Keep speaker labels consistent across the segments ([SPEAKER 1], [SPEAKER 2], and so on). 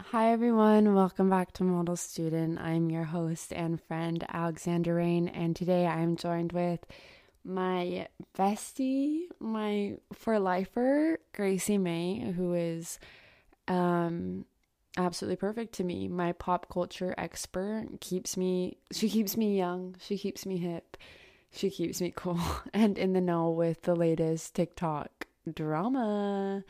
[SPEAKER 1] Hi, everyone. Welcome back to Model Student. I'm your host and friend, Alexander Rain, and today I'm joined with my bestie, my for lifer, Gracie May, who is um, absolutely perfect to me. My pop culture expert keeps me, she keeps me young, she keeps me hip, she keeps me cool and in the know with the latest TikTok drama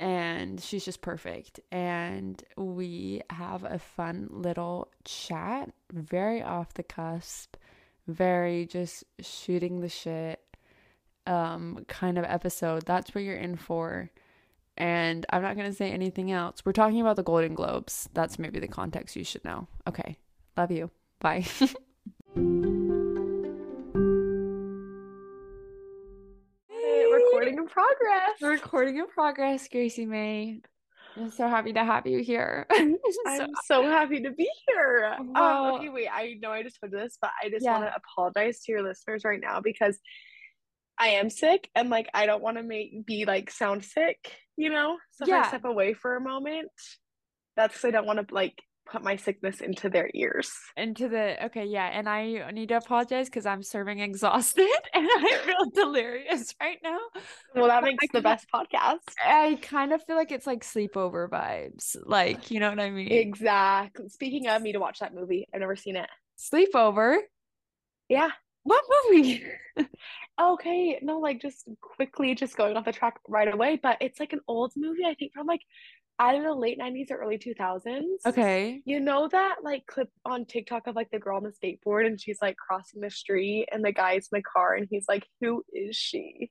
[SPEAKER 1] and she's just perfect. And we have a fun little chat, very off the cusp, very just shooting the shit um kind of episode. That's what you're in for. And I'm not going to say anything else. We're talking about the Golden Globes. That's maybe the context you should know. Okay. Love you. Bye. Recording in progress. Recording in progress, Gracie May. I'm so happy to have you here. So-
[SPEAKER 2] I'm so happy to be here.
[SPEAKER 1] Well-
[SPEAKER 2] um, okay, wait. I know I just told you this, but I just
[SPEAKER 1] Yeah.
[SPEAKER 2] want to apologize to your listeners right now because I am sick and like I don't want to make be like sound sick, you know. So if
[SPEAKER 1] Yeah.
[SPEAKER 2] I step away for a moment, that's because I don't want to like put my sickness into their ears.
[SPEAKER 1] into the okay, yeah, and I need to apologize because I'm serving exhausted and I feel delirious right now.
[SPEAKER 2] Well, that makes the
[SPEAKER 1] can-
[SPEAKER 2] best podcast.
[SPEAKER 1] I kind of feel like it's like sleepover vibes, like you know what I mean?
[SPEAKER 2] Exactly. Speaking of, me to watch that movie. I've never seen it.
[SPEAKER 1] sleepover.
[SPEAKER 2] Yeah.
[SPEAKER 1] What movie?
[SPEAKER 2] Okay, no, like just quickly, just going off the track right away, but it's like an old movie, I think from like I don't know, late 90s or early 2000s.
[SPEAKER 1] Okay.
[SPEAKER 2] You know that like clip on TikTok of like the girl on the skateboard and she's like crossing the street and the guy's in the car and he's like, Who is she?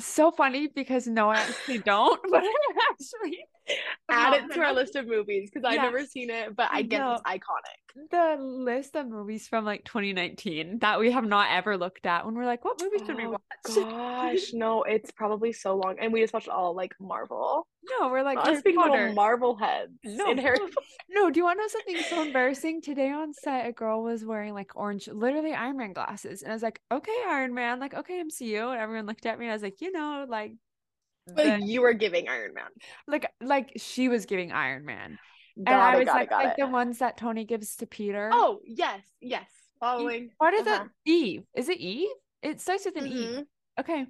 [SPEAKER 1] So funny because no, I actually don't, but I actually Oh
[SPEAKER 2] Add
[SPEAKER 1] Wow.
[SPEAKER 2] it to our list of movies because
[SPEAKER 1] Yeah.
[SPEAKER 2] I've never seen it, but I guess it's iconic.
[SPEAKER 1] the list of movies from like 2019 that we have not ever looked at when we're like, what movies should we
[SPEAKER 2] Oh,
[SPEAKER 1] watch?
[SPEAKER 2] Gosh, no, it's probably so long. And we just watched all like Marvel.
[SPEAKER 1] No, we're like
[SPEAKER 2] Us
[SPEAKER 1] Harry
[SPEAKER 2] being little
[SPEAKER 1] Potter.
[SPEAKER 2] Marvel heads
[SPEAKER 1] No,
[SPEAKER 2] in Harry
[SPEAKER 1] no, no. Do you want to know something so embarrassing? Today on set, a girl was wearing like orange, literally Iron Man glasses, and I was like, "Okay, Iron Man, like okay, MCU." And everyone looked at me, and I was like, "You know, like,
[SPEAKER 2] But
[SPEAKER 1] the-
[SPEAKER 2] you were giving Iron Man.
[SPEAKER 1] like, like she was giving Iron Man,
[SPEAKER 2] Got
[SPEAKER 1] and I
[SPEAKER 2] it,
[SPEAKER 1] was
[SPEAKER 2] got
[SPEAKER 1] like,
[SPEAKER 2] it, got
[SPEAKER 1] like
[SPEAKER 2] it.
[SPEAKER 1] the ones that Tony gives to Peter.
[SPEAKER 2] Oh, yes, yes. Following.
[SPEAKER 1] what is
[SPEAKER 2] Uh-huh.
[SPEAKER 1] that? Eve? Is it Eve? It starts with an E.
[SPEAKER 2] Mhm.
[SPEAKER 1] Okay,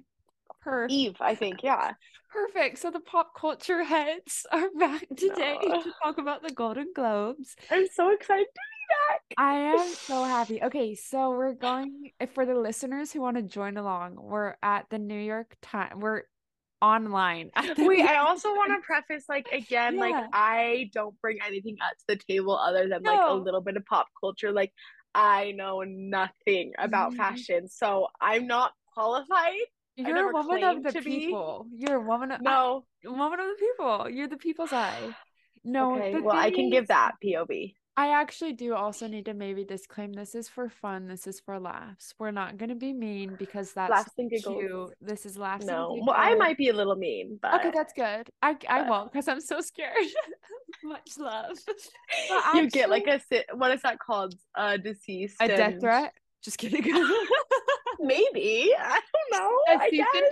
[SPEAKER 1] her.
[SPEAKER 2] Eve, I think, yeah.
[SPEAKER 1] Perfect. So the pop culture heads are back today
[SPEAKER 2] No.
[SPEAKER 1] to talk about the Golden Globes.
[SPEAKER 2] I'm so excited to be back.
[SPEAKER 1] I am so happy. Okay, so we're going if for the listeners who want to join along. We're at the New York Times. We're online. at the
[SPEAKER 2] Wait,
[SPEAKER 1] New
[SPEAKER 2] I
[SPEAKER 1] York
[SPEAKER 2] also want to
[SPEAKER 1] Times.
[SPEAKER 2] preface, like, again, like,
[SPEAKER 1] Yeah.
[SPEAKER 2] I don't bring anything up to the table other than, like, a
[SPEAKER 1] No.
[SPEAKER 2] little bit of pop culture. Like, I know nothing about
[SPEAKER 1] Mhm.
[SPEAKER 2] fashion, so I'm not qualified.
[SPEAKER 1] You're a
[SPEAKER 2] never
[SPEAKER 1] woman of
[SPEAKER 2] claimed
[SPEAKER 1] the
[SPEAKER 2] to be.
[SPEAKER 1] people. You're a woman of I-
[SPEAKER 2] No.
[SPEAKER 1] woman of the people. You're the people's eye. No,
[SPEAKER 2] Okay,
[SPEAKER 1] the
[SPEAKER 2] well, I
[SPEAKER 1] thing
[SPEAKER 2] can
[SPEAKER 1] is-
[SPEAKER 2] give that POV.
[SPEAKER 1] I actually do also need to maybe disclaim this is for fun. This is for laughs. We're not going to be mean because that's
[SPEAKER 2] Laughs
[SPEAKER 1] not
[SPEAKER 2] and giggles.
[SPEAKER 1] cute. This is laughs and
[SPEAKER 2] No. Well, I
[SPEAKER 1] giggles.
[SPEAKER 2] might be a little mean, but
[SPEAKER 1] Okay, that's good. I I
[SPEAKER 2] but-
[SPEAKER 1] won't because I'm so scared. Much love. But
[SPEAKER 2] you get like
[SPEAKER 1] actually-
[SPEAKER 2] a si- what is that called? A deceased.
[SPEAKER 1] a death
[SPEAKER 2] and-
[SPEAKER 1] threat. Just kidding.
[SPEAKER 2] Maybe I don't know.
[SPEAKER 1] a
[SPEAKER 2] I
[SPEAKER 1] cease
[SPEAKER 2] guess.
[SPEAKER 1] and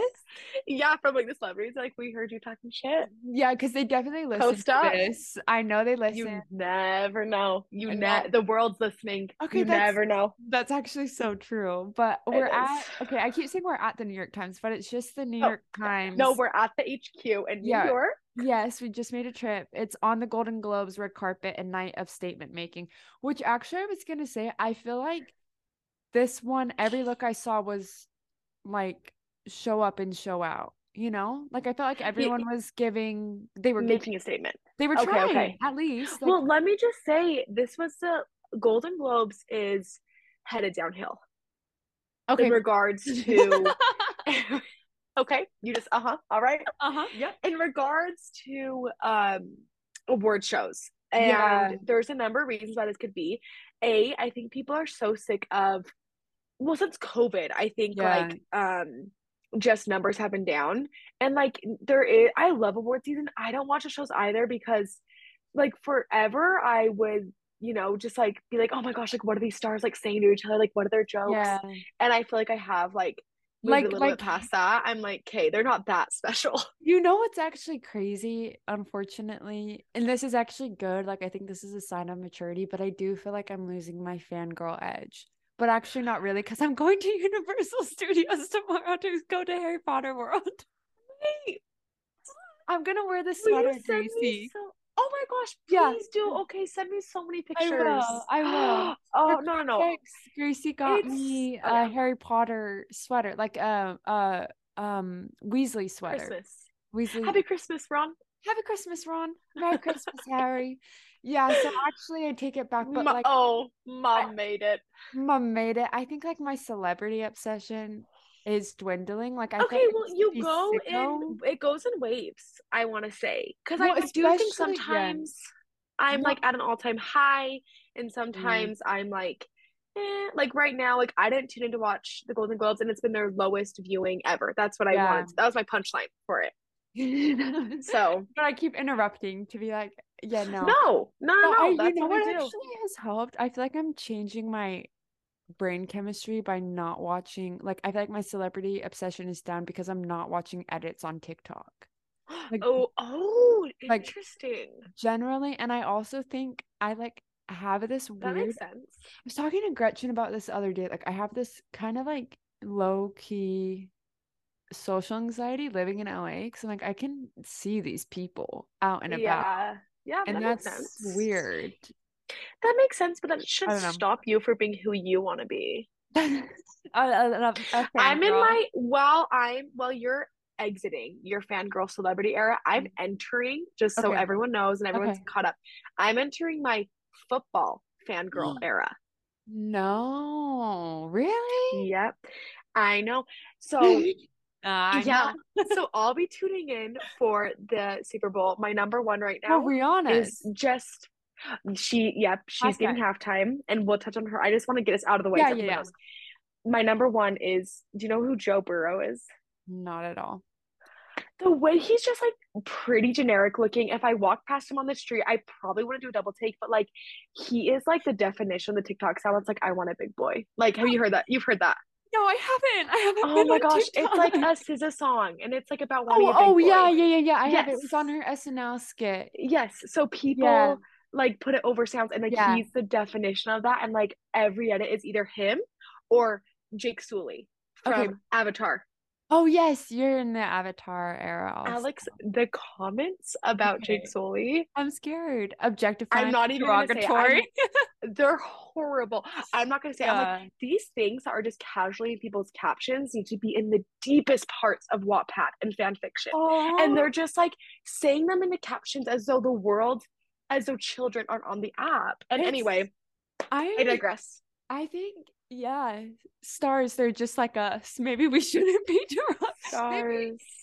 [SPEAKER 1] desist.
[SPEAKER 2] Yeah, from like the celebrities, like we heard you talking shit.
[SPEAKER 1] Yeah, because they definitely listen
[SPEAKER 2] Post
[SPEAKER 1] to
[SPEAKER 2] up.
[SPEAKER 1] this. I know they listen.
[SPEAKER 2] You never know. You
[SPEAKER 1] I
[SPEAKER 2] ne- the world's listening.
[SPEAKER 1] Okay,
[SPEAKER 2] you
[SPEAKER 1] that's-
[SPEAKER 2] never know.
[SPEAKER 1] That's actually so true. But we're
[SPEAKER 2] is.
[SPEAKER 1] at okay. I keep saying we're at the New York Times, but it's just the New
[SPEAKER 2] Oh,
[SPEAKER 1] York Times.
[SPEAKER 2] No, we're at the HQ in New
[SPEAKER 1] Yeah.
[SPEAKER 2] York.
[SPEAKER 1] Yes, we just made a trip. It's on the Golden Globes red carpet and night of statement making, which actually I was going to say, I feel like this one, every look I saw was like show up and show out, you know? Like I felt like everyone was giving, they were giving,
[SPEAKER 2] Making a statement.
[SPEAKER 1] they were
[SPEAKER 2] okay,
[SPEAKER 1] trying
[SPEAKER 2] okay.
[SPEAKER 1] at least. Like,
[SPEAKER 2] Well, let me just say this was the Golden Globes is headed downhill
[SPEAKER 1] okay.
[SPEAKER 2] in regards to. okay, you just uh huh. All right.
[SPEAKER 1] uh-huh. Yep.
[SPEAKER 2] in regards to um award shows and
[SPEAKER 1] Yeah.
[SPEAKER 2] there's a number of reasons why this could be a i think people are so sick of well since covid i think
[SPEAKER 1] Yeah.
[SPEAKER 2] like um just numbers have been down and like there is i love award season i don't watch the shows either because like forever i would you know just like be like oh my gosh like what are these stars like saying to each other like what are their jokes
[SPEAKER 1] Yeah.
[SPEAKER 2] and I feel like I have like move
[SPEAKER 1] Like-
[SPEAKER 2] a little
[SPEAKER 1] like-
[SPEAKER 2] bit past that, I'm like, okay, they're not that special.
[SPEAKER 1] You know what's actually crazy, unfortunately, and this is actually good. Like I think this is a sign of maturity, but I do feel like I'm losing my fangirl edge. But actually, not really, because I'm going to Universal Studios tomorrow to go to Harry Potter World.
[SPEAKER 2] Wait,
[SPEAKER 1] I'm gonna wear this
[SPEAKER 2] will you
[SPEAKER 1] sweater,
[SPEAKER 2] send me
[SPEAKER 1] Gracie.
[SPEAKER 2] so- oh my gosh,
[SPEAKER 1] Yeah.
[SPEAKER 2] please do. Okay, send me so many
[SPEAKER 1] I
[SPEAKER 2] pictures.
[SPEAKER 1] will. I will.
[SPEAKER 2] oh
[SPEAKER 1] For
[SPEAKER 2] no, no, no.
[SPEAKER 1] Thanks. Gracie got
[SPEAKER 2] It's-
[SPEAKER 1] me
[SPEAKER 2] oh,
[SPEAKER 1] a
[SPEAKER 2] yeah.
[SPEAKER 1] Harry Potter sweater, like a uh, um Weasley sweater.
[SPEAKER 2] Christmas.
[SPEAKER 1] Weasley.
[SPEAKER 2] Happy Christmas, Ron.
[SPEAKER 1] Happy Christmas, Ron. Merry Christmas, Harry. Yeah, so actually, I take it back, but
[SPEAKER 2] Ma-
[SPEAKER 1] like,
[SPEAKER 2] oh, mom made it.
[SPEAKER 1] mom made it. I think like my celebrity obsession is dwindling. Like, I feel
[SPEAKER 2] Okay,
[SPEAKER 1] it
[SPEAKER 2] well,
[SPEAKER 1] used to
[SPEAKER 2] you
[SPEAKER 1] be
[SPEAKER 2] go
[SPEAKER 1] sicko.
[SPEAKER 2] in. It goes in waves. I want to say because
[SPEAKER 1] Well,
[SPEAKER 2] I do
[SPEAKER 1] especially- yeah.
[SPEAKER 2] think sometimes I'm
[SPEAKER 1] No.
[SPEAKER 2] like at an all-time high,
[SPEAKER 1] Mm-hmm.
[SPEAKER 2] and sometimes I'm like, eh, like right now, like I didn't tune in to watch the Golden Globes, and it's been their lowest viewing ever. That's what I
[SPEAKER 1] Yeah.
[SPEAKER 2] wanted. That was my punchline for it. So
[SPEAKER 1] but I keep interrupting to be like, yeah, no,
[SPEAKER 2] no, no, no,
[SPEAKER 1] No, I,
[SPEAKER 2] no.
[SPEAKER 1] you
[SPEAKER 2] That's
[SPEAKER 1] know
[SPEAKER 2] what we
[SPEAKER 1] what
[SPEAKER 2] do.
[SPEAKER 1] actually has helped? I feel like I'm changing my brain chemistry by not watching. Like, I feel like my celebrity obsession is down because I'm not watching edits on TikTok. like-
[SPEAKER 2] oh, oh,
[SPEAKER 1] like,
[SPEAKER 2] interesting.
[SPEAKER 1] generally and i also think i like have this
[SPEAKER 2] That
[SPEAKER 1] weird
[SPEAKER 2] makes sense.
[SPEAKER 1] i was talking to gretchen about this the other day like i have this kind of like low key social anxiety living in la because i'm like i can see these people out and about
[SPEAKER 2] Yeah, yeah,
[SPEAKER 1] and
[SPEAKER 2] that makes
[SPEAKER 1] that's
[SPEAKER 2] sense.
[SPEAKER 1] weird
[SPEAKER 2] That makes sense, but that shouldn't
[SPEAKER 1] don't know.
[SPEAKER 2] stop you from being who you want to be.
[SPEAKER 1] I- uh, I- I- I
[SPEAKER 2] I'm in
[SPEAKER 1] fangirl.
[SPEAKER 2] my while I'm while you're exiting your fangirl celebrity era, I'm entering just so
[SPEAKER 1] Okay.
[SPEAKER 2] everyone knows and everyone's
[SPEAKER 1] Okay.
[SPEAKER 2] caught up. I'm entering my football fangirl era.
[SPEAKER 1] no really
[SPEAKER 2] Yep. I know. So
[SPEAKER 1] I
[SPEAKER 2] yeah.
[SPEAKER 1] know.
[SPEAKER 2] so I'll be tuning in for the Super Bowl. My number one right now
[SPEAKER 1] Well, Rihanna
[SPEAKER 2] is just she yep, she's giving halftime and we'll touch on her. I just want to get us out of the way. so
[SPEAKER 1] Yeah, yeah,
[SPEAKER 2] everyone
[SPEAKER 1] yeah.
[SPEAKER 2] knows. My number one is do you know who Joe Burrow is?
[SPEAKER 1] not at all
[SPEAKER 2] The way he's just like pretty generic looking. If I walk past him on the street, I probably wouldn't do a double take, but like he is like the definition of the TikTok style. It's like, I want a big boy. Like, have you heard that? You've heard that.
[SPEAKER 1] no i haven't i haven't
[SPEAKER 2] Oh
[SPEAKER 1] been
[SPEAKER 2] my
[SPEAKER 1] on
[SPEAKER 2] gosh. It's like
[SPEAKER 1] TikTok.
[SPEAKER 2] a SZA song and it's like about wanting
[SPEAKER 1] Oh,
[SPEAKER 2] a big
[SPEAKER 1] oh
[SPEAKER 2] boy.
[SPEAKER 1] yeah, yeah, yeah, yeah. I have it. It was on
[SPEAKER 2] Yes.
[SPEAKER 1] her SNL skit.
[SPEAKER 2] Yes. So people
[SPEAKER 1] Yeah.
[SPEAKER 2] like put it over sounds and like
[SPEAKER 1] Yeah.
[SPEAKER 2] he's the definition of that. And like every edit is either him or Jake Sully from
[SPEAKER 1] Okay.
[SPEAKER 2] Avatar.
[SPEAKER 1] Oh yes, you're in the Avatar era. also.
[SPEAKER 2] Alex, the comments about Jake
[SPEAKER 1] Okay.
[SPEAKER 2] Sully.
[SPEAKER 1] I'm scared. Objectifying.
[SPEAKER 2] I'm not even gonna say-
[SPEAKER 1] derogatory.
[SPEAKER 2] They're horrible. I'm not gonna say. I'm like
[SPEAKER 1] Yeah.
[SPEAKER 2] these things that are just casually in people's captions need to be in the deepest parts of Wattpad and fan fiction,
[SPEAKER 1] Oh.
[SPEAKER 2] and they're just like saying them in the captions as though the world, as though children aren't on the app. And
[SPEAKER 1] It's-
[SPEAKER 2] anyway, I
[SPEAKER 1] I,
[SPEAKER 2] digress.
[SPEAKER 1] I think yeah, stars. They're just like us. Maybe we shouldn't be derogatory.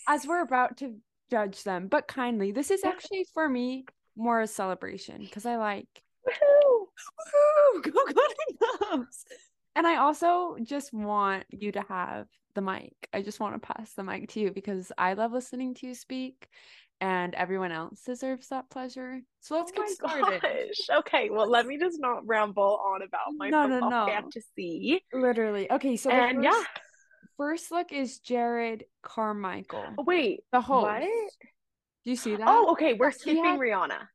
[SPEAKER 1] As we're about to judge them, but kindly. This is
[SPEAKER 2] Yeah.
[SPEAKER 1] actually for me more a celebration because I like
[SPEAKER 2] Woohoo!
[SPEAKER 1] Woo, go Golden Globes. And I also just want you to have the mic. I just want to pass the mic to you because I love listening to you speak and everyone else deserves that pleasure. So let's
[SPEAKER 2] Oh
[SPEAKER 1] get
[SPEAKER 2] my
[SPEAKER 1] started.
[SPEAKER 2] gosh. Okay, well, let me just not ramble on about my
[SPEAKER 1] No, no,
[SPEAKER 2] football
[SPEAKER 1] no.
[SPEAKER 2] fantasy.
[SPEAKER 1] Literally. Okay, so the
[SPEAKER 2] And yeah,
[SPEAKER 1] first, first look is Jared Carmichael.
[SPEAKER 2] Oh, wait.
[SPEAKER 1] The host.
[SPEAKER 2] what?
[SPEAKER 1] Do you see that?
[SPEAKER 2] Oh, okay, we're
[SPEAKER 1] Yes, we
[SPEAKER 2] skipping
[SPEAKER 1] had-
[SPEAKER 2] Rihanna.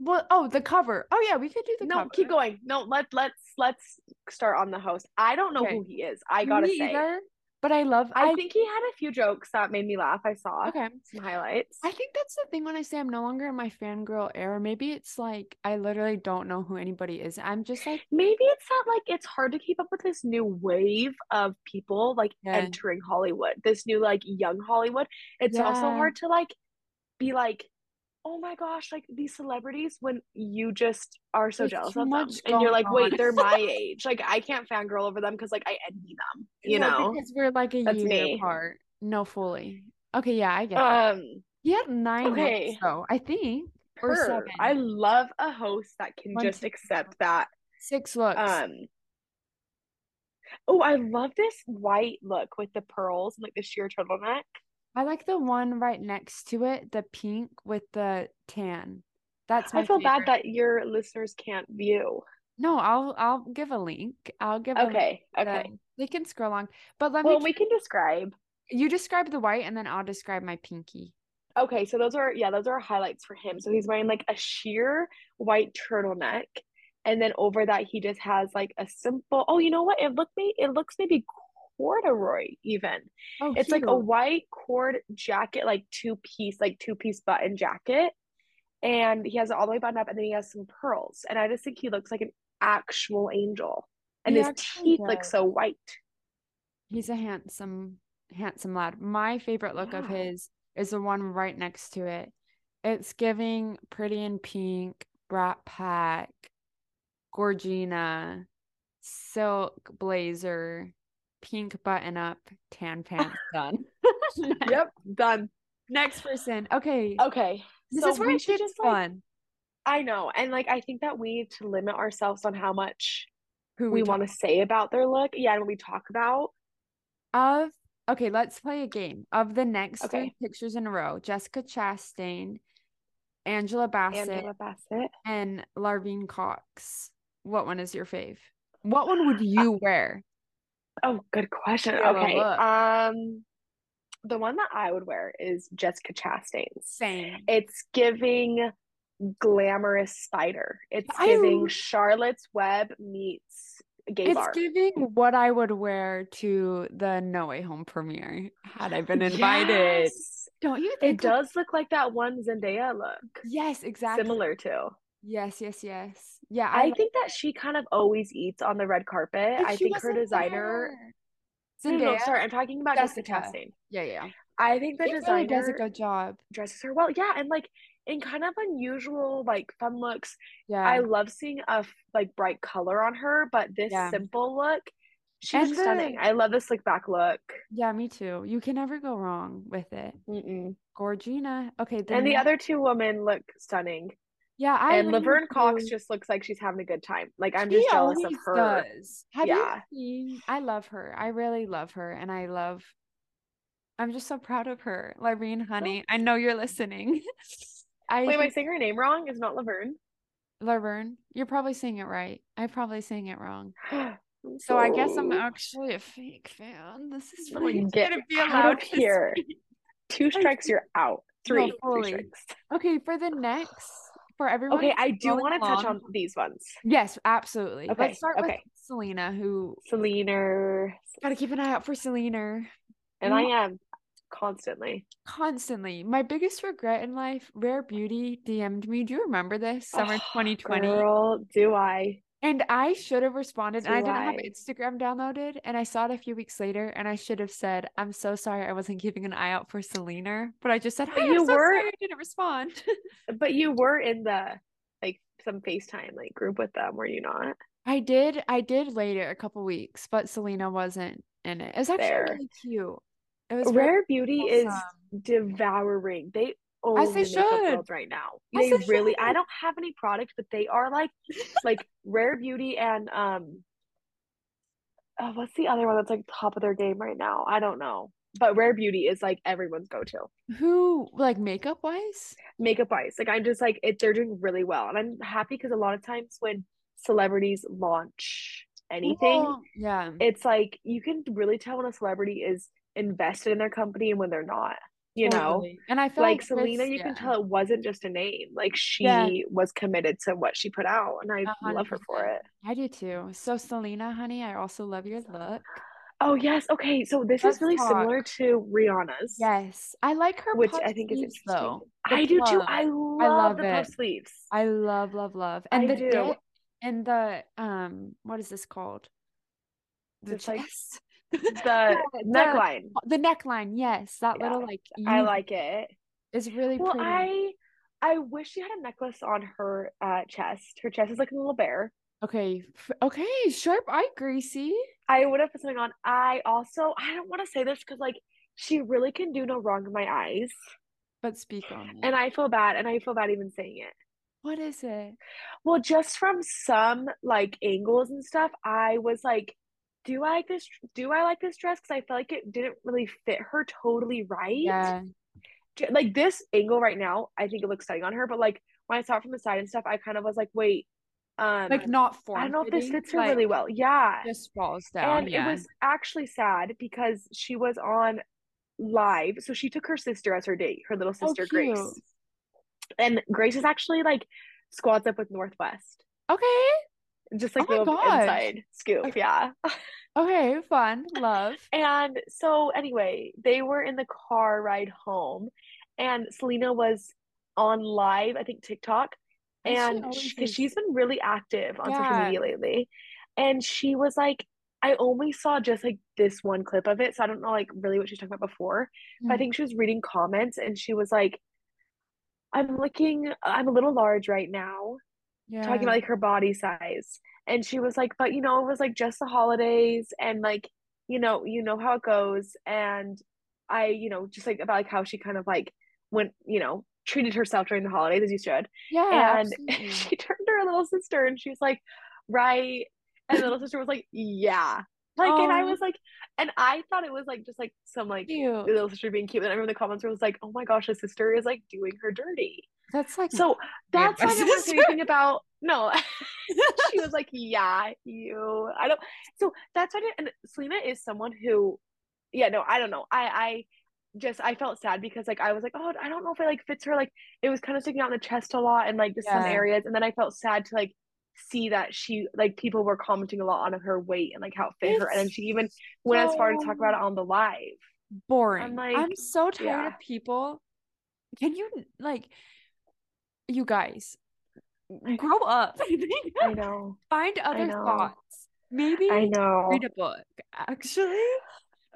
[SPEAKER 1] well, oh, the cover. Oh yeah, we could do the
[SPEAKER 2] No,
[SPEAKER 1] cover.
[SPEAKER 2] keep going. No, let let's let's start on the host. I don't know
[SPEAKER 1] Okay.
[SPEAKER 2] who he is. I gotta
[SPEAKER 1] Me
[SPEAKER 2] say,
[SPEAKER 1] either, but I love
[SPEAKER 2] I think he had a few jokes that made me laugh. I saw
[SPEAKER 1] okay.
[SPEAKER 2] some highlights.
[SPEAKER 1] I think that's the thing when I say I'm no longer in my fangirl era. Maybe it's like I literally don't know who anybody is. I'm just like,
[SPEAKER 2] Maybe it's that like it's hard to keep up with this new wave of people like
[SPEAKER 1] Yeah.
[SPEAKER 2] entering Hollywood. This new like young Hollywood. It's also
[SPEAKER 1] Yeah.
[SPEAKER 2] hard to like be like, oh my gosh, like these celebrities when you just are so
[SPEAKER 1] There's
[SPEAKER 2] jealous
[SPEAKER 1] too
[SPEAKER 2] of them,
[SPEAKER 1] much
[SPEAKER 2] and you're
[SPEAKER 1] going
[SPEAKER 2] like,
[SPEAKER 1] on.
[SPEAKER 2] wait, they're my age. Like I can't fangirl over them because like I envy them. You
[SPEAKER 1] no,
[SPEAKER 2] know.
[SPEAKER 1] because we're like a
[SPEAKER 2] That's
[SPEAKER 1] year
[SPEAKER 2] me.
[SPEAKER 1] apart. No, fully. Okay, yeah, I get it.
[SPEAKER 2] Um.
[SPEAKER 1] He had nine hits,
[SPEAKER 2] okay.
[SPEAKER 1] though, I think, or
[SPEAKER 2] her.
[SPEAKER 1] seven.
[SPEAKER 2] I love a host that can
[SPEAKER 1] One,
[SPEAKER 2] just
[SPEAKER 1] two,
[SPEAKER 2] accept that.
[SPEAKER 1] Six looks.
[SPEAKER 2] Um Oh, I love this white look with the pearls and like the sheer turtleneck.
[SPEAKER 1] I like the one right next to it, the pink with the tan. That's my
[SPEAKER 2] I feel bad
[SPEAKER 1] favorite.
[SPEAKER 2] that your listeners can't view.
[SPEAKER 1] No, I'll I'll give a link. I'll give a link
[SPEAKER 2] Okay.
[SPEAKER 1] that
[SPEAKER 2] Okay.
[SPEAKER 1] they can scroll along. But let
[SPEAKER 2] Well,
[SPEAKER 1] me
[SPEAKER 2] we can describe.
[SPEAKER 1] you describe the white and then I'll describe my pinky.
[SPEAKER 2] Okay, so those are yeah, those are highlights for him. So he's wearing like a sheer white turtleneck, and then over that he just has like a simple. Oh, you know what? It looked me. It looks maybe corduroy even.
[SPEAKER 1] Oh,
[SPEAKER 2] It's like a white cord jacket, like two piece, like two piece button jacket, and he has it all the way buttoned up, and then he has some pearls. And I just think he looks like an actual angel, and
[SPEAKER 1] He
[SPEAKER 2] his
[SPEAKER 1] actually
[SPEAKER 2] teeth look
[SPEAKER 1] does.
[SPEAKER 2] so white.
[SPEAKER 1] He's a handsome, handsome lad. My favorite look of
[SPEAKER 2] Yeah.
[SPEAKER 1] his is the one right next to it. It's giving pretty in pink, brat pack, Gorgina, silk blazer, pink button up, tan pants done.
[SPEAKER 2] Yep, done.
[SPEAKER 1] Next person. Okay.
[SPEAKER 2] Okay,
[SPEAKER 1] this
[SPEAKER 2] Oh, so
[SPEAKER 1] is where
[SPEAKER 2] we
[SPEAKER 1] it
[SPEAKER 2] should
[SPEAKER 1] gets
[SPEAKER 2] just, like,
[SPEAKER 1] fun.
[SPEAKER 2] I know, and like I think that we need to limit ourselves on how much
[SPEAKER 1] Who
[SPEAKER 2] we
[SPEAKER 1] talk
[SPEAKER 2] want to say about their look. Yeah, and what we talk about.
[SPEAKER 1] Of okay, let's play a game. Of the next three
[SPEAKER 2] Okay.
[SPEAKER 1] pictures in a row, Jessica Chastain, Angela Bassett,
[SPEAKER 2] Angela Bassett.
[SPEAKER 1] and Larvine Cox. What one is your fave? What one would you wear?
[SPEAKER 2] Oh, good question.
[SPEAKER 1] Yeah, well,
[SPEAKER 2] Okay,
[SPEAKER 1] look.
[SPEAKER 2] um, the one that I would wear is Jessica Chastain's.
[SPEAKER 1] Same.
[SPEAKER 2] It's giving glamorous spider. It's
[SPEAKER 1] I
[SPEAKER 2] giving
[SPEAKER 1] l-
[SPEAKER 2] Charlotte's Web meets gay
[SPEAKER 1] It's
[SPEAKER 2] bar.
[SPEAKER 1] giving what I would wear to the No Way Home premiere had I been invited.
[SPEAKER 2] Yes.
[SPEAKER 1] Don't you
[SPEAKER 2] It
[SPEAKER 1] think? like-
[SPEAKER 2] does look like that one Zendaya look,
[SPEAKER 1] yes, exactly.
[SPEAKER 2] similar to.
[SPEAKER 1] Yes, yes, yes. Yeah,
[SPEAKER 2] I
[SPEAKER 1] like
[SPEAKER 2] think that she kind of always eats on the red carpet.
[SPEAKER 1] but
[SPEAKER 2] I
[SPEAKER 1] she
[SPEAKER 2] think her
[SPEAKER 1] wasn't
[SPEAKER 2] designer.
[SPEAKER 1] there.
[SPEAKER 2] No, no, no,
[SPEAKER 1] Zendaya.
[SPEAKER 2] sorry, I'm talking about Jessica
[SPEAKER 1] Jessica.
[SPEAKER 2] Chastain.
[SPEAKER 1] Yeah, yeah.
[SPEAKER 2] I think the
[SPEAKER 1] She really does a
[SPEAKER 2] designer
[SPEAKER 1] good job.
[SPEAKER 2] dresses her well. Yeah, and like in kind of unusual, like fun looks.
[SPEAKER 1] Yeah.
[SPEAKER 2] I love seeing a f- like bright color on her, but this
[SPEAKER 1] Yeah.
[SPEAKER 2] simple look,
[SPEAKER 1] And
[SPEAKER 2] she's stunning.
[SPEAKER 1] the-
[SPEAKER 2] I love the slick back look.
[SPEAKER 1] Yeah, me too. You can never go wrong with it.
[SPEAKER 2] Mm-mm.
[SPEAKER 1] Gorgina. Okay, the
[SPEAKER 2] And the
[SPEAKER 1] next-
[SPEAKER 2] other two women look stunning.
[SPEAKER 1] yeah, I
[SPEAKER 2] And Laverne Cox
[SPEAKER 1] really-
[SPEAKER 2] just looks like she's having a good time. Like I'm
[SPEAKER 1] she
[SPEAKER 2] just jealous of
[SPEAKER 1] always
[SPEAKER 2] her.
[SPEAKER 1] does. Have you
[SPEAKER 2] Yeah.
[SPEAKER 1] seen? I love her. I really love her, and I love. I'm just so proud of her, Lareen, honey. I know you're listening. I
[SPEAKER 2] Oh. Wait, am I
[SPEAKER 1] think-
[SPEAKER 2] saying her name wrong? Is not Laverne?
[SPEAKER 1] Laverne, you're probably saying it right. I'm probably saying it wrong. So I guess I'm
[SPEAKER 2] No.
[SPEAKER 1] actually a fake fan. This is
[SPEAKER 2] No,
[SPEAKER 1] really
[SPEAKER 2] you
[SPEAKER 1] not
[SPEAKER 2] Oh. get
[SPEAKER 1] gonna be
[SPEAKER 2] out of
[SPEAKER 1] allowed to
[SPEAKER 2] here.
[SPEAKER 1] speak.
[SPEAKER 2] Two strikes, you're out. Three,
[SPEAKER 1] fully.
[SPEAKER 2] three strikes.
[SPEAKER 1] Okay, for the next, for everyone.
[SPEAKER 2] Okay,
[SPEAKER 1] who's
[SPEAKER 2] I do
[SPEAKER 1] scrolling
[SPEAKER 2] want to touch
[SPEAKER 1] along-
[SPEAKER 2] on these ones.
[SPEAKER 1] Yes, absolutely.
[SPEAKER 2] Okay,
[SPEAKER 1] Let's start with
[SPEAKER 2] okay.
[SPEAKER 1] Selena, who
[SPEAKER 2] Selena,
[SPEAKER 1] gotta keep an eye out for Selena
[SPEAKER 2] and I am constantly.
[SPEAKER 1] constantly. My biggest regret in life, Rare Beauty DM'd me. Do you remember this summer
[SPEAKER 2] Oh,
[SPEAKER 1] 2020?
[SPEAKER 2] Girl, do I?
[SPEAKER 1] And I should have responded. And I didn't have
[SPEAKER 2] Why?
[SPEAKER 1] Instagram downloaded, and I saw it a few weeks later, and I should have said, "I'm so sorry, I wasn't keeping an eye out for Selena," but I just said,
[SPEAKER 2] But
[SPEAKER 1] "Hi,
[SPEAKER 2] you
[SPEAKER 1] I'm so
[SPEAKER 2] were-
[SPEAKER 1] sorry, I didn't respond."
[SPEAKER 2] But you were in the like some FaceTime like group with them, were you not?
[SPEAKER 1] I did. I did later a couple weeks, but Selena wasn't in it. It was actually
[SPEAKER 2] Fair.
[SPEAKER 1] really cute. It was really
[SPEAKER 2] Rare Beauty is
[SPEAKER 1] wholesome.
[SPEAKER 2] devouring. They own
[SPEAKER 1] they
[SPEAKER 2] the makeup
[SPEAKER 1] should.
[SPEAKER 2] world right now.
[SPEAKER 1] As
[SPEAKER 2] they
[SPEAKER 1] they
[SPEAKER 2] really. I
[SPEAKER 1] should.
[SPEAKER 2] don't have any product, but they are like like Rare Beauty and um. Oh, what's the other one that's like top of their game right now? I don't know. But Rare Beauty is like everyone's go-to.
[SPEAKER 1] Who, like makeup wise?
[SPEAKER 2] makeup wise. Like I'm just like it, they're doing really well, and I'm happy because a lot of times when celebrities launch anything,
[SPEAKER 1] Well, yeah.
[SPEAKER 2] it's like you can really tell when a celebrity is invested in their company and when they're not. You know,
[SPEAKER 1] totally. And I feel
[SPEAKER 2] like
[SPEAKER 1] like,
[SPEAKER 2] Selena,
[SPEAKER 1] this-
[SPEAKER 2] you
[SPEAKER 1] yeah,
[SPEAKER 2] can tell it wasn't just a name. Like she
[SPEAKER 1] Yeah.
[SPEAKER 2] was committed to what she put out, and I
[SPEAKER 1] a hundred
[SPEAKER 2] love her for
[SPEAKER 1] percent.
[SPEAKER 2] it.
[SPEAKER 1] I do too. So Selena, honey, I also love your look.
[SPEAKER 2] Oh yes, okay. So this
[SPEAKER 1] Let's
[SPEAKER 2] is really similar
[SPEAKER 1] talk.
[SPEAKER 2] to Rihanna's,
[SPEAKER 1] Yes, I like her
[SPEAKER 2] which
[SPEAKER 1] puff
[SPEAKER 2] I think is
[SPEAKER 1] sleeves,
[SPEAKER 2] interesting.
[SPEAKER 1] though. The
[SPEAKER 2] I do too.
[SPEAKER 1] plum.
[SPEAKER 2] I love,
[SPEAKER 1] love
[SPEAKER 2] the puff
[SPEAKER 1] it.
[SPEAKER 2] sleeves.
[SPEAKER 1] I love, love, love,
[SPEAKER 2] I
[SPEAKER 1] and the
[SPEAKER 2] do.
[SPEAKER 1] dip, and the um, what is this called? The
[SPEAKER 2] Just like
[SPEAKER 1] chest,
[SPEAKER 2] The
[SPEAKER 1] the-
[SPEAKER 2] neckline.
[SPEAKER 1] the neckline. Yes, that
[SPEAKER 2] Yeah,
[SPEAKER 1] little like
[SPEAKER 2] I
[SPEAKER 1] U
[SPEAKER 2] like it.
[SPEAKER 1] is really
[SPEAKER 2] Well,
[SPEAKER 1] pretty.
[SPEAKER 2] I I wish she had a necklace on her uh chest. Her chest is like a little bear.
[SPEAKER 1] Okay, f- okay, sharp eye, Gracie.
[SPEAKER 2] I would have put something on. I also I don't want to say this because like she really can do no wrong in my eyes,
[SPEAKER 1] But speak on it.
[SPEAKER 2] and I feel bad, and I feel bad even saying it.
[SPEAKER 1] What is it?
[SPEAKER 2] Well, just from some like angles and stuff, I was like, do I like this? Do I like this dress? Because I felt like it didn't really fit her totally right.
[SPEAKER 1] Yeah,
[SPEAKER 2] j- like this angle right now, I think it looks stunning on her, but like when I saw it from the side and stuff, I kind of was like, wait, Um,
[SPEAKER 1] like not form.
[SPEAKER 2] I don't know if this
[SPEAKER 1] fitting,
[SPEAKER 2] fits her
[SPEAKER 1] like,
[SPEAKER 2] really well. Yeah.
[SPEAKER 1] Just falls down.
[SPEAKER 2] And
[SPEAKER 1] yeah.
[SPEAKER 2] it was actually sad because she was on live. So she took her sister as her date, her little
[SPEAKER 1] Oh,
[SPEAKER 2] sister, Grace.
[SPEAKER 1] cute.
[SPEAKER 2] And Grace is actually like squads up with Northwest.
[SPEAKER 1] Okay.
[SPEAKER 2] Just like
[SPEAKER 1] Oh my
[SPEAKER 2] little
[SPEAKER 1] gosh.
[SPEAKER 2] inside scoop.
[SPEAKER 1] Okay.
[SPEAKER 2] Yeah.
[SPEAKER 1] Okay. Fun. Love.
[SPEAKER 2] And so, anyway, they were in the car ride home, and Selena was on live, I think TikTok,
[SPEAKER 1] And she
[SPEAKER 2] and
[SPEAKER 1] always
[SPEAKER 2] because
[SPEAKER 1] is.
[SPEAKER 2] she's been really active on social
[SPEAKER 1] Yeah.
[SPEAKER 2] media lately, and she was like, I only saw just like this one clip of it, so I don't know like really what she was talking about before, but I
[SPEAKER 1] Mhm.
[SPEAKER 2] think she was reading comments, and she was like, I'm looking, I'm a little large right now
[SPEAKER 1] Yeah.
[SPEAKER 2] talking about like her body size and she was like but you know it was like just the holidays and like you know you know how it goes and i you know just like about like how she kind of like went you know treated herself during the holidays as you should
[SPEAKER 1] yeah.
[SPEAKER 2] and
[SPEAKER 1] absolutely.
[SPEAKER 2] she turned to her little sister and she was like right and the little sister was like yeah like and i
[SPEAKER 1] Aw.
[SPEAKER 2] was like and i thought it was like just like some like the
[SPEAKER 1] cute.
[SPEAKER 2] little sister being cute and everyone in the comments was like oh my gosh the sister is like doing her dirty
[SPEAKER 1] That's like
[SPEAKER 2] so that's
[SPEAKER 1] my
[SPEAKER 2] why I was
[SPEAKER 1] sister.
[SPEAKER 2] thinking about no. she was like, "Yeah, you." I don't. So that's why. I didn't- And Selena is someone who, yeah, no, I don't know. I I just I felt sad because like I was like, oh, I don't know if it like fits her. Like it was kind of sticking out in the chest a lot and like just some
[SPEAKER 1] Yeah.
[SPEAKER 2] areas. And then I felt sad to like see that she like people were commenting a lot on her weight and like how it fit her. And then
[SPEAKER 1] It's
[SPEAKER 2] she even went as far to talk about it
[SPEAKER 1] so
[SPEAKER 2] on the live.
[SPEAKER 1] boring. I'm,
[SPEAKER 2] like,
[SPEAKER 1] so tired
[SPEAKER 2] yeah.
[SPEAKER 1] of people. Can you like you guys
[SPEAKER 2] I
[SPEAKER 1] grow up?
[SPEAKER 2] I know.
[SPEAKER 1] Find other
[SPEAKER 2] know.
[SPEAKER 1] thoughts. Maybe
[SPEAKER 2] I know.
[SPEAKER 1] read a book. Actually.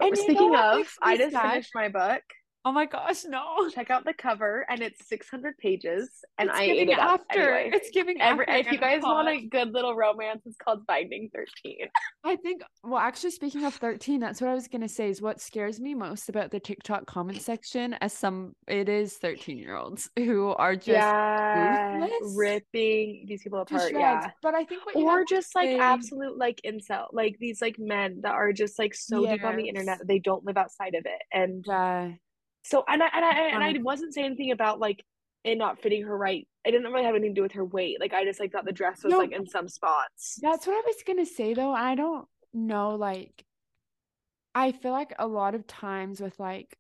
[SPEAKER 2] Oh,
[SPEAKER 1] And you know
[SPEAKER 2] Speaking
[SPEAKER 1] what
[SPEAKER 2] of,
[SPEAKER 1] makes me
[SPEAKER 2] I just
[SPEAKER 1] sad?
[SPEAKER 2] finished my book.
[SPEAKER 1] Oh my gosh, no.
[SPEAKER 2] Check out the cover, and it's 600 pages, and
[SPEAKER 1] It's
[SPEAKER 2] I ate
[SPEAKER 1] giving
[SPEAKER 2] it up
[SPEAKER 1] after.
[SPEAKER 2] anyway.
[SPEAKER 1] It's giving
[SPEAKER 2] Every,
[SPEAKER 1] after.
[SPEAKER 2] if you
[SPEAKER 1] and
[SPEAKER 2] guys want
[SPEAKER 1] hot.
[SPEAKER 2] a good little romance, it's called Binding 13.
[SPEAKER 1] I think, well, actually, speaking of 13, that's what I was going to say is what scares me most about the TikTok comment section as some, it is 13 year olds who are just
[SPEAKER 2] Yeah,
[SPEAKER 1] ruthless.
[SPEAKER 2] ripping these people
[SPEAKER 1] to
[SPEAKER 2] apart.
[SPEAKER 1] shreds.
[SPEAKER 2] Yeah,
[SPEAKER 1] But I think what you
[SPEAKER 2] or
[SPEAKER 1] guys
[SPEAKER 2] just like
[SPEAKER 1] say-
[SPEAKER 2] absolute like incel, like these like men that are just like so deep on the internet
[SPEAKER 1] Yes.
[SPEAKER 2] that they don't live outside of it, and
[SPEAKER 1] Yeah.
[SPEAKER 2] So and I and I and I
[SPEAKER 1] Iconic.
[SPEAKER 2] wasn't saying anything about like it not fitting her right. It didn't really have anything to do with her weight. Like I just like thought the dress was
[SPEAKER 1] No.
[SPEAKER 2] like in some spots.
[SPEAKER 1] That's what I was gonna say though. I don't know, like I feel like a lot of times with like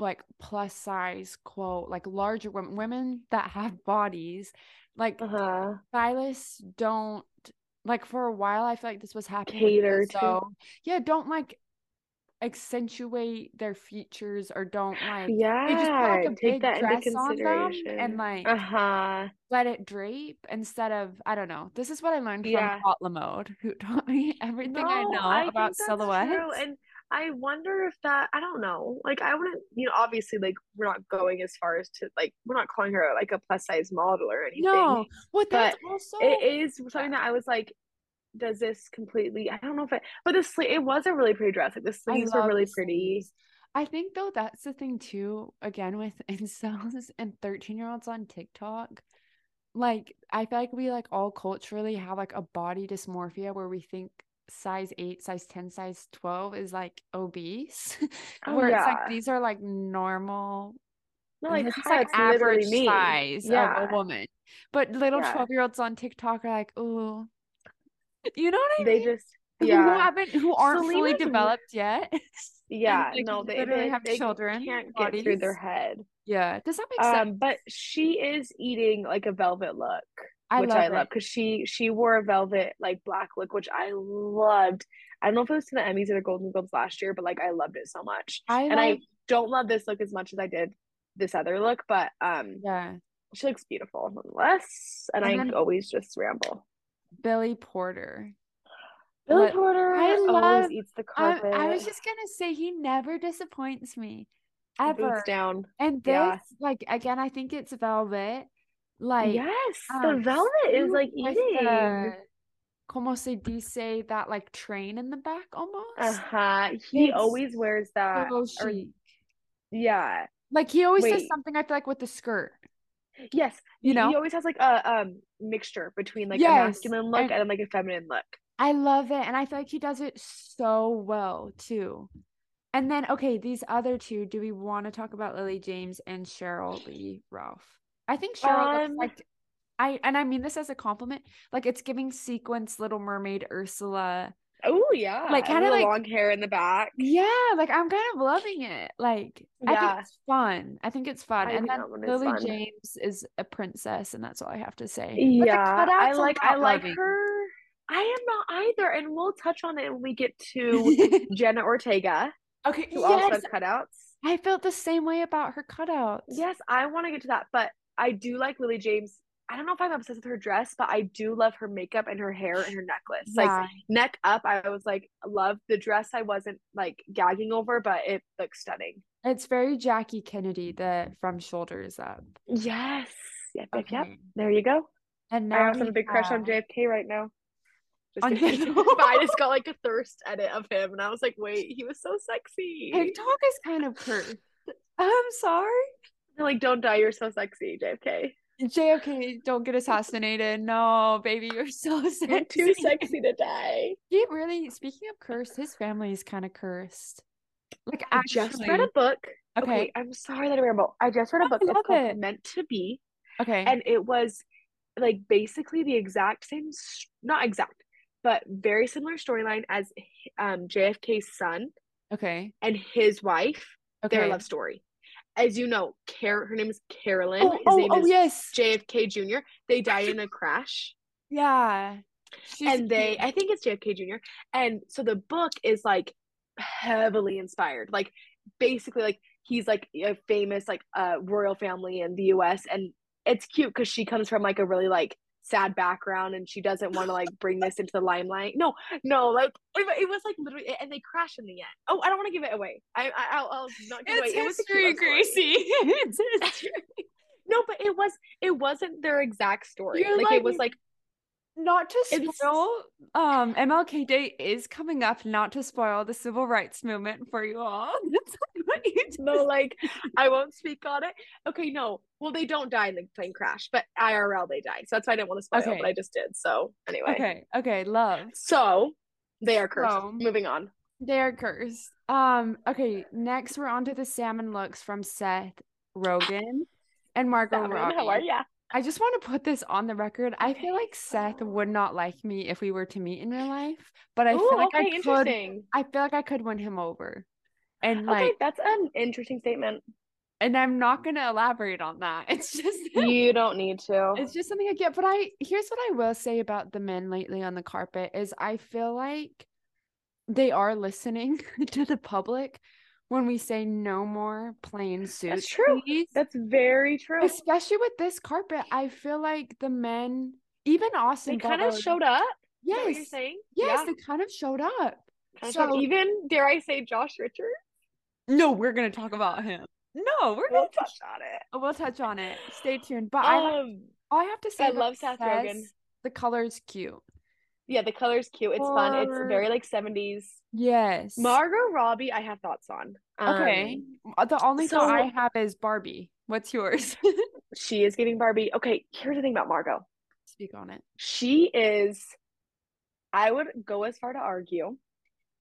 [SPEAKER 1] like plus size quote, like larger women women that have bodies, like
[SPEAKER 2] Uh-huh.
[SPEAKER 1] stylists don't like for a while I feel like this was happening. with
[SPEAKER 2] Cater to-
[SPEAKER 1] Lizzo. Yeah, don't like accentuate their features or don't like they just put like
[SPEAKER 2] Yeah,
[SPEAKER 1] a
[SPEAKER 2] take
[SPEAKER 1] big
[SPEAKER 2] that into
[SPEAKER 1] dress on them and
[SPEAKER 2] consideration.
[SPEAKER 1] like
[SPEAKER 2] Uh-huh.
[SPEAKER 1] let it drape instead of I don't know. This is what I learned from
[SPEAKER 2] Yeah.
[SPEAKER 1] Hot Lamode, who taught me everything I
[SPEAKER 2] No,
[SPEAKER 1] know
[SPEAKER 2] I think
[SPEAKER 1] about
[SPEAKER 2] that's
[SPEAKER 1] silhouettes.
[SPEAKER 2] true. And I wonder if that I don't know. Like I wouldn't, you know, obviously like we're not going as far as to like we're not calling her like a plus size model or anything.
[SPEAKER 1] no, well, that's also
[SPEAKER 2] It is something that I was like, does this completely? I don't know if it, but the sleeve, it was a really pretty dress. Like the
[SPEAKER 1] I
[SPEAKER 2] sleeves were
[SPEAKER 1] love
[SPEAKER 2] really
[SPEAKER 1] the
[SPEAKER 2] pretty.
[SPEAKER 1] sleeves. I think though that's the thing too. Again, with incels and thirteen-year-olds on TikTok, like I feel like we like all culturally have like a body dysmorphia where we think size eight, size ten, size twelve is like obese,
[SPEAKER 2] Oh,
[SPEAKER 1] where it's like
[SPEAKER 2] yeah.
[SPEAKER 1] these are like normal
[SPEAKER 2] No, like,
[SPEAKER 1] this is
[SPEAKER 2] hi,
[SPEAKER 1] like
[SPEAKER 2] that's literally
[SPEAKER 1] average
[SPEAKER 2] me.
[SPEAKER 1] size of
[SPEAKER 2] Yeah.
[SPEAKER 1] a woman. But little
[SPEAKER 2] Yeah.
[SPEAKER 1] 12 year olds on TikTok are like, ooh, you know what I
[SPEAKER 2] They
[SPEAKER 1] mean?
[SPEAKER 2] just,
[SPEAKER 1] Who
[SPEAKER 2] yeah.
[SPEAKER 1] haven't, who aren't fully
[SPEAKER 2] Selena's re-
[SPEAKER 1] developed yet. and,
[SPEAKER 2] Yeah.
[SPEAKER 1] like,
[SPEAKER 2] No, they,
[SPEAKER 1] literally
[SPEAKER 2] they,
[SPEAKER 1] have
[SPEAKER 2] they
[SPEAKER 1] children
[SPEAKER 2] can't get through
[SPEAKER 1] bodies.
[SPEAKER 2] their head.
[SPEAKER 1] Yeah. Does that make sense?
[SPEAKER 2] Um, but she is eating like a velvet look,
[SPEAKER 1] I
[SPEAKER 2] which
[SPEAKER 1] love
[SPEAKER 2] I love
[SPEAKER 1] it.
[SPEAKER 2] because she she wore a velvet like black look, which I loved. I don't know if it was to the Emmys or the Golden Globes last year, but like I loved it so much.
[SPEAKER 1] I
[SPEAKER 2] And
[SPEAKER 1] like,
[SPEAKER 2] I don't love this look as much as I did this other look, but um,
[SPEAKER 1] yeah.
[SPEAKER 2] she looks beautiful nonetheless. And,
[SPEAKER 1] And
[SPEAKER 2] I
[SPEAKER 1] then-
[SPEAKER 2] always just ramble.
[SPEAKER 1] Billy Porter.
[SPEAKER 2] Billy
[SPEAKER 1] What-
[SPEAKER 2] Porter
[SPEAKER 1] I
[SPEAKER 2] always
[SPEAKER 1] love-
[SPEAKER 2] eats the
[SPEAKER 1] I,
[SPEAKER 2] carpet.
[SPEAKER 1] I was just going to say, he never disappoints me ever.
[SPEAKER 2] boots down.
[SPEAKER 1] And this,
[SPEAKER 2] Yeah.
[SPEAKER 1] like, again, I think it's velvet. Like,
[SPEAKER 2] Yes, the
[SPEAKER 1] Um,
[SPEAKER 2] velvet is
[SPEAKER 1] you
[SPEAKER 2] like
[SPEAKER 1] with
[SPEAKER 2] eating.
[SPEAKER 1] the- como se dice that like train in the back almost?
[SPEAKER 2] Uh-huh. He
[SPEAKER 1] It's
[SPEAKER 2] always wears that.
[SPEAKER 1] So
[SPEAKER 2] Or
[SPEAKER 1] chic.
[SPEAKER 2] yeah.
[SPEAKER 1] Like he always says
[SPEAKER 2] Wait.
[SPEAKER 1] something I feel like with the skirt.
[SPEAKER 2] Yes,
[SPEAKER 1] You
[SPEAKER 2] he,
[SPEAKER 1] know?
[SPEAKER 2] he always has like a um mixture between like a
[SPEAKER 1] Yes,
[SPEAKER 2] masculine look
[SPEAKER 1] and-
[SPEAKER 2] and like a feminine look.
[SPEAKER 1] I love it. And I feel like he does it so well too. And then okay, these other two, do we want to talk about Lily James and Cheryl Lee Ralph? I think Cheryl looks
[SPEAKER 2] Um,
[SPEAKER 1] like I and I mean this as a compliment. Like it's giving sequence Little Mermaid Ursula.
[SPEAKER 2] Oh yeah,
[SPEAKER 1] Like,
[SPEAKER 2] And
[SPEAKER 1] kinda
[SPEAKER 2] the
[SPEAKER 1] like-
[SPEAKER 2] long hair in the back.
[SPEAKER 1] Yeah, like I'm kind of loving it. Like I
[SPEAKER 2] Yeah.
[SPEAKER 1] think it's fun. I think it's fun.
[SPEAKER 2] I
[SPEAKER 1] and
[SPEAKER 2] think
[SPEAKER 1] then
[SPEAKER 2] that one is
[SPEAKER 1] Lily
[SPEAKER 2] fun.
[SPEAKER 1] James is a princess, and that's all I have to say. But the
[SPEAKER 2] Yeah, I
[SPEAKER 1] cutouts, I'm
[SPEAKER 2] like I
[SPEAKER 1] not
[SPEAKER 2] like
[SPEAKER 1] loving.
[SPEAKER 2] her. I am not either, and we'll touch on it when we get to Jenna Ortega,
[SPEAKER 1] okay.
[SPEAKER 2] who also
[SPEAKER 1] Yes,
[SPEAKER 2] has cutouts.
[SPEAKER 1] I felt the same way about her cutouts.
[SPEAKER 2] Yes, I want to get to that, but I do like Lily James. I don't know if I'm obsessed with her dress, but I do love her makeup and her hair and her necklace. Like
[SPEAKER 1] Yeah.
[SPEAKER 2] neck up, I was like love the dress. I wasn't like gagging over, but it looks stunning.
[SPEAKER 1] it's very Jackie Kennedy, the from shoulders up.
[SPEAKER 2] Yes. Yep. Yep. Yep.
[SPEAKER 1] Okay.
[SPEAKER 2] There you go.
[SPEAKER 1] And
[SPEAKER 2] Um, I
[SPEAKER 1] now
[SPEAKER 2] also have a big crush on JFK right now. Just
[SPEAKER 1] On
[SPEAKER 2] kidding.
[SPEAKER 1] J-
[SPEAKER 2] but I just got like a thirst edit of him, and I was like, wait, he was so sexy.
[SPEAKER 1] TikTok is kind of cursed. I'm sorry.
[SPEAKER 2] They're like, don't die, you're so sexy, JFK.
[SPEAKER 1] JFK, don't get assassinated. No, baby, you're so
[SPEAKER 2] You're
[SPEAKER 1] sexy.
[SPEAKER 2] too sexy to die.
[SPEAKER 1] He really, speaking of cursed, his family is kind of cursed. Like,
[SPEAKER 2] I
[SPEAKER 1] actually,
[SPEAKER 2] just read a book.
[SPEAKER 1] okay,
[SPEAKER 2] Okay, I'm sorry that I ramble. I just read a
[SPEAKER 1] No,
[SPEAKER 2] book
[SPEAKER 1] I
[SPEAKER 2] that's
[SPEAKER 1] love
[SPEAKER 2] called
[SPEAKER 1] it.
[SPEAKER 2] Meant to Be,
[SPEAKER 1] okay,
[SPEAKER 2] and it was like basically the exact same, s- not exact, but very similar storyline as um, JFK's son
[SPEAKER 1] okay,
[SPEAKER 2] and his wife,
[SPEAKER 1] okay.
[SPEAKER 2] their love story. As you know, Car- her name is Carolyn.
[SPEAKER 1] oh,
[SPEAKER 2] His
[SPEAKER 1] oh,
[SPEAKER 2] name
[SPEAKER 1] oh,
[SPEAKER 2] is
[SPEAKER 1] yes,
[SPEAKER 2] JFK Jr. They die in a crash,
[SPEAKER 1] yeah. She's
[SPEAKER 2] and they,
[SPEAKER 1] cute.
[SPEAKER 2] I think it's JFK Jr. And so the book is like heavily inspired, like basically like he's like a famous like uh, royal family in the U.S. and it's cute because she comes from like a really like sad background and she doesn't want to like bring this into the limelight. No, no, like it, it was like literally, and they crash in the end. Oh, I don't want to give it away. I, I I'll, I'll not give it away. It was
[SPEAKER 1] it's
[SPEAKER 2] a cute
[SPEAKER 1] history,
[SPEAKER 2] love story.
[SPEAKER 1] Gracie. it's history.
[SPEAKER 2] No, but it was it wasn't their exact story.
[SPEAKER 1] You're
[SPEAKER 2] like, it was
[SPEAKER 1] like-
[SPEAKER 2] like
[SPEAKER 1] Not to
[SPEAKER 2] It's-
[SPEAKER 1] spoil, um, MLK Day is coming up. Not to spoil the civil rights movement for you all. That's what you just
[SPEAKER 2] no, like I won't speak on it. Okay, no. Well, they don't die in the plane crash, but IRL they die. So that's why I didn't want to spoil,
[SPEAKER 1] Okay.
[SPEAKER 2] but I just did. So anyway,
[SPEAKER 1] Okay, okay, love.
[SPEAKER 2] so they are cursed.
[SPEAKER 1] So-
[SPEAKER 2] Moving on.
[SPEAKER 1] They are cursed. Um, okay, next we're on to the salmon looks from Seth Rogen and Margot
[SPEAKER 2] Salmon,
[SPEAKER 1] Robbie.
[SPEAKER 2] how are ya?
[SPEAKER 1] I just want to put this on the record. I
[SPEAKER 2] Okay.
[SPEAKER 1] feel like Seth would not like me if we were to meet in real life, but I
[SPEAKER 2] Ooh,
[SPEAKER 1] feel like
[SPEAKER 2] okay,
[SPEAKER 1] I could
[SPEAKER 2] interesting.
[SPEAKER 1] I feel like I could win him over. And
[SPEAKER 2] okay,
[SPEAKER 1] like
[SPEAKER 2] that's an interesting statement.
[SPEAKER 1] and I'm not gonna elaborate on that. It's just
[SPEAKER 2] You don't need to.
[SPEAKER 1] it's just something I get. But I here's what I will say about the men lately on the carpet is I feel like they are listening to the public when we say no more plain suits.
[SPEAKER 2] true.
[SPEAKER 1] please."
[SPEAKER 2] that's very true.
[SPEAKER 1] Especially with this carpet, I feel like the men, even Austin,
[SPEAKER 2] they kind of
[SPEAKER 1] Butler-
[SPEAKER 2] showed up. Is that
[SPEAKER 1] Yes,
[SPEAKER 2] what you're saying?
[SPEAKER 1] yes,
[SPEAKER 2] Yeah.
[SPEAKER 1] they kind of showed up.
[SPEAKER 2] Kinda showed up.
[SPEAKER 1] so-
[SPEAKER 2] even dare I say Josh Richard?
[SPEAKER 1] No, we're gonna talk about him. No, we're
[SPEAKER 2] We'll
[SPEAKER 1] gonna
[SPEAKER 2] touch on it.
[SPEAKER 1] we'll touch on it. Stay tuned. But I have,
[SPEAKER 2] Um,
[SPEAKER 1] all I have to say,
[SPEAKER 2] I
[SPEAKER 1] about
[SPEAKER 2] love Seth Rogen.
[SPEAKER 1] Seth's, The color's cute.
[SPEAKER 2] yeah, the color's cute. It's fun. It's
[SPEAKER 1] Or-
[SPEAKER 2] very like seventies.
[SPEAKER 1] Yes.
[SPEAKER 2] Margot Robbie, I have thoughts on.
[SPEAKER 1] Okay.
[SPEAKER 2] Um,
[SPEAKER 1] Uh, The only thought I
[SPEAKER 2] So-
[SPEAKER 1] have is Barbie. What's yours?
[SPEAKER 2] she is giving Barbie. Okay, here's the thing about Margot.
[SPEAKER 1] Speak on it.
[SPEAKER 2] She is. I would go as far to argue,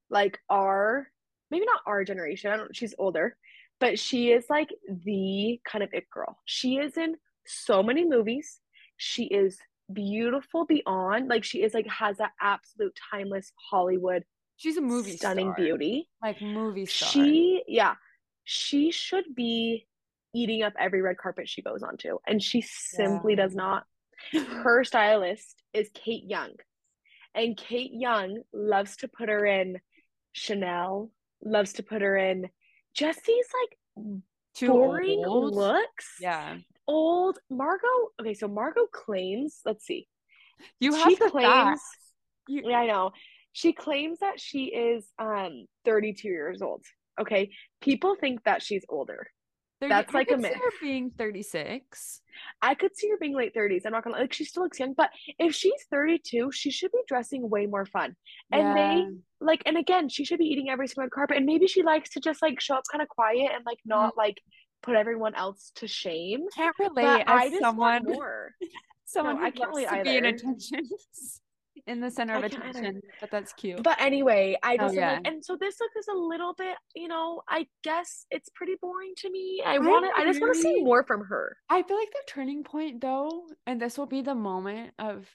[SPEAKER 2] like our maybe not our generation. I don't. She's older, but she is like the kind of it girl. She is in so many movies. She is beautiful beyond. Like she is like has that absolute timeless Hollywood
[SPEAKER 1] She's a movie
[SPEAKER 2] stunning
[SPEAKER 1] star.
[SPEAKER 2] beauty.
[SPEAKER 1] Like movie star.
[SPEAKER 2] She, yeah, she should be eating up every red carpet she goes on to, and she simply does not. Her stylist is Kate Young, and Kate Young loves to put her in Chanel, loves to put her in just these like
[SPEAKER 1] Too
[SPEAKER 2] boring
[SPEAKER 1] old.
[SPEAKER 2] looks.
[SPEAKER 1] Yeah.
[SPEAKER 2] Old Margot. Okay, so Margot claims, let's see.
[SPEAKER 1] You have
[SPEAKER 2] she
[SPEAKER 1] the
[SPEAKER 2] claims
[SPEAKER 1] facts. You-
[SPEAKER 2] yeah, I know. She claims that she is um 32 years old. Okay. People think that she's older.
[SPEAKER 1] They're-
[SPEAKER 2] That's
[SPEAKER 1] I
[SPEAKER 2] like a
[SPEAKER 1] could see her
[SPEAKER 2] myth.
[SPEAKER 1] being 36.
[SPEAKER 2] I could see her being late 30s. I'm not gonna like she still looks young, but if she's 32, she should be dressing way more fun. And they-
[SPEAKER 1] Yeah.
[SPEAKER 2] Like, and again, she should be eating every single red carpet. And maybe she likes to just like show up kind of quiet and like not
[SPEAKER 1] Mm-hmm.
[SPEAKER 2] like put everyone else to shame.
[SPEAKER 1] can't relate
[SPEAKER 2] But
[SPEAKER 1] as
[SPEAKER 2] I just
[SPEAKER 1] someone
[SPEAKER 2] want more.
[SPEAKER 1] someone
[SPEAKER 2] No,
[SPEAKER 1] who
[SPEAKER 2] I can't
[SPEAKER 1] loves
[SPEAKER 2] relate
[SPEAKER 1] to be in
[SPEAKER 2] either.
[SPEAKER 1] attention. in the center of
[SPEAKER 2] I can't
[SPEAKER 1] attention, but that's cute.
[SPEAKER 2] But anyway, I
[SPEAKER 1] Oh,
[SPEAKER 2] just am like-
[SPEAKER 1] yeah.
[SPEAKER 2] and so this look is a little bit, you know, I guess it's pretty boring to me. I
[SPEAKER 1] I
[SPEAKER 2] want I just want to see
[SPEAKER 1] agree.
[SPEAKER 2] more from her.
[SPEAKER 1] I feel like the turning point though, and this will be the moment of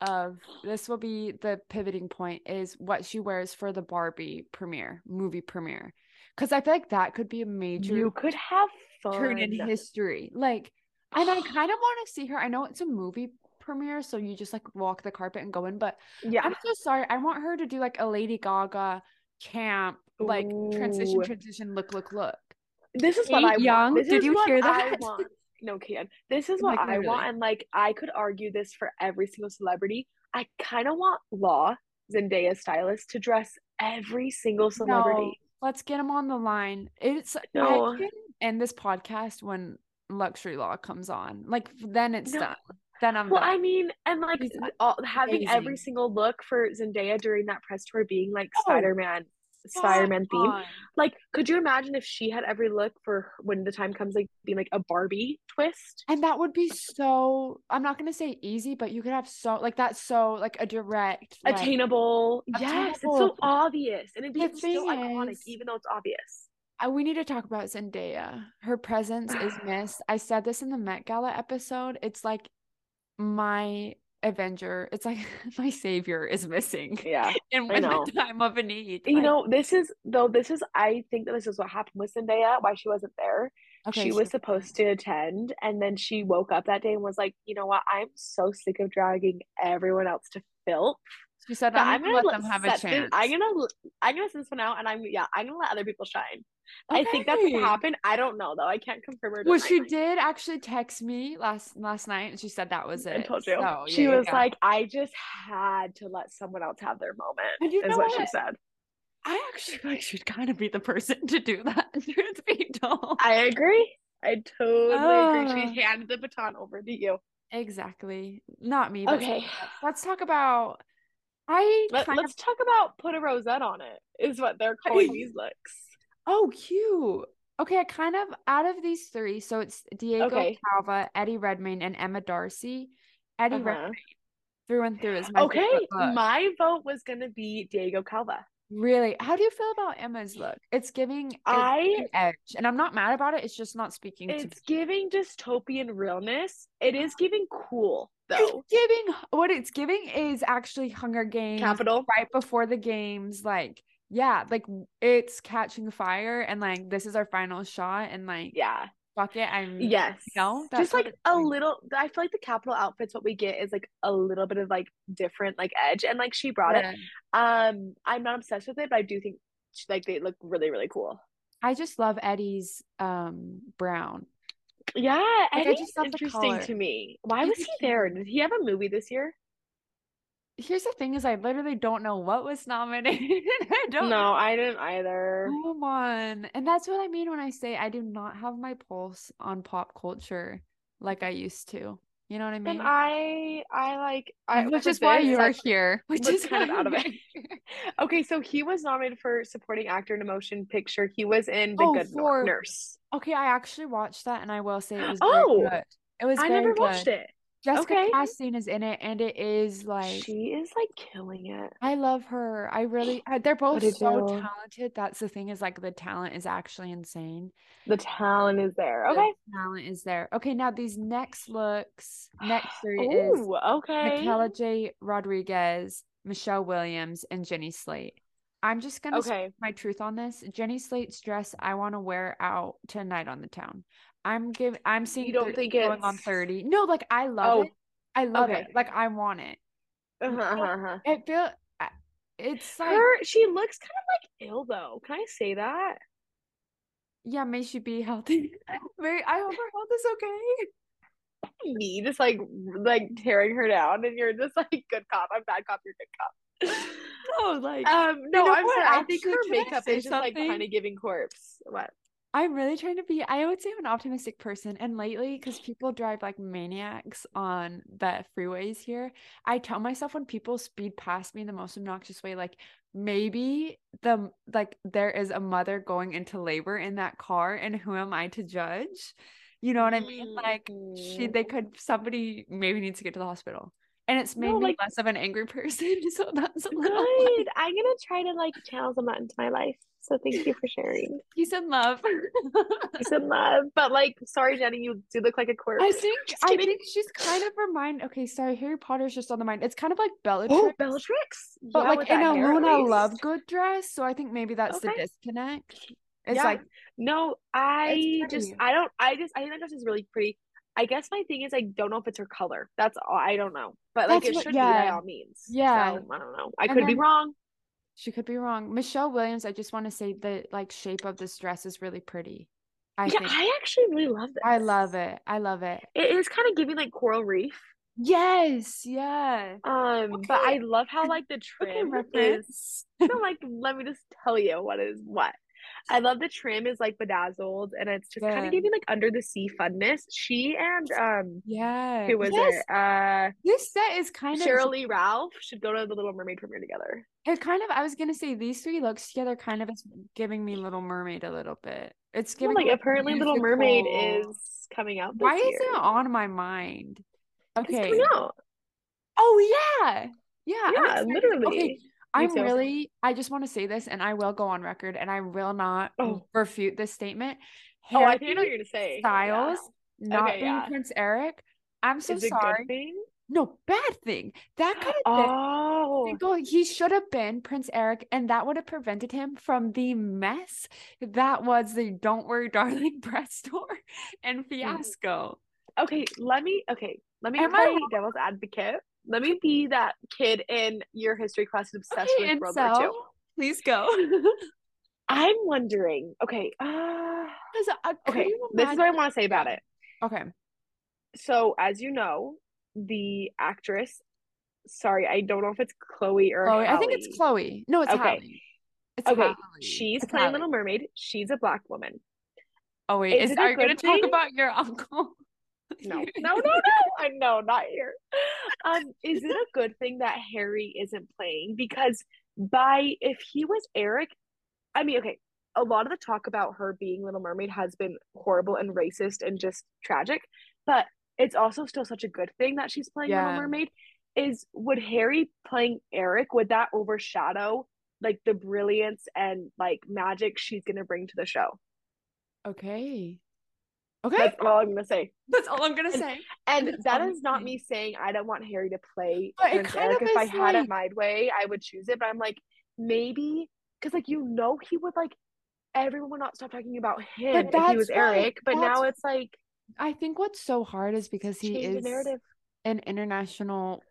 [SPEAKER 1] of this will be the pivoting point is what she wears for the Barbie premiere, movie premiere. Cuz I feel like that could be a major
[SPEAKER 2] You could have fun.
[SPEAKER 1] turn in history. Like and I kind of want to see her. I know it's a movie premiere, so you just like walk the carpet and go in, but
[SPEAKER 2] yeah.
[SPEAKER 1] I'm so sorry. I want her to do like a Lady Gaga camp, like transition,
[SPEAKER 2] Ooh.
[SPEAKER 1] transition, look, look, look.
[SPEAKER 2] This is what
[SPEAKER 1] Kate
[SPEAKER 2] I
[SPEAKER 1] Young,
[SPEAKER 2] want. This
[SPEAKER 1] did
[SPEAKER 2] is
[SPEAKER 1] you
[SPEAKER 2] what
[SPEAKER 1] hear
[SPEAKER 2] I
[SPEAKER 1] that?
[SPEAKER 2] want. No, Kian. This is
[SPEAKER 1] I'm
[SPEAKER 2] what
[SPEAKER 1] like,
[SPEAKER 2] I want.
[SPEAKER 1] literally.
[SPEAKER 2] And like I could argue this for every single celebrity. I kind of want Law, Zendaya's stylist, to dress every single celebrity.
[SPEAKER 1] Let's get him on the line. It's I
[SPEAKER 2] No.
[SPEAKER 1] can end this podcast when luxury law comes on. Like then it's
[SPEAKER 2] No.
[SPEAKER 1] done. Then I'm
[SPEAKER 2] Well,
[SPEAKER 1] done.
[SPEAKER 2] I mean, and like
[SPEAKER 1] She's
[SPEAKER 2] th- all, having every
[SPEAKER 1] amazing.
[SPEAKER 2] single look for Zendaya during that press tour being like
[SPEAKER 1] Oh,
[SPEAKER 2] Spider Man, Spider Man
[SPEAKER 1] Come
[SPEAKER 2] theme.
[SPEAKER 1] on.
[SPEAKER 2] Like, could you imagine if she had every look for her- when the time comes, like being like a Barbie twist?
[SPEAKER 1] And that would be so I'm not gonna say easy, but you could have so like that's so like a direct like,
[SPEAKER 2] Attainable. Yes, it's so
[SPEAKER 1] Attainable.
[SPEAKER 2] obvious. And it'd be
[SPEAKER 1] The
[SPEAKER 2] it's still
[SPEAKER 1] thing
[SPEAKER 2] iconic,
[SPEAKER 1] is-
[SPEAKER 2] even though it's obvious.
[SPEAKER 1] I- we need to talk about Zendaya. Her presence is missed. I said this in the Met Gala episode. It's like my Avenger. It's like my savior is missing.
[SPEAKER 2] Yeah.
[SPEAKER 1] And
[SPEAKER 2] I
[SPEAKER 1] when
[SPEAKER 2] know.
[SPEAKER 1] the time of a need.
[SPEAKER 2] You
[SPEAKER 1] like-
[SPEAKER 2] know, this is though, this is, I think that this is what happened with Zendaya, why she wasn't there.
[SPEAKER 1] Okay,
[SPEAKER 2] she
[SPEAKER 1] so-
[SPEAKER 2] was supposed to attend and then she woke up that day and was like you know what i'm so sick of dragging everyone else to filth
[SPEAKER 1] She said,
[SPEAKER 2] that
[SPEAKER 1] "I'm, gonna let
[SPEAKER 2] let
[SPEAKER 1] them have a
[SPEAKER 2] set this-
[SPEAKER 1] chance."
[SPEAKER 2] i'm gonna l- i'm gonna set this one out and i'm yeah i'm gonna let other people shine i think that's what
[SPEAKER 1] Okay.
[SPEAKER 2] happened i don't know though i can't confirm or
[SPEAKER 1] Well,
[SPEAKER 2] deny
[SPEAKER 1] she
[SPEAKER 2] that.
[SPEAKER 1] did actually text me last last night, and she said that was it.
[SPEAKER 2] i told you
[SPEAKER 1] So,
[SPEAKER 2] she
[SPEAKER 1] yeah, yeah,
[SPEAKER 2] was
[SPEAKER 1] yeah.
[SPEAKER 2] like i just had to let someone else have their moment
[SPEAKER 1] And you
[SPEAKER 2] is
[SPEAKER 1] know
[SPEAKER 2] what, she
[SPEAKER 1] what?
[SPEAKER 2] said
[SPEAKER 1] "I actually feel like she'd kind of be the person to do that." Truth be told,
[SPEAKER 2] i agree i totally
[SPEAKER 1] Ah.
[SPEAKER 2] agree she handed the baton over to you
[SPEAKER 1] exactly. Not me. but-
[SPEAKER 2] okay
[SPEAKER 1] let's talk about. I
[SPEAKER 2] Let,
[SPEAKER 1] kind
[SPEAKER 2] us talk about put a rosette on it. Is what they're calling these looks.
[SPEAKER 1] of oh cute. Okay, I kind of out of these three, so it's Diego
[SPEAKER 2] Okay.
[SPEAKER 1] Calva, Eddie Redmayne, and Emma Darcy. Eddie
[SPEAKER 2] Uh-huh.
[SPEAKER 1] Redmayne through and through is my
[SPEAKER 2] Okay,
[SPEAKER 1] favorite look.
[SPEAKER 2] my vote was gonna be Diego Calva.
[SPEAKER 1] Really? How do you feel about Emma's look? It's giving I,
[SPEAKER 2] I
[SPEAKER 1] edge, and I'm not mad about it. It's just not speaking to me.
[SPEAKER 2] it's giving dystopian realness. It is giving cool though.
[SPEAKER 1] It's giving what it's giving is actually Hunger Games
[SPEAKER 2] Capital.
[SPEAKER 1] right before the games. Like, yeah, like it's catching fire, and like this is our final shot, and like
[SPEAKER 2] Yeah.
[SPEAKER 1] fuck it, I'm
[SPEAKER 2] Yes.
[SPEAKER 1] Mm. know, that's
[SPEAKER 2] Just
[SPEAKER 1] what
[SPEAKER 2] like
[SPEAKER 1] it's
[SPEAKER 2] a
[SPEAKER 1] doing.
[SPEAKER 2] little. I feel like the capital outfits. What we get is like a little bit of like different like edge, and like she brought it.
[SPEAKER 1] Yeah.
[SPEAKER 2] Um, I'm not obsessed with it, but I do think like they look really really cool.
[SPEAKER 1] I just love Eddie's um brown.
[SPEAKER 2] Yeah,
[SPEAKER 1] I
[SPEAKER 2] Eddie's
[SPEAKER 1] just love the
[SPEAKER 2] interesting
[SPEAKER 1] color.
[SPEAKER 2] to me. Why
[SPEAKER 1] He's
[SPEAKER 2] was
[SPEAKER 1] a
[SPEAKER 2] he there? Did he have a movie this year?
[SPEAKER 1] Here's the thing: is I literally don't know what was nominated. I don't Oh, know.
[SPEAKER 2] No, I didn't either.
[SPEAKER 1] Come on. And that's what I mean when I say I do not have my pulse on pop culture like I used to. You know what I mean?
[SPEAKER 2] And I, I like, I
[SPEAKER 1] which
[SPEAKER 2] for
[SPEAKER 1] is why
[SPEAKER 2] this,
[SPEAKER 1] you
[SPEAKER 2] I-
[SPEAKER 1] are here. Which
[SPEAKER 2] was
[SPEAKER 1] is
[SPEAKER 2] kind of
[SPEAKER 1] why
[SPEAKER 2] out of
[SPEAKER 1] you're
[SPEAKER 2] it.
[SPEAKER 1] here.
[SPEAKER 2] Okay, so he was nominated for supporting actor in a motion picture. He was in The
[SPEAKER 1] Oh,
[SPEAKER 2] Good Nor-
[SPEAKER 1] for-
[SPEAKER 2] Nurse.
[SPEAKER 1] Okay, I actually watched that and I will say it was
[SPEAKER 2] Oh,
[SPEAKER 1] very good. It was
[SPEAKER 2] I
[SPEAKER 1] very
[SPEAKER 2] never
[SPEAKER 1] good.
[SPEAKER 2] watched it.
[SPEAKER 1] Jessica
[SPEAKER 2] Okay.
[SPEAKER 1] Chastain is in it and it is like
[SPEAKER 2] She is like killing it.
[SPEAKER 1] I love her. I really I- they're both
[SPEAKER 2] a
[SPEAKER 1] so
[SPEAKER 2] deal.
[SPEAKER 1] talented. That's the thing is like the talent is actually insane.
[SPEAKER 2] The talent is there.
[SPEAKER 1] The
[SPEAKER 2] Okay.
[SPEAKER 1] talent is there. Okay, now these next looks, next three is
[SPEAKER 2] Ooh, okay.
[SPEAKER 1] Michaela J. Rodriguez, Michelle Williams, and Jenny Slate. I'm just gonna speak
[SPEAKER 2] Okay.
[SPEAKER 1] my truth on this. Jenny Slate's dress I want to wear out tonight on the town. I'm giving. I'm seeing.
[SPEAKER 2] don't
[SPEAKER 1] thir-
[SPEAKER 2] think
[SPEAKER 1] going on
[SPEAKER 2] it's-
[SPEAKER 1] thirty? No, like I love
[SPEAKER 2] Oh,
[SPEAKER 1] it. I love
[SPEAKER 2] okay.
[SPEAKER 1] it. Like I want it.
[SPEAKER 2] Uh-huh, uh-huh, uh-huh.
[SPEAKER 1] It feel. I- It's like
[SPEAKER 2] Her, she looks kind of like ill though. Can I say that?
[SPEAKER 1] yeah, may she be healthy. May I hope her health is okay.
[SPEAKER 2] me just like r- like tearing her down and you're just like good cop i'm bad cop you're good cop
[SPEAKER 1] No, like
[SPEAKER 2] um no
[SPEAKER 1] know
[SPEAKER 2] i'm
[SPEAKER 1] what,
[SPEAKER 2] sorry i think
[SPEAKER 1] actually,
[SPEAKER 2] her
[SPEAKER 1] can I
[SPEAKER 2] makeup
[SPEAKER 1] say
[SPEAKER 2] is just like
[SPEAKER 1] something?
[SPEAKER 2] kind of giving corpse what
[SPEAKER 1] I'm really trying to be, I would say I'm an optimistic person. And lately, because people drive like maniacs on the freeways here, I tell myself when people speed past me in the most obnoxious way, like maybe the like there is a mother going into labor in that car, and who am I to judge? You know what I mean? Like she
[SPEAKER 2] Mm.
[SPEAKER 1] they could somebody maybe needs to get to the hospital. and it's made
[SPEAKER 2] No,
[SPEAKER 1] me
[SPEAKER 2] like-
[SPEAKER 1] less of an angry person. So that's a little.
[SPEAKER 3] Good. I'm gonna try to like channel them out into my life. So thank you for sharing.
[SPEAKER 1] Peace and love.
[SPEAKER 3] Peace and love. But like, sorry, Jenny, you do look like a corpse.
[SPEAKER 1] I think
[SPEAKER 3] Just
[SPEAKER 1] I
[SPEAKER 3] kidding.
[SPEAKER 1] think she's kind of remind. Okay, sorry, Harry Potter's just on the mind. It's kind of like Bellatrix,
[SPEAKER 2] Oh, Bellatrix.
[SPEAKER 1] but
[SPEAKER 2] Yeah, with
[SPEAKER 1] like in
[SPEAKER 2] that
[SPEAKER 1] a
[SPEAKER 2] hair, at
[SPEAKER 1] Luna
[SPEAKER 2] least.
[SPEAKER 1] Lovegood dress. So I think maybe that's
[SPEAKER 3] Okay.
[SPEAKER 1] the disconnect. It's
[SPEAKER 2] Yeah.
[SPEAKER 1] like
[SPEAKER 2] No, I just
[SPEAKER 1] pretty.
[SPEAKER 2] I don't I just I think that dress is really pretty. I guess my thing is I don't know if it's her color. That's all I don't know. But like
[SPEAKER 1] That's
[SPEAKER 2] it
[SPEAKER 1] what-
[SPEAKER 2] should be by
[SPEAKER 1] yeah.
[SPEAKER 2] all means.
[SPEAKER 1] Yeah.
[SPEAKER 2] So, I don't know. I
[SPEAKER 1] And
[SPEAKER 2] could be
[SPEAKER 1] then-
[SPEAKER 2] wrong.
[SPEAKER 1] she could be wrong. Michelle Williams. I just want to say the like shape of this dress is really pretty. I
[SPEAKER 2] yeah,
[SPEAKER 1] think
[SPEAKER 2] I actually really love this.
[SPEAKER 1] I love it. I love it.
[SPEAKER 2] It is kind of giving like coral reef.
[SPEAKER 1] Yes. Yeah.
[SPEAKER 2] Um, but I
[SPEAKER 1] Okay.
[SPEAKER 2] love how like the
[SPEAKER 1] Okay,
[SPEAKER 2] trim is
[SPEAKER 1] reference.
[SPEAKER 2] so like let me just tell you what is what. I love the trim is like bedazzled and it's just kind
[SPEAKER 1] Yeah.
[SPEAKER 2] of giving like under the sea funness. She and um
[SPEAKER 1] Yeah.
[SPEAKER 2] who was
[SPEAKER 1] Yes,
[SPEAKER 2] it? Uh
[SPEAKER 1] This set is kind of
[SPEAKER 2] Cheryl Lee Ralph should go to the Little Mermaid premiere together.
[SPEAKER 1] It kind of, I was gonna say these three looks together kind of is giving me Little Mermaid a little bit. It's
[SPEAKER 2] Well,
[SPEAKER 1] giving
[SPEAKER 2] like
[SPEAKER 1] me
[SPEAKER 2] apparently Little Mermaid
[SPEAKER 1] musical-
[SPEAKER 2] is coming out this
[SPEAKER 1] Why is
[SPEAKER 2] year.
[SPEAKER 1] it on my mind?
[SPEAKER 2] It's
[SPEAKER 1] Okay.
[SPEAKER 2] coming out.
[SPEAKER 1] Oh yeah. Yeah. I'm
[SPEAKER 2] Yeah,
[SPEAKER 1] excited.
[SPEAKER 2] literally.
[SPEAKER 1] Okay. I'm
[SPEAKER 2] too.
[SPEAKER 1] really, I just want to say this and I will go on record and I will not
[SPEAKER 2] Oh.
[SPEAKER 1] refute this statement.
[SPEAKER 2] Oh, I think I know
[SPEAKER 1] Harry
[SPEAKER 2] what you're gonna say.
[SPEAKER 1] Styles not
[SPEAKER 2] Okay,
[SPEAKER 1] being
[SPEAKER 2] yeah.
[SPEAKER 1] Prince Eric. I'm
[SPEAKER 2] Yeah.
[SPEAKER 1] so
[SPEAKER 2] Is it
[SPEAKER 1] sorry.
[SPEAKER 2] good thing?
[SPEAKER 1] No, bad thing. That kind of thing.
[SPEAKER 2] Oh,
[SPEAKER 1] single, he should have been Prince Eric, and that would have prevented him from the mess that was the Don't Worry Darling breath store and fiasco.
[SPEAKER 2] okay. Let me. Okay, let me
[SPEAKER 1] Am I
[SPEAKER 2] play devil's advocate. Let me be that kid in your history class who's obsessed
[SPEAKER 1] Okay,
[SPEAKER 2] with
[SPEAKER 1] and
[SPEAKER 2] World War
[SPEAKER 1] so
[SPEAKER 2] Two.
[SPEAKER 1] please go.
[SPEAKER 2] I'm wondering. Okay. Uh,
[SPEAKER 1] 'Cause, uh, could
[SPEAKER 2] okay.
[SPEAKER 1] you
[SPEAKER 2] This is what I
[SPEAKER 1] imagine-
[SPEAKER 2] want to say about it.
[SPEAKER 1] okay.
[SPEAKER 2] So, as you know, the actress. Sorry, I don't know if it's Chloe or
[SPEAKER 1] Chloe. I think
[SPEAKER 2] Halle.
[SPEAKER 1] it's Chloe. No, it's
[SPEAKER 2] Okay.
[SPEAKER 1] Hallie. It's
[SPEAKER 2] Okay,
[SPEAKER 1] Hallie.
[SPEAKER 2] She's
[SPEAKER 1] It's
[SPEAKER 2] playing
[SPEAKER 1] Hallie.
[SPEAKER 2] Little Mermaid. She's a black woman.
[SPEAKER 1] Oh wait, is,
[SPEAKER 2] Is it a
[SPEAKER 1] are you gonna
[SPEAKER 2] good
[SPEAKER 1] talk
[SPEAKER 2] thing?
[SPEAKER 1] about your uncle?
[SPEAKER 2] No, no, no, no. I no, not here. Um, is it a good thing that Harry isn't playing? Because by if he was Eric, I mean, okay, a lot of the talk about her being Little Mermaid has been horrible and racist and just tragic, but it's also still such a good thing that she's playing
[SPEAKER 1] Yeah.
[SPEAKER 2] Little Mermaid. Is would Harry playing Eric, would that overshadow like the brilliance and like magic she's gonna bring to the show?
[SPEAKER 1] Okay. Okay.
[SPEAKER 2] That's all I'm gonna say.
[SPEAKER 1] That's all I'm gonna say.
[SPEAKER 2] And
[SPEAKER 1] That's
[SPEAKER 2] that
[SPEAKER 1] all I'm
[SPEAKER 2] is not
[SPEAKER 1] saying.
[SPEAKER 2] me saying I don't want Harry to play
[SPEAKER 1] But it
[SPEAKER 2] Prince
[SPEAKER 1] kind
[SPEAKER 2] Eric.
[SPEAKER 1] of
[SPEAKER 2] If I
[SPEAKER 1] is
[SPEAKER 2] had
[SPEAKER 1] like-
[SPEAKER 2] it my way, I would choose it. But I'm like, maybe because like you know he would like everyone would not stop talking about him if he
[SPEAKER 1] that's
[SPEAKER 2] was
[SPEAKER 1] why-
[SPEAKER 2] Eric. But
[SPEAKER 1] that's-
[SPEAKER 2] now it's like
[SPEAKER 1] I think what's so hard is because he
[SPEAKER 2] change the
[SPEAKER 1] is
[SPEAKER 2] narrative.
[SPEAKER 1] an international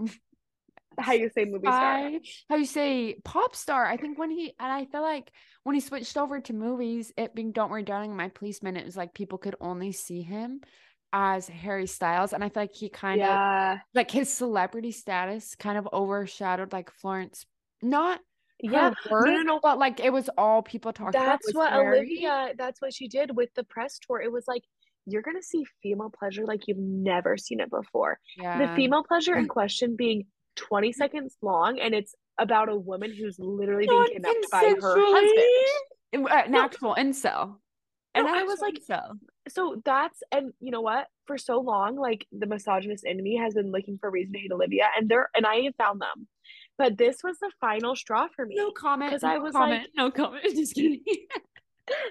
[SPEAKER 2] How you say movie star?
[SPEAKER 1] I- how you say pop star. I think when he and I feel like when he switched over to movies, it being Don't Worry Darling, My Policeman, it was like people could only see him as Harry Styles, and I feel like he kind of
[SPEAKER 2] Yeah,
[SPEAKER 1] like his celebrity status kind of overshadowed like Florence, not
[SPEAKER 2] yeah.
[SPEAKER 1] her work,
[SPEAKER 2] no, no.
[SPEAKER 1] but like it was all people talked about.
[SPEAKER 2] That's
[SPEAKER 1] was
[SPEAKER 2] what
[SPEAKER 1] Harry.
[SPEAKER 2] Olivia. That's what she did with the press tour. It was like you're gonna see female pleasure like you've never seen it before. the
[SPEAKER 1] Yeah.
[SPEAKER 2] female pleasure in question being 20 seconds long and it's about a woman who's literally being
[SPEAKER 1] Not
[SPEAKER 2] kidnapped by her
[SPEAKER 1] consensually.
[SPEAKER 2] husband
[SPEAKER 1] An uh, an
[SPEAKER 2] No.
[SPEAKER 1] actual incel.
[SPEAKER 2] No,
[SPEAKER 1] And
[SPEAKER 2] I was like,
[SPEAKER 1] so
[SPEAKER 2] so that's and you know what for so long like the misogynist in me has been looking for a reason to hate olivia and there and i have found them but this was the final straw for me
[SPEAKER 1] no comment.
[SPEAKER 2] 'Cause
[SPEAKER 1] No
[SPEAKER 2] I was like-
[SPEAKER 1] comment. no comment. Just kidding.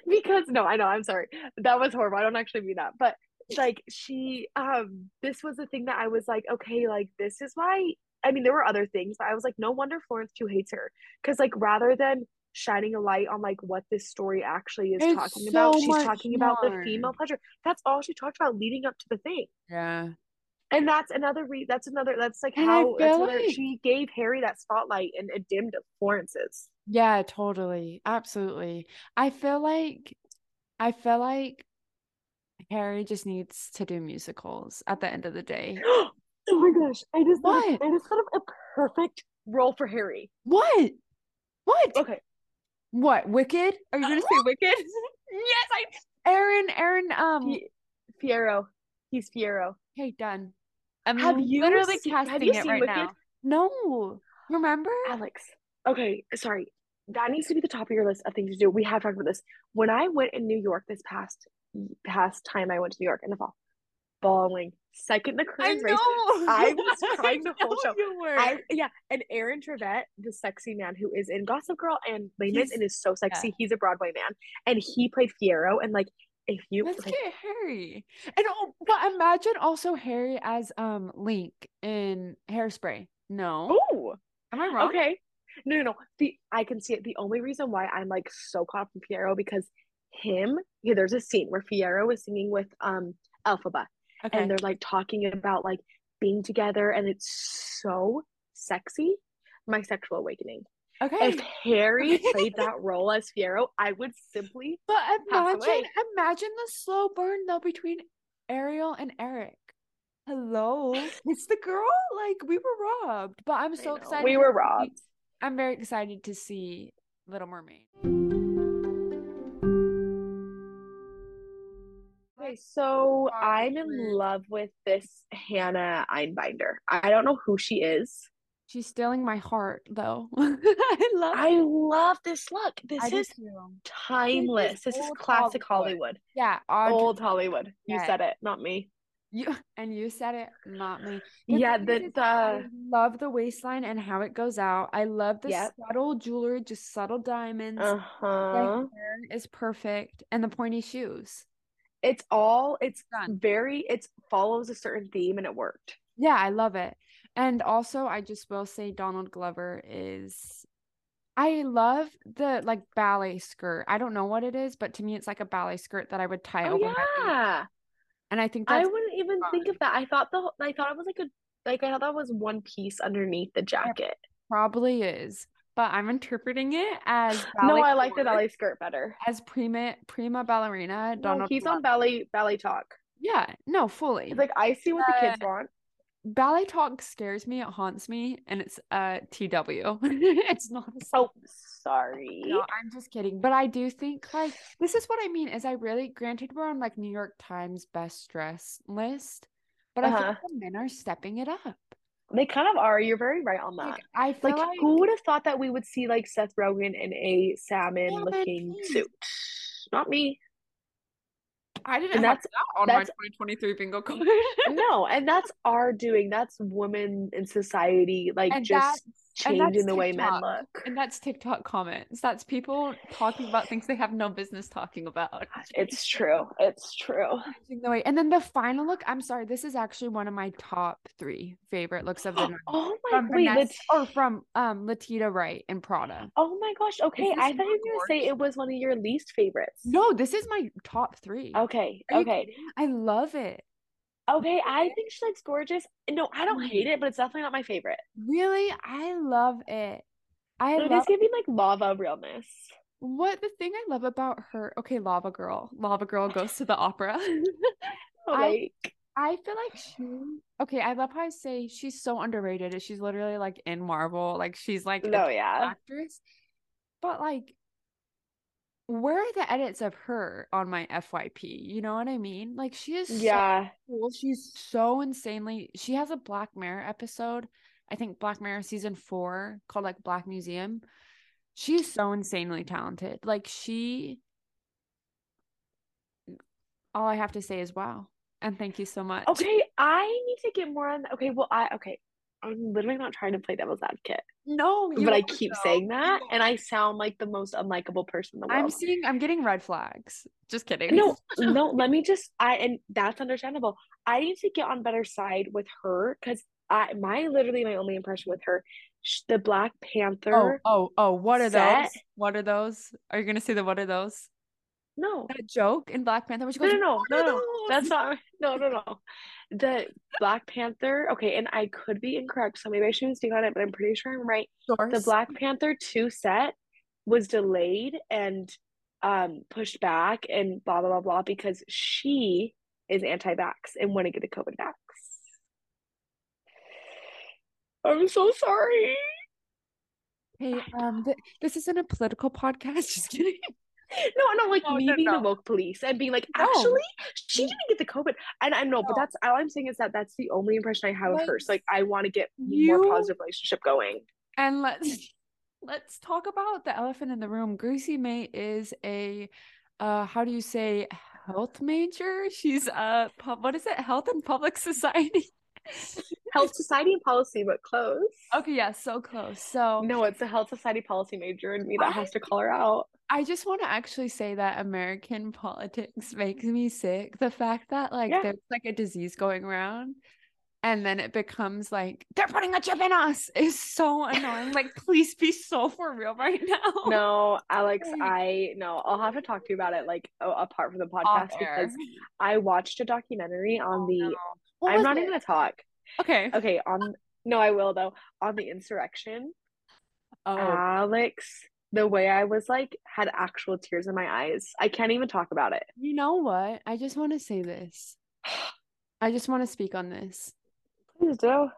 [SPEAKER 2] because no i know i'm sorry that was horrible i don't actually mean that but like she um this was the thing that i was like okay like this is why i mean there were other things but i was like no wonder florence q hates her because like rather than shining a light on like what this story actually is
[SPEAKER 1] It's
[SPEAKER 2] talking about
[SPEAKER 1] so
[SPEAKER 2] she's
[SPEAKER 1] much
[SPEAKER 2] talking about the
[SPEAKER 1] more.
[SPEAKER 2] female pleasure that's all she talked about leading up to the thing
[SPEAKER 1] yeah.
[SPEAKER 2] and that's another re that's another that's like
[SPEAKER 1] And I
[SPEAKER 2] how that's
[SPEAKER 1] feel
[SPEAKER 2] another,
[SPEAKER 1] like-
[SPEAKER 2] she gave harry that spotlight and it dimmed florence's
[SPEAKER 1] Yeah, totally. Absolutely. I feel like I feel like Harry just needs to do musicals at the end of the day.
[SPEAKER 2] oh my gosh i just thought of-
[SPEAKER 1] What?
[SPEAKER 2] i just thought of a perfect role for harry
[SPEAKER 1] What? What?
[SPEAKER 2] Okay.
[SPEAKER 1] What? Wicked? Are you gonna say wicked? yes, I Aaron, Aaron, um
[SPEAKER 2] Ye- Fiero. He's Fiero.
[SPEAKER 1] okay, done. I'm
[SPEAKER 2] Have you
[SPEAKER 1] literally
[SPEAKER 2] se- have
[SPEAKER 1] casting
[SPEAKER 2] you seen
[SPEAKER 1] it right
[SPEAKER 2] Wicked?
[SPEAKER 1] now. No. Remember?
[SPEAKER 2] Alex. Okay, sorry. That needs to be the top of your list of things to do. We have talked about this. When I went in New York this past past time I went to New York in the fall, bawling. Second, the current race. I was crying the whole show.
[SPEAKER 1] You were.
[SPEAKER 2] I yeah, and Aaron Trevette, the sexy man who is in Gossip Girl and Les Mis
[SPEAKER 1] He's-
[SPEAKER 2] and is so sexy. He's a Broadway man, and he played Fiero. And like, if you
[SPEAKER 1] Let's
[SPEAKER 2] like,
[SPEAKER 1] get Harry. And oh, but imagine also Harry as um Link in Hairspray. No,
[SPEAKER 2] oh,
[SPEAKER 1] am I wrong?
[SPEAKER 2] okay, no, no, no. The I can see it. The only reason why I'm like so caught up in Fiero because him. Yeah, there's a scene where Fiero is singing with um Elphaba,
[SPEAKER 1] Okay.
[SPEAKER 2] and they're like talking about like being together, and it's so sexy. My sexual awakening.
[SPEAKER 1] okay.
[SPEAKER 2] If Harry played that role as Fiero, I would simply
[SPEAKER 1] But
[SPEAKER 2] half
[SPEAKER 1] imagine,
[SPEAKER 2] away.
[SPEAKER 1] imagine the slow burn though between Ariel and Eric. Hello, it's the girl. Like we were robbed, but I'm
[SPEAKER 2] I
[SPEAKER 1] so
[SPEAKER 2] know.
[SPEAKER 1] excited.
[SPEAKER 2] We
[SPEAKER 1] to
[SPEAKER 2] were
[SPEAKER 1] see-
[SPEAKER 2] robbed.
[SPEAKER 1] I'm very excited to see Little Mermaid.
[SPEAKER 2] Okay, so
[SPEAKER 1] Are
[SPEAKER 2] I'm in
[SPEAKER 1] you-
[SPEAKER 2] love with this Hannah Einbinder. I don't know who she is.
[SPEAKER 1] She's stealing my heart though. I love.
[SPEAKER 2] I love this look. This
[SPEAKER 1] I do
[SPEAKER 2] is
[SPEAKER 1] too.
[SPEAKER 2] timeless. This is
[SPEAKER 1] old
[SPEAKER 2] classic
[SPEAKER 1] Hollywood.
[SPEAKER 2] Hollywood.
[SPEAKER 1] Yeah, Audrey,
[SPEAKER 2] Old Hollywood. You
[SPEAKER 1] Yeah.
[SPEAKER 2] said it, not me.
[SPEAKER 1] you and you said it, not me.
[SPEAKER 2] Yeah,
[SPEAKER 1] thing
[SPEAKER 2] the
[SPEAKER 1] is, is I
[SPEAKER 2] the
[SPEAKER 1] love the waistline and how it goes out. I love the
[SPEAKER 2] Yep.
[SPEAKER 1] subtle jewelry, just subtle diamonds. The
[SPEAKER 2] uh-huh.
[SPEAKER 1] hair is perfect, and the pointy shoes.
[SPEAKER 2] It's all it's
[SPEAKER 1] Done.
[SPEAKER 2] very it's follows a certain theme and it worked.
[SPEAKER 1] Yeah, I love it. And also, I just will say Donald Glover is. I love the like ballet skirt. I don't know what it is, but to me, it's like a ballet skirt that I would tie
[SPEAKER 2] Oh
[SPEAKER 1] over my knee.
[SPEAKER 2] yeah.
[SPEAKER 1] And I think
[SPEAKER 2] I
[SPEAKER 1] that's
[SPEAKER 2] wouldn't even think
[SPEAKER 1] fun.
[SPEAKER 2] of that. I thought the whole- I thought it was like a like I thought that was one piece underneath the jacket.
[SPEAKER 1] probably is, but I'm interpreting it as
[SPEAKER 2] No,
[SPEAKER 1] ballet
[SPEAKER 2] I like the
[SPEAKER 1] skirt,
[SPEAKER 2] ballet skirt better.
[SPEAKER 1] as prima prima ballerina.
[SPEAKER 2] No,
[SPEAKER 1] Donald
[SPEAKER 2] Oh, he's
[SPEAKER 1] Glover.
[SPEAKER 2] on ballet ballet talk.
[SPEAKER 1] Yeah, no, fully.
[SPEAKER 2] He's like, I see what the kids want.
[SPEAKER 1] ballet talk scares me, it haunts me, and it's uh TW. it's not a
[SPEAKER 2] Oh, sorry.
[SPEAKER 1] No, I'm just kidding. But I do think like this is what I mean is I really granted we're on like New York Times best dress list, but I
[SPEAKER 2] Uh-huh.
[SPEAKER 1] think the men are stepping it up.
[SPEAKER 2] They kind of are. You're very right on that.
[SPEAKER 1] Like, I feel
[SPEAKER 2] Like,
[SPEAKER 1] like,
[SPEAKER 2] who would have thought that we would see like Seth Rogen in a salmon
[SPEAKER 1] Salmon
[SPEAKER 2] looking
[SPEAKER 1] pink.
[SPEAKER 2] suit? Not me.
[SPEAKER 1] I didn't
[SPEAKER 2] and
[SPEAKER 1] have
[SPEAKER 2] that's-
[SPEAKER 1] that on my
[SPEAKER 2] that's-
[SPEAKER 1] 2023 bingo card.
[SPEAKER 2] No, and that's our doing. That's women in society, like
[SPEAKER 1] and
[SPEAKER 2] just
[SPEAKER 1] that- and that's
[SPEAKER 2] changing the way men
[SPEAKER 1] TikTok.
[SPEAKER 2] look.
[SPEAKER 1] And that's TikTok comments. That's people talking about things they have no business talking about.
[SPEAKER 2] It's true. It's true.
[SPEAKER 1] Changing the way- And then the final look, I'm sorry, this is actually one of my top three favorite looks of the night.
[SPEAKER 2] Oh my
[SPEAKER 1] From
[SPEAKER 2] wait,
[SPEAKER 1] Vanessa,
[SPEAKER 2] let's-
[SPEAKER 1] or from um Latita Wright and Prada.
[SPEAKER 2] Oh my gosh. Okay,
[SPEAKER 1] this
[SPEAKER 2] I thought you were
[SPEAKER 1] not
[SPEAKER 2] gonna say
[SPEAKER 1] gorgeous?
[SPEAKER 2] it was one of your least favorites.
[SPEAKER 1] No, this is my top three.
[SPEAKER 2] Okay,
[SPEAKER 1] Are you
[SPEAKER 2] okay.
[SPEAKER 1] kidding? I love it.
[SPEAKER 2] Okay, I think she looks gorgeous. No, I don't hate
[SPEAKER 1] Mm.
[SPEAKER 2] it, but it's definitely not my favorite.
[SPEAKER 1] Really, I love it. I
[SPEAKER 2] It
[SPEAKER 1] love
[SPEAKER 2] is giving like lava realness.
[SPEAKER 1] what the thing I love about her. Okay, Lava Girl. Lava Girl goes to the opera. I-
[SPEAKER 2] Like,
[SPEAKER 1] I feel like she. Okay, I love how I say she's so underrated. She's literally like in Marvel. Like she's like a
[SPEAKER 2] no,
[SPEAKER 1] top
[SPEAKER 2] yeah.
[SPEAKER 1] actress. But like, where are the edits of her on my FYP? You know what I mean? Like she is so
[SPEAKER 2] Yeah.
[SPEAKER 1] cool. She's so insanely. She has a Black Mirror episode. I think Black Mirror season four called like Black Museum. She's so insanely talented. Like she. All I have to say is wow, and thank you so much.
[SPEAKER 2] Okay, I need to get more on that. Okay, well, I, okay. I'm literally not trying to play devil's advocate,
[SPEAKER 1] No, you
[SPEAKER 2] but I
[SPEAKER 1] are,
[SPEAKER 2] keep
[SPEAKER 1] though.
[SPEAKER 2] saying that,
[SPEAKER 1] You
[SPEAKER 2] and I sound like the most unlikable person in the
[SPEAKER 1] I'm
[SPEAKER 2] world.
[SPEAKER 1] seeing. I'm getting red flags. Just kidding.
[SPEAKER 2] No, no, let me just, I, and that's understandable. I need to get on better side with her because I, my, literally, my only impression with her, sh the Black
[SPEAKER 1] Oh,
[SPEAKER 2] Panther.
[SPEAKER 1] oh, oh! What are
[SPEAKER 2] set.
[SPEAKER 1] those? What are those? Are you gonna say the what are those?
[SPEAKER 2] No,
[SPEAKER 1] That joke in Black Panther, where she
[SPEAKER 2] No,
[SPEAKER 1] goes,
[SPEAKER 2] no, no,
[SPEAKER 1] "What
[SPEAKER 2] no,
[SPEAKER 1] are
[SPEAKER 2] no. That's
[SPEAKER 1] those?"
[SPEAKER 2] not. No, no, no. The Black Panther. Okay, and I could be incorrect, so maybe I shouldn't speak on it, but I'm pretty sure I'm right. The
[SPEAKER 1] Source.
[SPEAKER 2] Black Panther 2 set was delayed and um pushed back and blah blah blah blah because she is anti-vax and want to get the COVID vax. I'm so sorry.
[SPEAKER 1] Hey, um, th- this isn't a political podcast. Just kidding.
[SPEAKER 2] No, no, like
[SPEAKER 1] No,
[SPEAKER 2] me
[SPEAKER 1] no,
[SPEAKER 2] being the
[SPEAKER 1] no.
[SPEAKER 2] woke police and being like,
[SPEAKER 1] No. Mm.
[SPEAKER 2] actually, she didn't get the COVID. And I know, but
[SPEAKER 1] No.
[SPEAKER 2] that's all I'm saying is that that's the only impression I have of her. So like, I want to get
[SPEAKER 1] You-
[SPEAKER 2] more positive relationship going.
[SPEAKER 1] And let's let's talk about the elephant in the room. Gracie May is a, uh, how do you say, health major. She's a pub- what is it? Health and public society.
[SPEAKER 3] Health Society and Policy, but close.
[SPEAKER 1] Okay, yeah, so close. So
[SPEAKER 3] No, it's a Health Society Policy major in me that has to call her out.
[SPEAKER 1] I just want to actually say that American politics makes me sick. The fact that like
[SPEAKER 2] Yeah.
[SPEAKER 1] there's like a disease going around and then it becomes like they're putting a chip in us is so annoying. like please be so for real right now.
[SPEAKER 2] No, Alex,
[SPEAKER 1] Like-
[SPEAKER 2] I no, I'll have to talk to you about it like a- apart from the
[SPEAKER 1] Off
[SPEAKER 2] podcast
[SPEAKER 1] air. Oh,
[SPEAKER 2] because I watched a documentary on the
[SPEAKER 1] What
[SPEAKER 2] I'm
[SPEAKER 1] was
[SPEAKER 2] not
[SPEAKER 1] it?
[SPEAKER 2] even gonna talk.
[SPEAKER 1] Okay.
[SPEAKER 2] Okay, on no, I will though. On the insurrection,
[SPEAKER 1] Oh.
[SPEAKER 2] Alex, the way I was like had actual tears in my eyes. I can't even talk about it.
[SPEAKER 1] you know what? I just want to say this. I just want to speak on this.
[SPEAKER 3] Please do.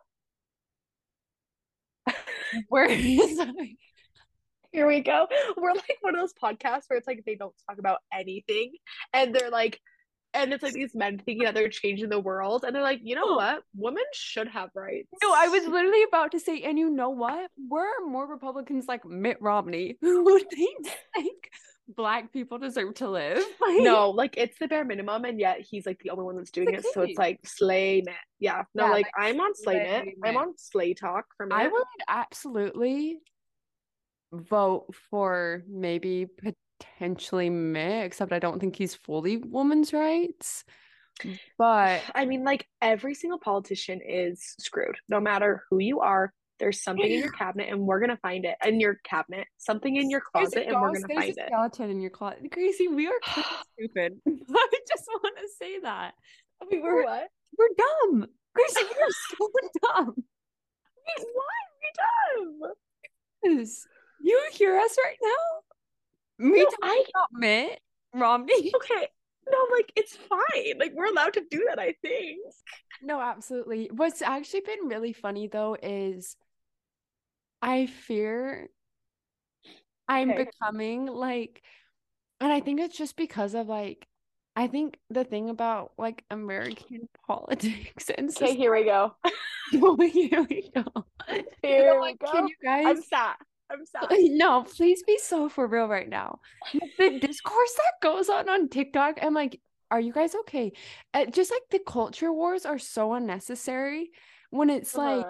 [SPEAKER 1] We're sorry.
[SPEAKER 2] Here we go. We're like one of those podcasts where it's like they don't talk about anything and they're like and it's like these men thinking that they're changing the world and they're like, you know what? Women should have rights.
[SPEAKER 1] No, I was literally about to say, and you know what? We're more Republicans like Mitt Romney who would think like black people deserve to live. Like,
[SPEAKER 2] No, like it's the bare minimum, and yet he's like the only one that's doing it.
[SPEAKER 1] It's
[SPEAKER 2] So
[SPEAKER 1] okay.
[SPEAKER 2] it's like slay man. Yeah. No,
[SPEAKER 1] Yeah,
[SPEAKER 2] like
[SPEAKER 1] like,
[SPEAKER 2] I'm on slay
[SPEAKER 1] slay
[SPEAKER 2] man. I'm
[SPEAKER 1] man.
[SPEAKER 2] on slay talk for me.
[SPEAKER 1] I would absolutely vote for maybe potentially Mitt, except I don't think he's fully women's rights. But
[SPEAKER 2] I mean, like every single politician is screwed. No matter who you are, there's something in your cabinet, and we're gonna find it. In your cabinet, something in your
[SPEAKER 1] there's
[SPEAKER 2] closet,
[SPEAKER 1] a
[SPEAKER 2] and we're
[SPEAKER 1] ghost,
[SPEAKER 2] gonna
[SPEAKER 1] there's
[SPEAKER 2] find
[SPEAKER 1] a
[SPEAKER 2] it.
[SPEAKER 1] skeleton in your closet. Gracie, we are kind of stupid. I just want to say that. I mean, we're
[SPEAKER 2] what?
[SPEAKER 1] we're dumb. Gracie, we are so dumb.
[SPEAKER 2] Why
[SPEAKER 1] Yes. You hear us right now? Me
[SPEAKER 2] No,
[SPEAKER 1] talking
[SPEAKER 2] I-
[SPEAKER 1] about Mitt Romney?
[SPEAKER 2] Okay. No, like it's fine. Like we're allowed to do that. I think.
[SPEAKER 1] No, absolutely. What's actually been really funny though is I fear I'm
[SPEAKER 2] Okay.
[SPEAKER 1] becoming like, and I think it's just because of like, I think the thing about like American politics and
[SPEAKER 3] Okay, here we go.
[SPEAKER 1] so here we go.
[SPEAKER 3] Here we
[SPEAKER 1] Like,
[SPEAKER 3] go.
[SPEAKER 1] can you guys?
[SPEAKER 2] I'm sad. I'm sad.
[SPEAKER 1] No, please be so for real right now. The discourse that goes on on TikTok, I'm like, are you guys okay? Uh, just like the culture wars are so unnecessary when it's like,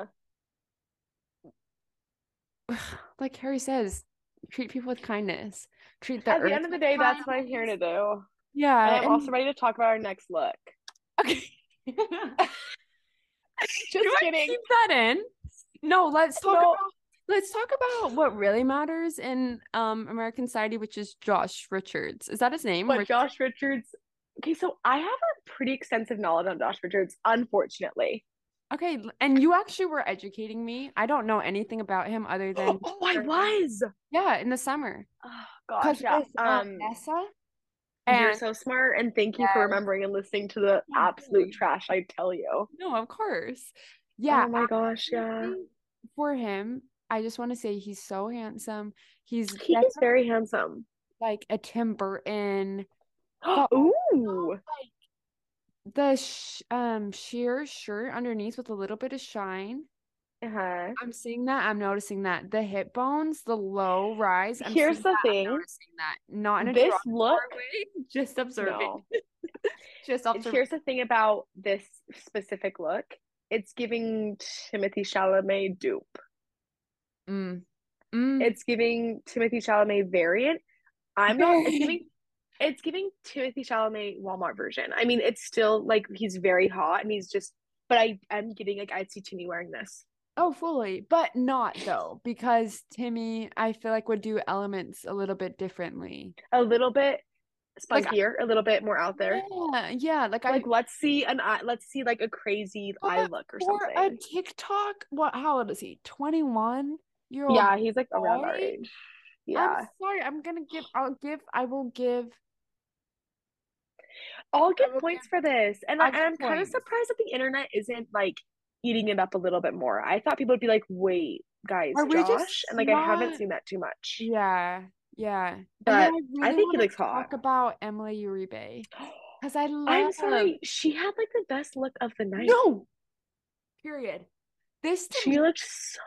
[SPEAKER 3] Uh-huh.
[SPEAKER 1] like Harry says, treat people with kindness, treat the
[SPEAKER 3] At
[SPEAKER 1] earth
[SPEAKER 3] the end of the day,
[SPEAKER 1] with
[SPEAKER 3] that's what I'm here to
[SPEAKER 1] kindness.
[SPEAKER 3] do.
[SPEAKER 1] Yeah,
[SPEAKER 2] Um,
[SPEAKER 3] And I'm
[SPEAKER 1] and-
[SPEAKER 3] also ready to talk about our next look.
[SPEAKER 1] okay.
[SPEAKER 3] Just
[SPEAKER 1] Do I
[SPEAKER 3] kidding.
[SPEAKER 1] keep that in? No, let's talk
[SPEAKER 3] No.
[SPEAKER 1] about
[SPEAKER 2] oh,
[SPEAKER 1] let's talk about what really matters in um American society, which is Josh Richards. Is that his name?
[SPEAKER 2] But
[SPEAKER 1] Rich-
[SPEAKER 2] Josh Richards. Okay, so I have a pretty extensive knowledge on Josh Richards, unfortunately.
[SPEAKER 1] Okay, l- and you actually were educating me. I don't know anything about him other than
[SPEAKER 2] oh, I was.
[SPEAKER 1] yeah, in the summer.
[SPEAKER 2] Oh,
[SPEAKER 1] Cause
[SPEAKER 2] gosh, yeah.
[SPEAKER 1] with,
[SPEAKER 2] Um,
[SPEAKER 1] Nessa
[SPEAKER 2] you're
[SPEAKER 1] and
[SPEAKER 2] so smart, and thank you for
[SPEAKER 1] Yeah.
[SPEAKER 2] remembering and listening to the
[SPEAKER 1] Yeah, absolutely.
[SPEAKER 2] absolute trash I tell you.
[SPEAKER 1] no, of course, yeah.
[SPEAKER 2] Oh my gosh, yeah.
[SPEAKER 1] actually, For him, I just want to say he's so handsome. He's
[SPEAKER 2] He is
[SPEAKER 1] definitely
[SPEAKER 2] very handsome.
[SPEAKER 1] like a Tim Burton.
[SPEAKER 2] Oh, Ooh.
[SPEAKER 1] The sh- um sheer shirt underneath with a little bit of shine.
[SPEAKER 2] Uh-huh.
[SPEAKER 1] I'm seeing that. I'm noticing that the hip bones, the low rise. I'm
[SPEAKER 2] Here's
[SPEAKER 1] seeing
[SPEAKER 2] the
[SPEAKER 1] that, I'm
[SPEAKER 2] thing.
[SPEAKER 1] noticing that not in a
[SPEAKER 2] This
[SPEAKER 1] derogatory
[SPEAKER 2] look,
[SPEAKER 1] way, just observing.
[SPEAKER 2] no.
[SPEAKER 1] Just
[SPEAKER 2] And
[SPEAKER 1] observing.
[SPEAKER 2] Here's the thing about this specific look. It's giving Timothy Chalamet dupe.
[SPEAKER 1] Mm. Mm.
[SPEAKER 2] It's giving Timothy Chalamet variant. I'm not. It's
[SPEAKER 1] Variant.
[SPEAKER 2] giving. It's giving Timothy Chalamet Walmart version. I mean, it's still like he's very hot and he's just. But I am getting like I'd see Timmy wearing this.
[SPEAKER 1] oh, fully, but not though, because Timmy, I feel like would do elements a little bit differently.
[SPEAKER 2] A little bit
[SPEAKER 1] Like,
[SPEAKER 2] spunkier, a little bit more out there.
[SPEAKER 1] Yeah, yeah. Like,
[SPEAKER 2] Like
[SPEAKER 1] I
[SPEAKER 2] let's see an eye. Let's see like a crazy
[SPEAKER 1] But
[SPEAKER 2] eye look or
[SPEAKER 1] for a
[SPEAKER 2] something.
[SPEAKER 1] TikTok, what? How old is he? Twenty one year old.
[SPEAKER 2] Yeah, he's like around our
[SPEAKER 1] boy?
[SPEAKER 2] age. Yeah,
[SPEAKER 1] I'm sorry. I'm gonna give. I'll give. I will give.
[SPEAKER 2] I'll get
[SPEAKER 1] will
[SPEAKER 2] points
[SPEAKER 1] give-
[SPEAKER 2] for this, and
[SPEAKER 1] I'll
[SPEAKER 2] I,
[SPEAKER 1] give
[SPEAKER 2] am kind of
[SPEAKER 1] points.
[SPEAKER 2] surprised that the internet isn't like eating it up a little bit more. I thought people would be like, "Wait, guys,
[SPEAKER 1] Are we
[SPEAKER 2] Josh,"
[SPEAKER 1] just
[SPEAKER 2] and like I haven't
[SPEAKER 1] not-
[SPEAKER 2] seen that too much.
[SPEAKER 1] Yeah, yeah.
[SPEAKER 2] But
[SPEAKER 1] and then I,
[SPEAKER 2] I
[SPEAKER 1] really
[SPEAKER 2] think he
[SPEAKER 1] wanna
[SPEAKER 2] looks
[SPEAKER 1] talk
[SPEAKER 2] hot.
[SPEAKER 1] about Emily Uribe because I love.
[SPEAKER 2] I'm sorry, she had like the best look of the night.
[SPEAKER 1] No. Period. This to
[SPEAKER 2] she looked so.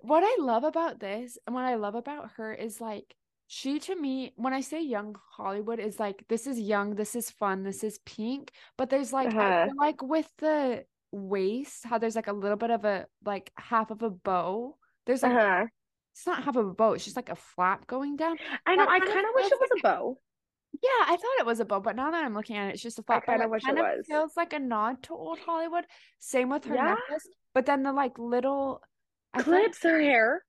[SPEAKER 1] what I love about this and what I love about her is like She to me, when I say young Hollywood, is like this is young, this is fun, this is pink. But there's like I
[SPEAKER 2] Uh-huh.
[SPEAKER 1] feel like with the waist, how there's like a little bit of a like half of a bow. There's like
[SPEAKER 2] Uh-huh.
[SPEAKER 1] it's not half of a bow, it's just like a flap going down.
[SPEAKER 2] I know.
[SPEAKER 1] That
[SPEAKER 2] I
[SPEAKER 1] kind of
[SPEAKER 2] kind of wish
[SPEAKER 1] feels
[SPEAKER 2] it was a bow.
[SPEAKER 1] Yeah, I thought it was a bow, but now that I'm looking at it, it's just a flap. but
[SPEAKER 2] kinda
[SPEAKER 1] it
[SPEAKER 2] wish it
[SPEAKER 1] kind of
[SPEAKER 2] was.
[SPEAKER 1] feels like a nod to old Hollywood. Same with her
[SPEAKER 2] Yeah.
[SPEAKER 1] necklace, but then the like little I feel like
[SPEAKER 2] Clips her hair.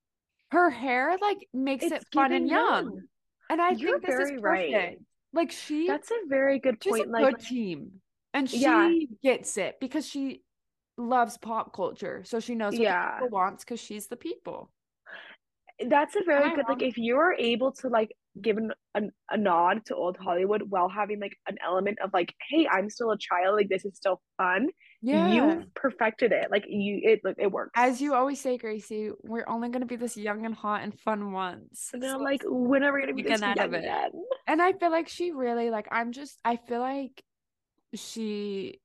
[SPEAKER 1] her hair like makes it fun and
[SPEAKER 2] giving
[SPEAKER 1] young. And I
[SPEAKER 2] You're
[SPEAKER 1] think this is
[SPEAKER 2] very right.
[SPEAKER 1] perfect. Like she
[SPEAKER 2] That's a very good
[SPEAKER 1] she's
[SPEAKER 2] point.
[SPEAKER 1] a
[SPEAKER 2] Like,
[SPEAKER 1] good team. And she
[SPEAKER 2] Yeah.
[SPEAKER 1] gets it because she loves pop culture. So she knows what
[SPEAKER 2] Yeah.
[SPEAKER 1] the people wants because she's the people.
[SPEAKER 2] that's a very
[SPEAKER 1] I
[SPEAKER 2] good.
[SPEAKER 1] wrong?
[SPEAKER 2] Like, if you are able to like give an, an, a nod to old Hollywood while having like an element of like, hey, I'm still a child. Like, this is still fun.
[SPEAKER 1] Yeah.
[SPEAKER 2] You've perfected it. Like, you it like, it works.
[SPEAKER 1] As you always say, Gracie, we're only gonna be this young and hot and fun once.
[SPEAKER 2] And I'm
[SPEAKER 1] So-
[SPEAKER 2] like, when are we gonna be
[SPEAKER 1] you
[SPEAKER 2] this
[SPEAKER 1] can out of
[SPEAKER 2] young
[SPEAKER 1] it.
[SPEAKER 2] again?
[SPEAKER 1] and I feel like she really like I'm just I feel like she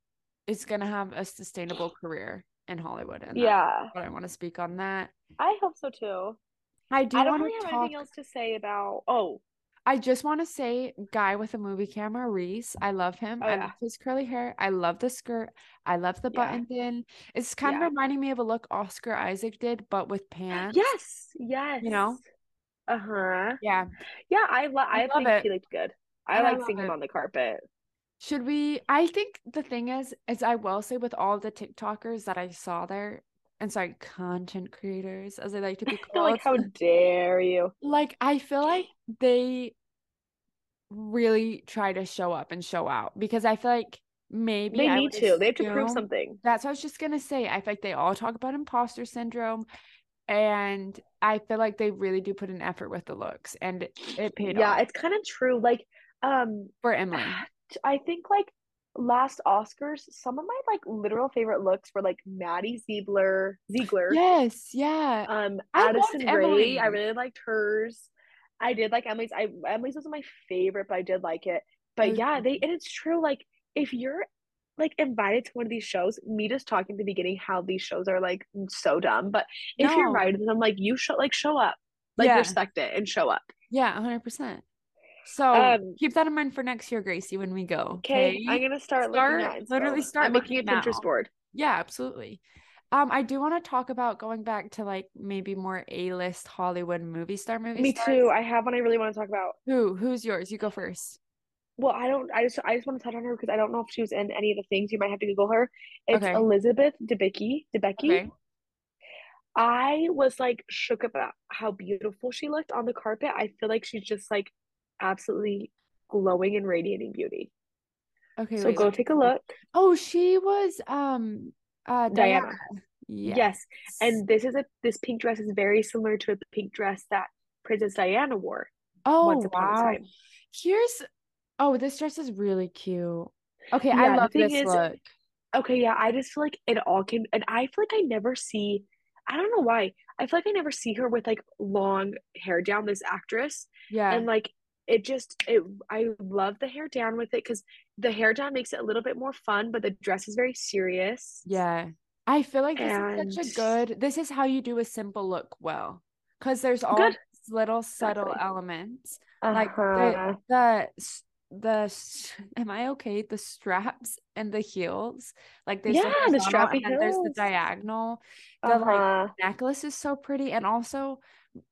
[SPEAKER 1] is gonna have a sustainable career in Hollywood. And that's
[SPEAKER 2] Yeah,
[SPEAKER 1] what I want to speak on that.
[SPEAKER 3] I hope so too.
[SPEAKER 1] I do
[SPEAKER 3] I don't
[SPEAKER 1] want
[SPEAKER 3] really
[SPEAKER 1] to
[SPEAKER 3] have
[SPEAKER 1] talk
[SPEAKER 3] anything else to say about. Oh,
[SPEAKER 1] I just want to say, guy with a movie camera, Reese. I love him.
[SPEAKER 2] Oh,
[SPEAKER 1] I
[SPEAKER 2] yeah.
[SPEAKER 1] love his curly hair. I love the skirt. I love the
[SPEAKER 2] Yeah.
[SPEAKER 1] buttoned in. It's kind
[SPEAKER 2] Yeah.
[SPEAKER 1] of reminding me of a look Oscar Isaac did, but with pants.
[SPEAKER 2] yes, yes.
[SPEAKER 1] know?
[SPEAKER 2] Uh huh.
[SPEAKER 1] Yeah.
[SPEAKER 2] Yeah, I lo- I,
[SPEAKER 1] love
[SPEAKER 2] think
[SPEAKER 1] it.
[SPEAKER 2] he looked good. I
[SPEAKER 1] And I
[SPEAKER 2] like
[SPEAKER 1] love
[SPEAKER 2] seeing him
[SPEAKER 1] it.
[SPEAKER 2] on the carpet.
[SPEAKER 1] Should we? I think the thing is, is I will say with all the TikTokers that I saw there, and sorry, content creators, as I like to be
[SPEAKER 2] They're
[SPEAKER 1] called,
[SPEAKER 2] like, how dare you?
[SPEAKER 1] like I feel like they really try to show up and show out because I feel like maybe
[SPEAKER 2] They
[SPEAKER 1] I
[SPEAKER 2] need
[SPEAKER 1] would
[SPEAKER 2] to. They have to prove
[SPEAKER 1] assume-
[SPEAKER 2] something.
[SPEAKER 1] That's what I was just gonna say. I feel like they all talk about imposter syndrome, and I feel like they really do put an effort with the looks, and it, it paid
[SPEAKER 2] Yeah,
[SPEAKER 1] off
[SPEAKER 2] it's kind of true. Like, um,
[SPEAKER 1] for Emily.
[SPEAKER 2] I think like last Oscars, some of my like literal favorite looks were like Maddie Ziegler, Ziegler,
[SPEAKER 1] Yes, yeah.
[SPEAKER 2] um,
[SPEAKER 1] I loved
[SPEAKER 2] Addison Ray. I
[SPEAKER 1] Emily.
[SPEAKER 2] really liked hers. I did like Emily's. I Emily's wasn't my favorite, but I did like it. But
[SPEAKER 1] was
[SPEAKER 2] yeah,
[SPEAKER 1] good.
[SPEAKER 2] they and it's true. Like, if you're like invited to one of these shows, me just talking at the beginning how these shows are like so dumb. But if you're
[SPEAKER 1] No.
[SPEAKER 2] invited, then I'm like, you should like show up, like
[SPEAKER 1] Yeah.
[SPEAKER 2] respect it and show up.
[SPEAKER 1] Yeah, hundred percent. So
[SPEAKER 2] Um,
[SPEAKER 1] keep that in mind for next year, Gracie, when we go.
[SPEAKER 2] Okay, I'm gonna start,
[SPEAKER 1] Start-
[SPEAKER 2] looking at inspo.
[SPEAKER 1] literally start
[SPEAKER 2] I'm making a
[SPEAKER 1] looking now.
[SPEAKER 2] Pinterest board.
[SPEAKER 1] Yeah, absolutely. Um, I do want to talk about going back to like maybe more A-list Hollywood movie star movie
[SPEAKER 2] Me
[SPEAKER 1] stars.
[SPEAKER 2] too. I have one I really want to talk about.
[SPEAKER 1] Who? Who's yours? You go first.
[SPEAKER 2] Well, I don't. I just I just want to touch on her because I don't know if she was in any of the things. You might have to Google her. It's
[SPEAKER 1] Okay.
[SPEAKER 2] Elizabeth Debicki. Debicki.
[SPEAKER 1] Okay.
[SPEAKER 2] I was like shook about how beautiful she looked on the carpet. I feel like she's just like absolutely glowing and radiating beauty.
[SPEAKER 1] Okay,
[SPEAKER 2] so
[SPEAKER 1] wait,
[SPEAKER 2] go
[SPEAKER 1] wait,
[SPEAKER 2] take a
[SPEAKER 1] wait.
[SPEAKER 2] look,
[SPEAKER 1] Oh, she was um uh Diana.
[SPEAKER 2] Diana.
[SPEAKER 1] Yes.
[SPEAKER 2] yes, and this is a this pink dress is very similar to a pink dress that Princess Diana wore
[SPEAKER 1] oh
[SPEAKER 2] once upon
[SPEAKER 1] wow.
[SPEAKER 2] a time.
[SPEAKER 1] Here's oh, this dress is really cute. Okay,
[SPEAKER 2] Yeah,
[SPEAKER 1] I
[SPEAKER 2] the
[SPEAKER 1] love
[SPEAKER 2] thing
[SPEAKER 1] this
[SPEAKER 2] is-
[SPEAKER 1] look.
[SPEAKER 2] Okay, yeah, I just feel like it all came, and I feel like I never see, I don't know why. I feel like I never see her with like long hair down, this actress.
[SPEAKER 1] Yeah.
[SPEAKER 2] And like it just, it, I love the hair down with it because the hair down makes it a little bit more fun, but the dress is very serious.
[SPEAKER 1] yeah. I feel like this is such a
[SPEAKER 2] And-
[SPEAKER 1] good this is how you do a simple look well. Because there's all
[SPEAKER 2] Good.
[SPEAKER 1] these little subtle
[SPEAKER 2] Exactly.
[SPEAKER 1] elements. Like the-
[SPEAKER 2] Uh-huh.
[SPEAKER 1] the s- the s- am I okay? The straps and the heels, like there's
[SPEAKER 2] Yeah, the
[SPEAKER 1] horizontal
[SPEAKER 2] strappy
[SPEAKER 1] and then there's the
[SPEAKER 2] heels.
[SPEAKER 1] diagonal. The like
[SPEAKER 2] Uh-huh.
[SPEAKER 1] necklace is so pretty, and also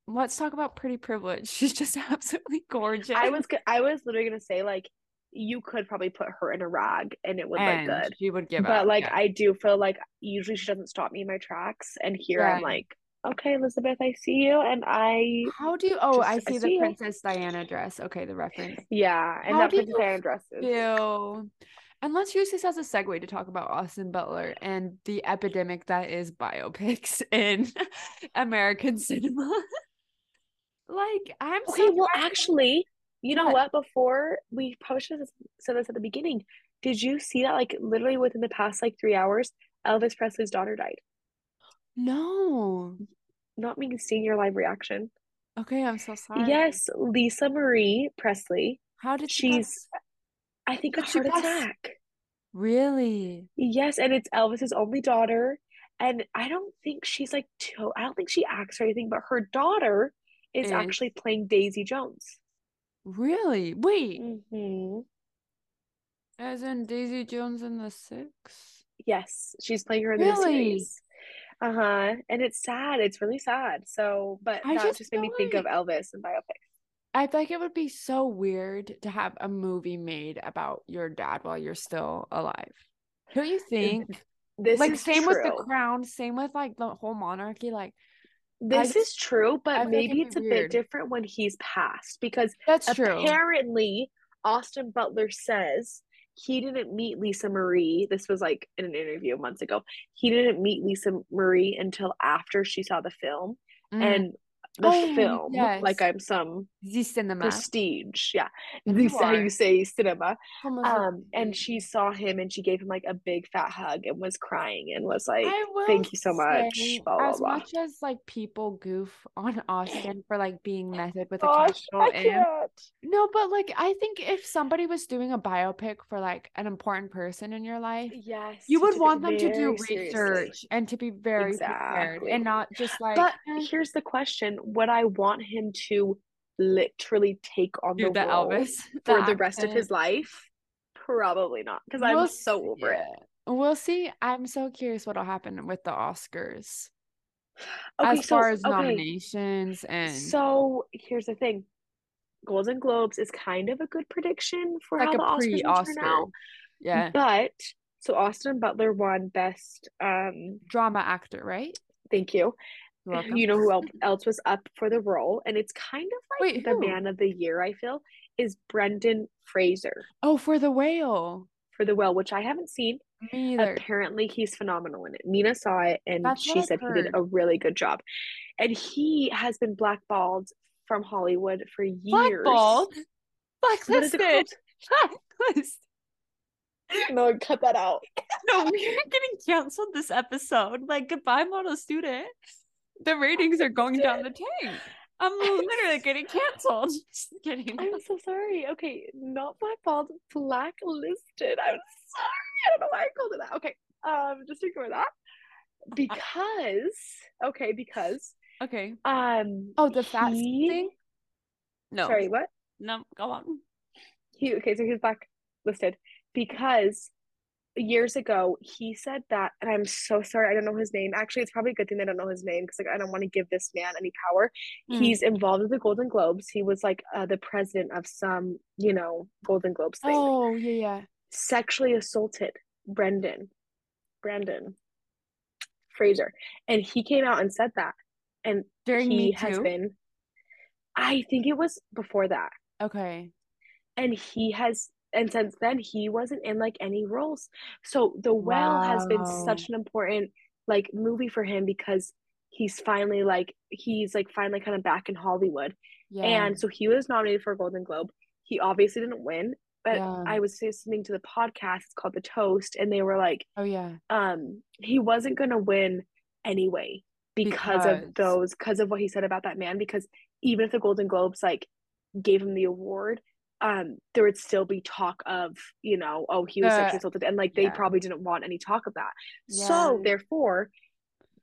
[SPEAKER 1] let's talk about pretty privilege. She's just absolutely gorgeous.
[SPEAKER 2] I was, go- I was literally gonna say like, you could probably put her in a rag and it would look
[SPEAKER 1] and
[SPEAKER 2] good.
[SPEAKER 1] she would give
[SPEAKER 2] But
[SPEAKER 1] up.
[SPEAKER 2] like
[SPEAKER 1] yeah.
[SPEAKER 2] I do feel like usually she doesn't stop me in my tracks, and here I'm
[SPEAKER 1] Yeah.
[SPEAKER 2] like, okay, Elizabeth, I see you, and I
[SPEAKER 1] how do you? Oh, I
[SPEAKER 2] just- I
[SPEAKER 1] see the
[SPEAKER 2] see it.
[SPEAKER 1] Princess Diana dress. Okay, the reference.
[SPEAKER 2] yeah, and
[SPEAKER 1] How
[SPEAKER 2] that
[SPEAKER 1] do
[SPEAKER 2] Princess
[SPEAKER 1] you
[SPEAKER 2] Diana dress is
[SPEAKER 1] Ew. And let's use this as a segue to talk about Austin Butler and the epidemic that is biopics in American cinema. like, I'm
[SPEAKER 2] okay.
[SPEAKER 1] so
[SPEAKER 2] Well,
[SPEAKER 1] glad-
[SPEAKER 2] actually, you know
[SPEAKER 1] What?
[SPEAKER 2] what? Before we published this, said this at the beginning. Did you see that? Like literally within the past like three hours, Elvis Presley's daughter died.
[SPEAKER 1] no.
[SPEAKER 2] Not me seeing your live reaction.
[SPEAKER 1] Okay, I'm so sorry.
[SPEAKER 2] Yes, Lisa Marie Presley.
[SPEAKER 1] How did she
[SPEAKER 2] She's,
[SPEAKER 1] pass?
[SPEAKER 2] I think, a
[SPEAKER 1] But she
[SPEAKER 2] heart
[SPEAKER 1] passed-
[SPEAKER 2] attack.
[SPEAKER 1] really?
[SPEAKER 2] Yes, and it's Elvis's only daughter. And I don't think she's like too, I don't think she acts or anything, but her daughter is
[SPEAKER 1] Is-
[SPEAKER 2] actually playing Daisy Jones.
[SPEAKER 1] Really? Wait, Mm-hmm.
[SPEAKER 2] hmm
[SPEAKER 1] as in Daisy Jones and the Six?
[SPEAKER 2] Yes, she's playing her in the
[SPEAKER 1] Really?
[SPEAKER 2] series. Uh huh. And it's sad. It's really sad. So, but
[SPEAKER 1] I
[SPEAKER 2] that
[SPEAKER 1] just
[SPEAKER 2] just, made me
[SPEAKER 1] feel
[SPEAKER 2] think of Elvis and biopic.
[SPEAKER 1] I feel like it would be so weird to have a movie made about your dad while you're still alive. Don't you think?
[SPEAKER 2] This
[SPEAKER 1] like
[SPEAKER 2] is
[SPEAKER 1] same with the
[SPEAKER 2] true.
[SPEAKER 1] crown, same with like the whole monarchy. Like
[SPEAKER 2] This
[SPEAKER 1] just-
[SPEAKER 2] is true,
[SPEAKER 1] I
[SPEAKER 2] but
[SPEAKER 1] feel like
[SPEAKER 2] maybe
[SPEAKER 1] it'd
[SPEAKER 2] it's a
[SPEAKER 1] be
[SPEAKER 2] bit
[SPEAKER 1] weird.
[SPEAKER 2] different when he's passed because
[SPEAKER 1] that's true.
[SPEAKER 2] apparently Austin Butler says he didn't meet Lisa Marie. This was like in an interview months ago. He didn't meet Lisa Marie until after she saw the film
[SPEAKER 1] Mm.
[SPEAKER 2] and the
[SPEAKER 1] Oh,
[SPEAKER 2] film, like
[SPEAKER 1] yes.
[SPEAKER 2] I'm some
[SPEAKER 1] the cinema.
[SPEAKER 2] prestige. Yeah,
[SPEAKER 1] And
[SPEAKER 2] this
[SPEAKER 1] you
[SPEAKER 2] is how you
[SPEAKER 1] are.
[SPEAKER 2] say cinema.
[SPEAKER 1] Homo-
[SPEAKER 2] Um, and
[SPEAKER 1] Mm.
[SPEAKER 2] she saw him and she gave him like a big fat hug and was crying and was like,
[SPEAKER 1] I will
[SPEAKER 2] thank you so much,
[SPEAKER 1] say,
[SPEAKER 2] blah, blah,
[SPEAKER 1] as
[SPEAKER 2] blah.
[SPEAKER 1] much as like people goof on Austin for like being method with a
[SPEAKER 2] Gosh,
[SPEAKER 1] capital
[SPEAKER 2] I
[SPEAKER 1] M,
[SPEAKER 2] can't.
[SPEAKER 1] no, but like I think if somebody was doing a biopic for like an important person in your life,
[SPEAKER 2] Yes,
[SPEAKER 1] you
[SPEAKER 2] he
[SPEAKER 1] would
[SPEAKER 2] took it
[SPEAKER 1] want them to do
[SPEAKER 2] very
[SPEAKER 1] research
[SPEAKER 2] seriously.
[SPEAKER 1] and to be very prepared
[SPEAKER 2] Exactly.
[SPEAKER 1] and not just like
[SPEAKER 2] But
[SPEAKER 1] eh,
[SPEAKER 2] here's the question: Would I want him to literally take on
[SPEAKER 1] do
[SPEAKER 2] the,
[SPEAKER 1] the
[SPEAKER 2] role
[SPEAKER 1] Elvis
[SPEAKER 2] for the rest of
[SPEAKER 1] accent.
[SPEAKER 2] his life? Probably not, because
[SPEAKER 1] We'll
[SPEAKER 2] I'm so over it.
[SPEAKER 1] yeah. We'll see. I'm so curious what'll happen with the Oscars
[SPEAKER 2] Okay,
[SPEAKER 1] as
[SPEAKER 2] so
[SPEAKER 1] far as
[SPEAKER 2] okay,
[SPEAKER 1] nominations and
[SPEAKER 2] so here's the thing: Golden Globes is kind of a good prediction for
[SPEAKER 1] like
[SPEAKER 2] how
[SPEAKER 1] a
[SPEAKER 2] the Oscars will turn
[SPEAKER 1] pre-Oscar.
[SPEAKER 2] out,
[SPEAKER 1] Yeah,
[SPEAKER 2] but. So Austin Butler won best um
[SPEAKER 1] drama actor, right?
[SPEAKER 2] thank you.
[SPEAKER 1] You're welcome.
[SPEAKER 2] You know who el- else was up for the role and it's kind of like
[SPEAKER 1] Wait,
[SPEAKER 2] the
[SPEAKER 1] who?
[SPEAKER 2] man of the year I feel is Brendan Fraser.
[SPEAKER 1] Oh, for the whale.
[SPEAKER 2] for the well, which I haven't seen.
[SPEAKER 1] Me either.
[SPEAKER 2] Apparently, he's phenomenal in it. Nina saw it and
[SPEAKER 1] That's what
[SPEAKER 2] she
[SPEAKER 1] I've
[SPEAKER 2] said he did
[SPEAKER 1] heard.
[SPEAKER 2] a really good job. And he has been blackballed from Hollywood for years.
[SPEAKER 1] Blackballed.
[SPEAKER 2] What is it
[SPEAKER 1] Blacklisted. Blacklist.
[SPEAKER 2] No, cut that out.
[SPEAKER 1] No, we are getting canceled this episode. Like, goodbye, model student. The ratings are going down the tank. I'm literally getting canceled. Just kidding.
[SPEAKER 2] I'm so sorry. Okay, not blackballed, blacklisted. I'm sorry. I don't know why I called it that. Okay, um, just ignore that. Because okay, because
[SPEAKER 1] Okay.
[SPEAKER 2] um,
[SPEAKER 1] Oh, the fat
[SPEAKER 2] he-
[SPEAKER 1] thing? No.
[SPEAKER 2] Sorry, what?
[SPEAKER 1] No, go on.
[SPEAKER 2] He okay, so he was blacklisted because years ago he said that, and I'm so sorry, I don't know his name. Actually, it's probably a good thing they don't know his name because like I don't want to give this man any power.
[SPEAKER 1] Mm.
[SPEAKER 2] He's involved with the Golden Globes. He was like uh, the president of some, you know, Golden Globes thing.
[SPEAKER 1] Oh, yeah, yeah.
[SPEAKER 2] Sexually assaulted Brendan, Brandon Fraser, and he came out and said that, and
[SPEAKER 1] During
[SPEAKER 2] he
[SPEAKER 1] Me
[SPEAKER 2] has
[SPEAKER 1] Too?
[SPEAKER 2] been. I think it was before that
[SPEAKER 1] Okay.
[SPEAKER 2] and he has and since then he wasn't in like any roles so the whale has been such an important like movie for him because he's finally like he's like finally kind of back in hollywood
[SPEAKER 1] Yeah.
[SPEAKER 2] and so he was nominated for a golden globe he obviously didn't win but
[SPEAKER 1] Yeah.
[SPEAKER 2] i was listening to the podcast it's called the toast and they were like
[SPEAKER 1] oh, yeah.
[SPEAKER 2] um he wasn't going to win anyway because
[SPEAKER 1] Because-
[SPEAKER 2] of those because of what he said about that man because even if the golden globes like gave him the award um there would still be talk of you know oh he was
[SPEAKER 1] The-
[SPEAKER 2] sexually assaulted and like they
[SPEAKER 1] yeah.
[SPEAKER 2] probably didn't want any talk of that
[SPEAKER 1] Yeah.
[SPEAKER 2] so therefore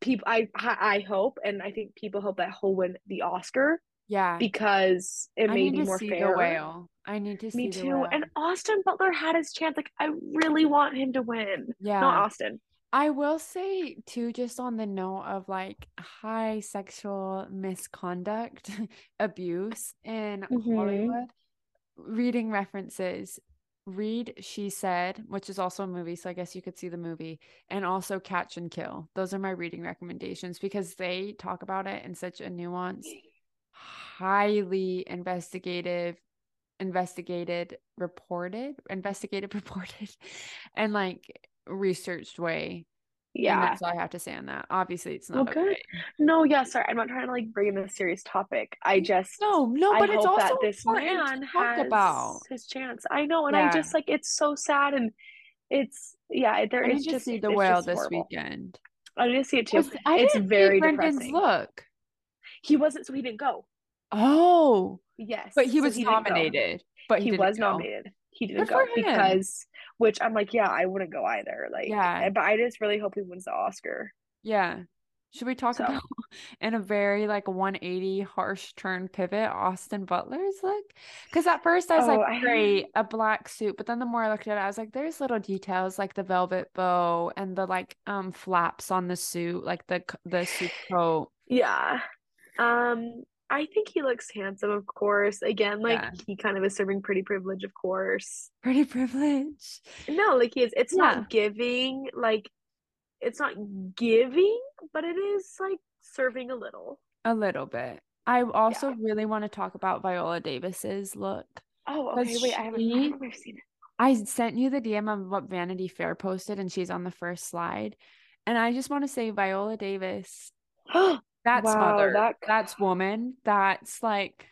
[SPEAKER 2] people i i I hope and i think people hope that he'll win the oscar
[SPEAKER 1] Yeah.
[SPEAKER 2] because it
[SPEAKER 1] I
[SPEAKER 2] may
[SPEAKER 1] need
[SPEAKER 2] be
[SPEAKER 1] to
[SPEAKER 2] more
[SPEAKER 1] see
[SPEAKER 2] fair
[SPEAKER 1] the whale. I need to
[SPEAKER 2] me
[SPEAKER 1] see the
[SPEAKER 2] too
[SPEAKER 1] whale.
[SPEAKER 2] and austin butler had his chance like i really want him to win
[SPEAKER 1] yeah.
[SPEAKER 2] not austin
[SPEAKER 1] I will say too, just on the note of like high sexual misconduct, abuse in
[SPEAKER 2] Mhm.
[SPEAKER 1] Hollywood, reading references, read She Said, which is also a movie, so I guess you could see the movie, and also Catch and Kill. Those are my reading recommendations because they talk about it in such a nuanced, highly investigative, investigated, reported, investigated, reported, and like researched way. And
[SPEAKER 2] yeah
[SPEAKER 1] that's all I have to say on that. Obviously, it's
[SPEAKER 2] Well,
[SPEAKER 1] not
[SPEAKER 2] good.
[SPEAKER 1] okay.
[SPEAKER 2] No, yeah, sorry. I'm not trying to like bring in a serious topic. I just
[SPEAKER 1] No, no,
[SPEAKER 2] I
[SPEAKER 1] but it's
[SPEAKER 2] hope
[SPEAKER 1] also
[SPEAKER 2] that this
[SPEAKER 1] important
[SPEAKER 2] man
[SPEAKER 1] to talk
[SPEAKER 2] has
[SPEAKER 1] about.
[SPEAKER 2] his chance. I know, and
[SPEAKER 1] Yeah.
[SPEAKER 2] I just like it's so sad and it's yeah, it- there
[SPEAKER 1] I
[SPEAKER 2] is
[SPEAKER 1] need to
[SPEAKER 2] just
[SPEAKER 1] see the
[SPEAKER 2] it's
[SPEAKER 1] whale
[SPEAKER 2] just
[SPEAKER 1] this
[SPEAKER 2] horrible.
[SPEAKER 1] weekend.
[SPEAKER 2] I need to see it too.
[SPEAKER 1] Was- I
[SPEAKER 2] It's
[SPEAKER 1] didn't see
[SPEAKER 2] very
[SPEAKER 1] Brendan's
[SPEAKER 2] depressing.
[SPEAKER 1] look.
[SPEAKER 2] He wasn't so he didn't go.
[SPEAKER 1] Oh,
[SPEAKER 2] Yes.
[SPEAKER 1] but he
[SPEAKER 2] so
[SPEAKER 1] was
[SPEAKER 2] didn't go.
[SPEAKER 1] nominated. But he,
[SPEAKER 2] He
[SPEAKER 1] didn't
[SPEAKER 2] was
[SPEAKER 1] go.
[SPEAKER 2] nominated. He
[SPEAKER 1] Good
[SPEAKER 2] didn't
[SPEAKER 1] for
[SPEAKER 2] go
[SPEAKER 1] him.
[SPEAKER 2] because which I'm like, yeah, I wouldn't go either. Like
[SPEAKER 1] Yeah.
[SPEAKER 2] but I just really hope he wins the Oscar.
[SPEAKER 1] Yeah. Should we talk
[SPEAKER 2] So-
[SPEAKER 1] about in a very like 180 harsh turn pivot Austin Butler's look? Because at first I was
[SPEAKER 2] Oh,
[SPEAKER 1] like,
[SPEAKER 2] I-
[SPEAKER 1] great, a black suit, but then the more I looked at it, I was like, there's little details like the velvet bow and the like um flaps on the suit, like the c- the suit coat.
[SPEAKER 2] Yeah. Um, I think he looks handsome, of course. Again, like
[SPEAKER 1] Yeah.
[SPEAKER 2] he kind of is serving pretty privilege, of course.
[SPEAKER 1] Pretty privilege.
[SPEAKER 2] No, like he is. It's
[SPEAKER 1] Yeah.
[SPEAKER 2] not giving, like it's not giving, but it is like serving a little.
[SPEAKER 1] A little bit. I also really want to talk about Viola Davis's look.
[SPEAKER 2] Oh,
[SPEAKER 1] Does
[SPEAKER 2] okay, wait, I haven't, I
[SPEAKER 1] she-
[SPEAKER 2] don't think I've seen it.
[SPEAKER 1] I sent you the DM of what Vanity Fair posted, and she's on the first slide. And I just want to say, Viola Davis, that's
[SPEAKER 2] Wow,
[SPEAKER 1] mother,
[SPEAKER 2] that-
[SPEAKER 1] that's woman, that's like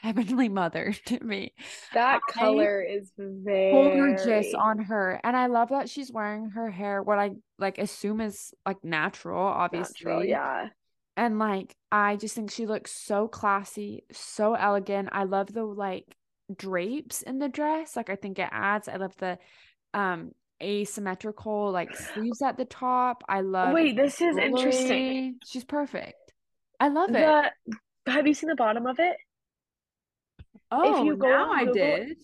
[SPEAKER 1] heavenly mother to me.
[SPEAKER 2] That
[SPEAKER 1] I-
[SPEAKER 2] color is very
[SPEAKER 1] Gorgeous on her, and I love that she's wearing her hair. What I like assume is like natural, obviously.
[SPEAKER 2] natural, yeah.
[SPEAKER 1] And like, I just think she looks so classy, so elegant. I love the like drapes in the dress. Like, I think it adds. I love the um asymmetrical like sleeves at the top. I love
[SPEAKER 2] Oh, Wait, this is interesting.
[SPEAKER 1] jewelry. She's perfect. I love it.
[SPEAKER 2] The have you seen the bottom of it?
[SPEAKER 1] oh,
[SPEAKER 2] you go
[SPEAKER 1] now
[SPEAKER 2] on
[SPEAKER 1] I
[SPEAKER 2] Google,
[SPEAKER 1] did.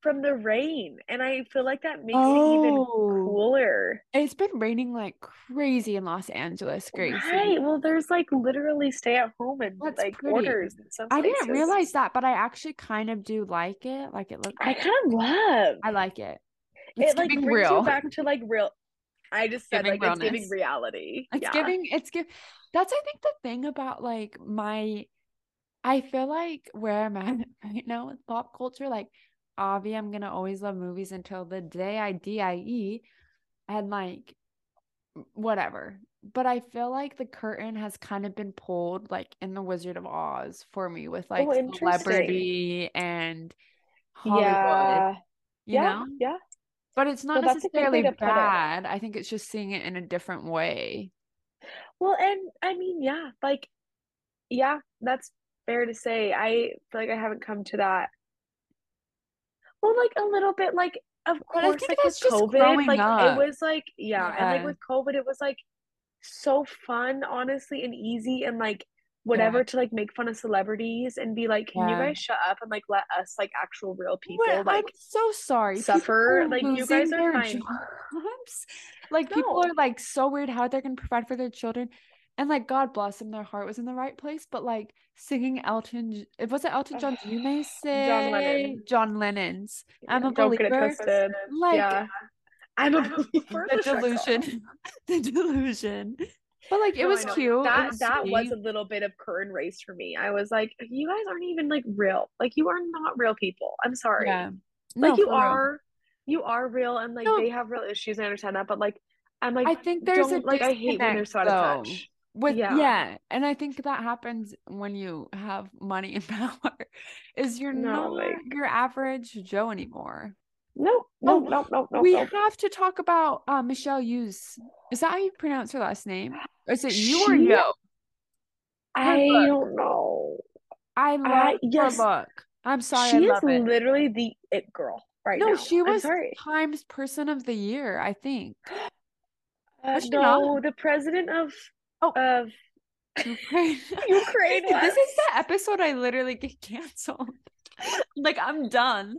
[SPEAKER 2] From the rain. And I feel like that makes it even
[SPEAKER 1] Oh,
[SPEAKER 2] cooler.
[SPEAKER 1] it's been raining like crazy in Los Angeles, Gracie.
[SPEAKER 2] Right. Well, there's like literally stay at home and
[SPEAKER 1] That's
[SPEAKER 2] like
[SPEAKER 1] pretty.
[SPEAKER 2] orders and some
[SPEAKER 1] I didn't
[SPEAKER 2] places.
[SPEAKER 1] realize that, but I actually kind of do like it. Like it looks.
[SPEAKER 2] I kind of love
[SPEAKER 1] I like it. It's
[SPEAKER 2] it. Like
[SPEAKER 1] giving
[SPEAKER 2] brings
[SPEAKER 1] real.
[SPEAKER 2] you back to like real. I just said
[SPEAKER 1] Giving
[SPEAKER 2] like it's
[SPEAKER 1] realness.
[SPEAKER 2] giving reality.
[SPEAKER 1] It's
[SPEAKER 2] yeah.
[SPEAKER 1] giving, it's give. That's, I think, the thing about like my, I feel like where I'm at right now with pop culture, like, Avi, I'm gonna always love movies until the day I die, and like, whatever. But I feel like the curtain has kind of been pulled, like in The Wizard of Oz for me, with like
[SPEAKER 2] Oh, interesting.
[SPEAKER 1] celebrity and Hollywood,
[SPEAKER 2] Yeah.
[SPEAKER 1] you
[SPEAKER 2] yeah.
[SPEAKER 1] know?
[SPEAKER 2] Yeah.
[SPEAKER 1] But it's not
[SPEAKER 2] Well, that's a good
[SPEAKER 1] necessarily
[SPEAKER 2] way to put it.
[SPEAKER 1] bad. I think it's just seeing it in a different way.
[SPEAKER 2] Well, and I mean, yeah, like, yeah, that's fair to say. I feel like I haven't come to that. Well, like a little bit, like of
[SPEAKER 1] But I
[SPEAKER 2] course,
[SPEAKER 1] think
[SPEAKER 2] like with
[SPEAKER 1] that's just
[SPEAKER 2] COVID,
[SPEAKER 1] growing
[SPEAKER 2] like
[SPEAKER 1] up.
[SPEAKER 2] it was like, yeah, and like
[SPEAKER 1] Yeah.
[SPEAKER 2] with COVID, it was like so fun, honestly, and easy, and like whatever to like make fun of celebrities and be like, can you
[SPEAKER 1] Yeah.
[SPEAKER 2] guys shut up and like let us like actual real people
[SPEAKER 1] Well,
[SPEAKER 2] like
[SPEAKER 1] I'm so sorry. People
[SPEAKER 2] suffer,
[SPEAKER 1] are
[SPEAKER 2] like, you
[SPEAKER 1] losing
[SPEAKER 2] guys
[SPEAKER 1] their
[SPEAKER 2] are fine.
[SPEAKER 1] jobs. Like people
[SPEAKER 2] No.
[SPEAKER 1] are like so weird how they're gonna provide for their children. And like God bless them, their heart was in the right place. But like singing Elton, J- it was it Elton John's. You may say
[SPEAKER 2] Lennon.
[SPEAKER 1] John Lennon's. I'm a
[SPEAKER 2] don't get it
[SPEAKER 1] believer.
[SPEAKER 2] twisted.
[SPEAKER 1] Like
[SPEAKER 2] Yeah. I'm a believer.
[SPEAKER 1] the delusion, the delusion. But like it
[SPEAKER 2] No, I
[SPEAKER 1] was
[SPEAKER 2] know.
[SPEAKER 1] cute. it
[SPEAKER 2] That that was
[SPEAKER 1] sweet.
[SPEAKER 2] a little bit of curtain race for me. I was like, you guys aren't even like real. Like you are not real people. I'm sorry.
[SPEAKER 1] Yeah. No,
[SPEAKER 2] Like you
[SPEAKER 1] for real.
[SPEAKER 2] are you are real and like
[SPEAKER 1] No.
[SPEAKER 2] they have real issues. I understand that. But like I'm like
[SPEAKER 1] I think there's a
[SPEAKER 2] don't- like I hate when they're so out of
[SPEAKER 1] disconnect,
[SPEAKER 2] touch.
[SPEAKER 1] with yeah.
[SPEAKER 2] Yeah.
[SPEAKER 1] and i think that happens when you have money and power is you're
[SPEAKER 2] No,
[SPEAKER 1] not
[SPEAKER 2] like-
[SPEAKER 1] your average joe anymore
[SPEAKER 2] No,
[SPEAKER 1] Oh,
[SPEAKER 2] no, no, no, no,
[SPEAKER 1] we
[SPEAKER 2] no.
[SPEAKER 1] have to talk about uh, michelle Yeoh. is that how you pronounce her last name or is it you or
[SPEAKER 2] She-
[SPEAKER 1] yo
[SPEAKER 2] I
[SPEAKER 1] look.
[SPEAKER 2] don't know.
[SPEAKER 1] i love
[SPEAKER 2] yes.
[SPEAKER 1] her look i'm sorry
[SPEAKER 2] She
[SPEAKER 1] i
[SPEAKER 2] is
[SPEAKER 1] love it
[SPEAKER 2] literally the it girl right
[SPEAKER 1] no
[SPEAKER 2] now.
[SPEAKER 1] she
[SPEAKER 2] I'm
[SPEAKER 1] was
[SPEAKER 2] sorry.
[SPEAKER 1] times person of the year i think
[SPEAKER 2] Uh,
[SPEAKER 1] was she not?
[SPEAKER 2] no, the president of
[SPEAKER 1] Oh.
[SPEAKER 2] of
[SPEAKER 1] Ukraine.
[SPEAKER 2] Ukraine
[SPEAKER 1] This is the
[SPEAKER 2] was.
[SPEAKER 1] episode I literally get canceled. like I'm done.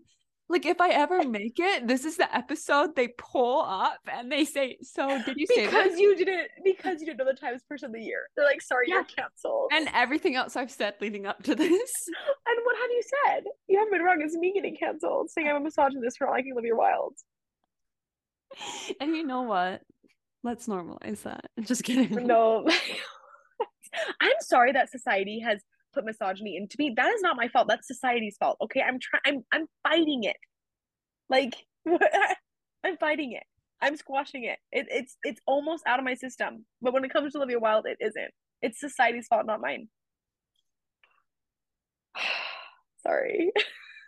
[SPEAKER 1] Like if I ever make it, this is the episode they pull up and they say, "So did you say
[SPEAKER 2] because
[SPEAKER 1] this?"
[SPEAKER 2] you didn't because you didn't know the Times Person of the Year. They're like, sorry,
[SPEAKER 1] Yeah.
[SPEAKER 2] you're canceled.
[SPEAKER 1] And everything else I've said leading up to this.
[SPEAKER 2] And what have you said? You haven't been wrong. It's me getting canceled, saying I'm a misogynist for not liking Olivia Wilde.
[SPEAKER 1] And you know what? Let's normalize that. Just kidding.
[SPEAKER 2] No, I'm sorry that society has put misogyny into me. That is not my fault. That's society's fault. Okay, I'm trying. I'm I'm fighting it. Like I'm fighting it. I'm squashing it. it. It's it's almost out of my system. But when it comes to Olivia Wilde, it isn't. It's society's fault, not mine. Sorry.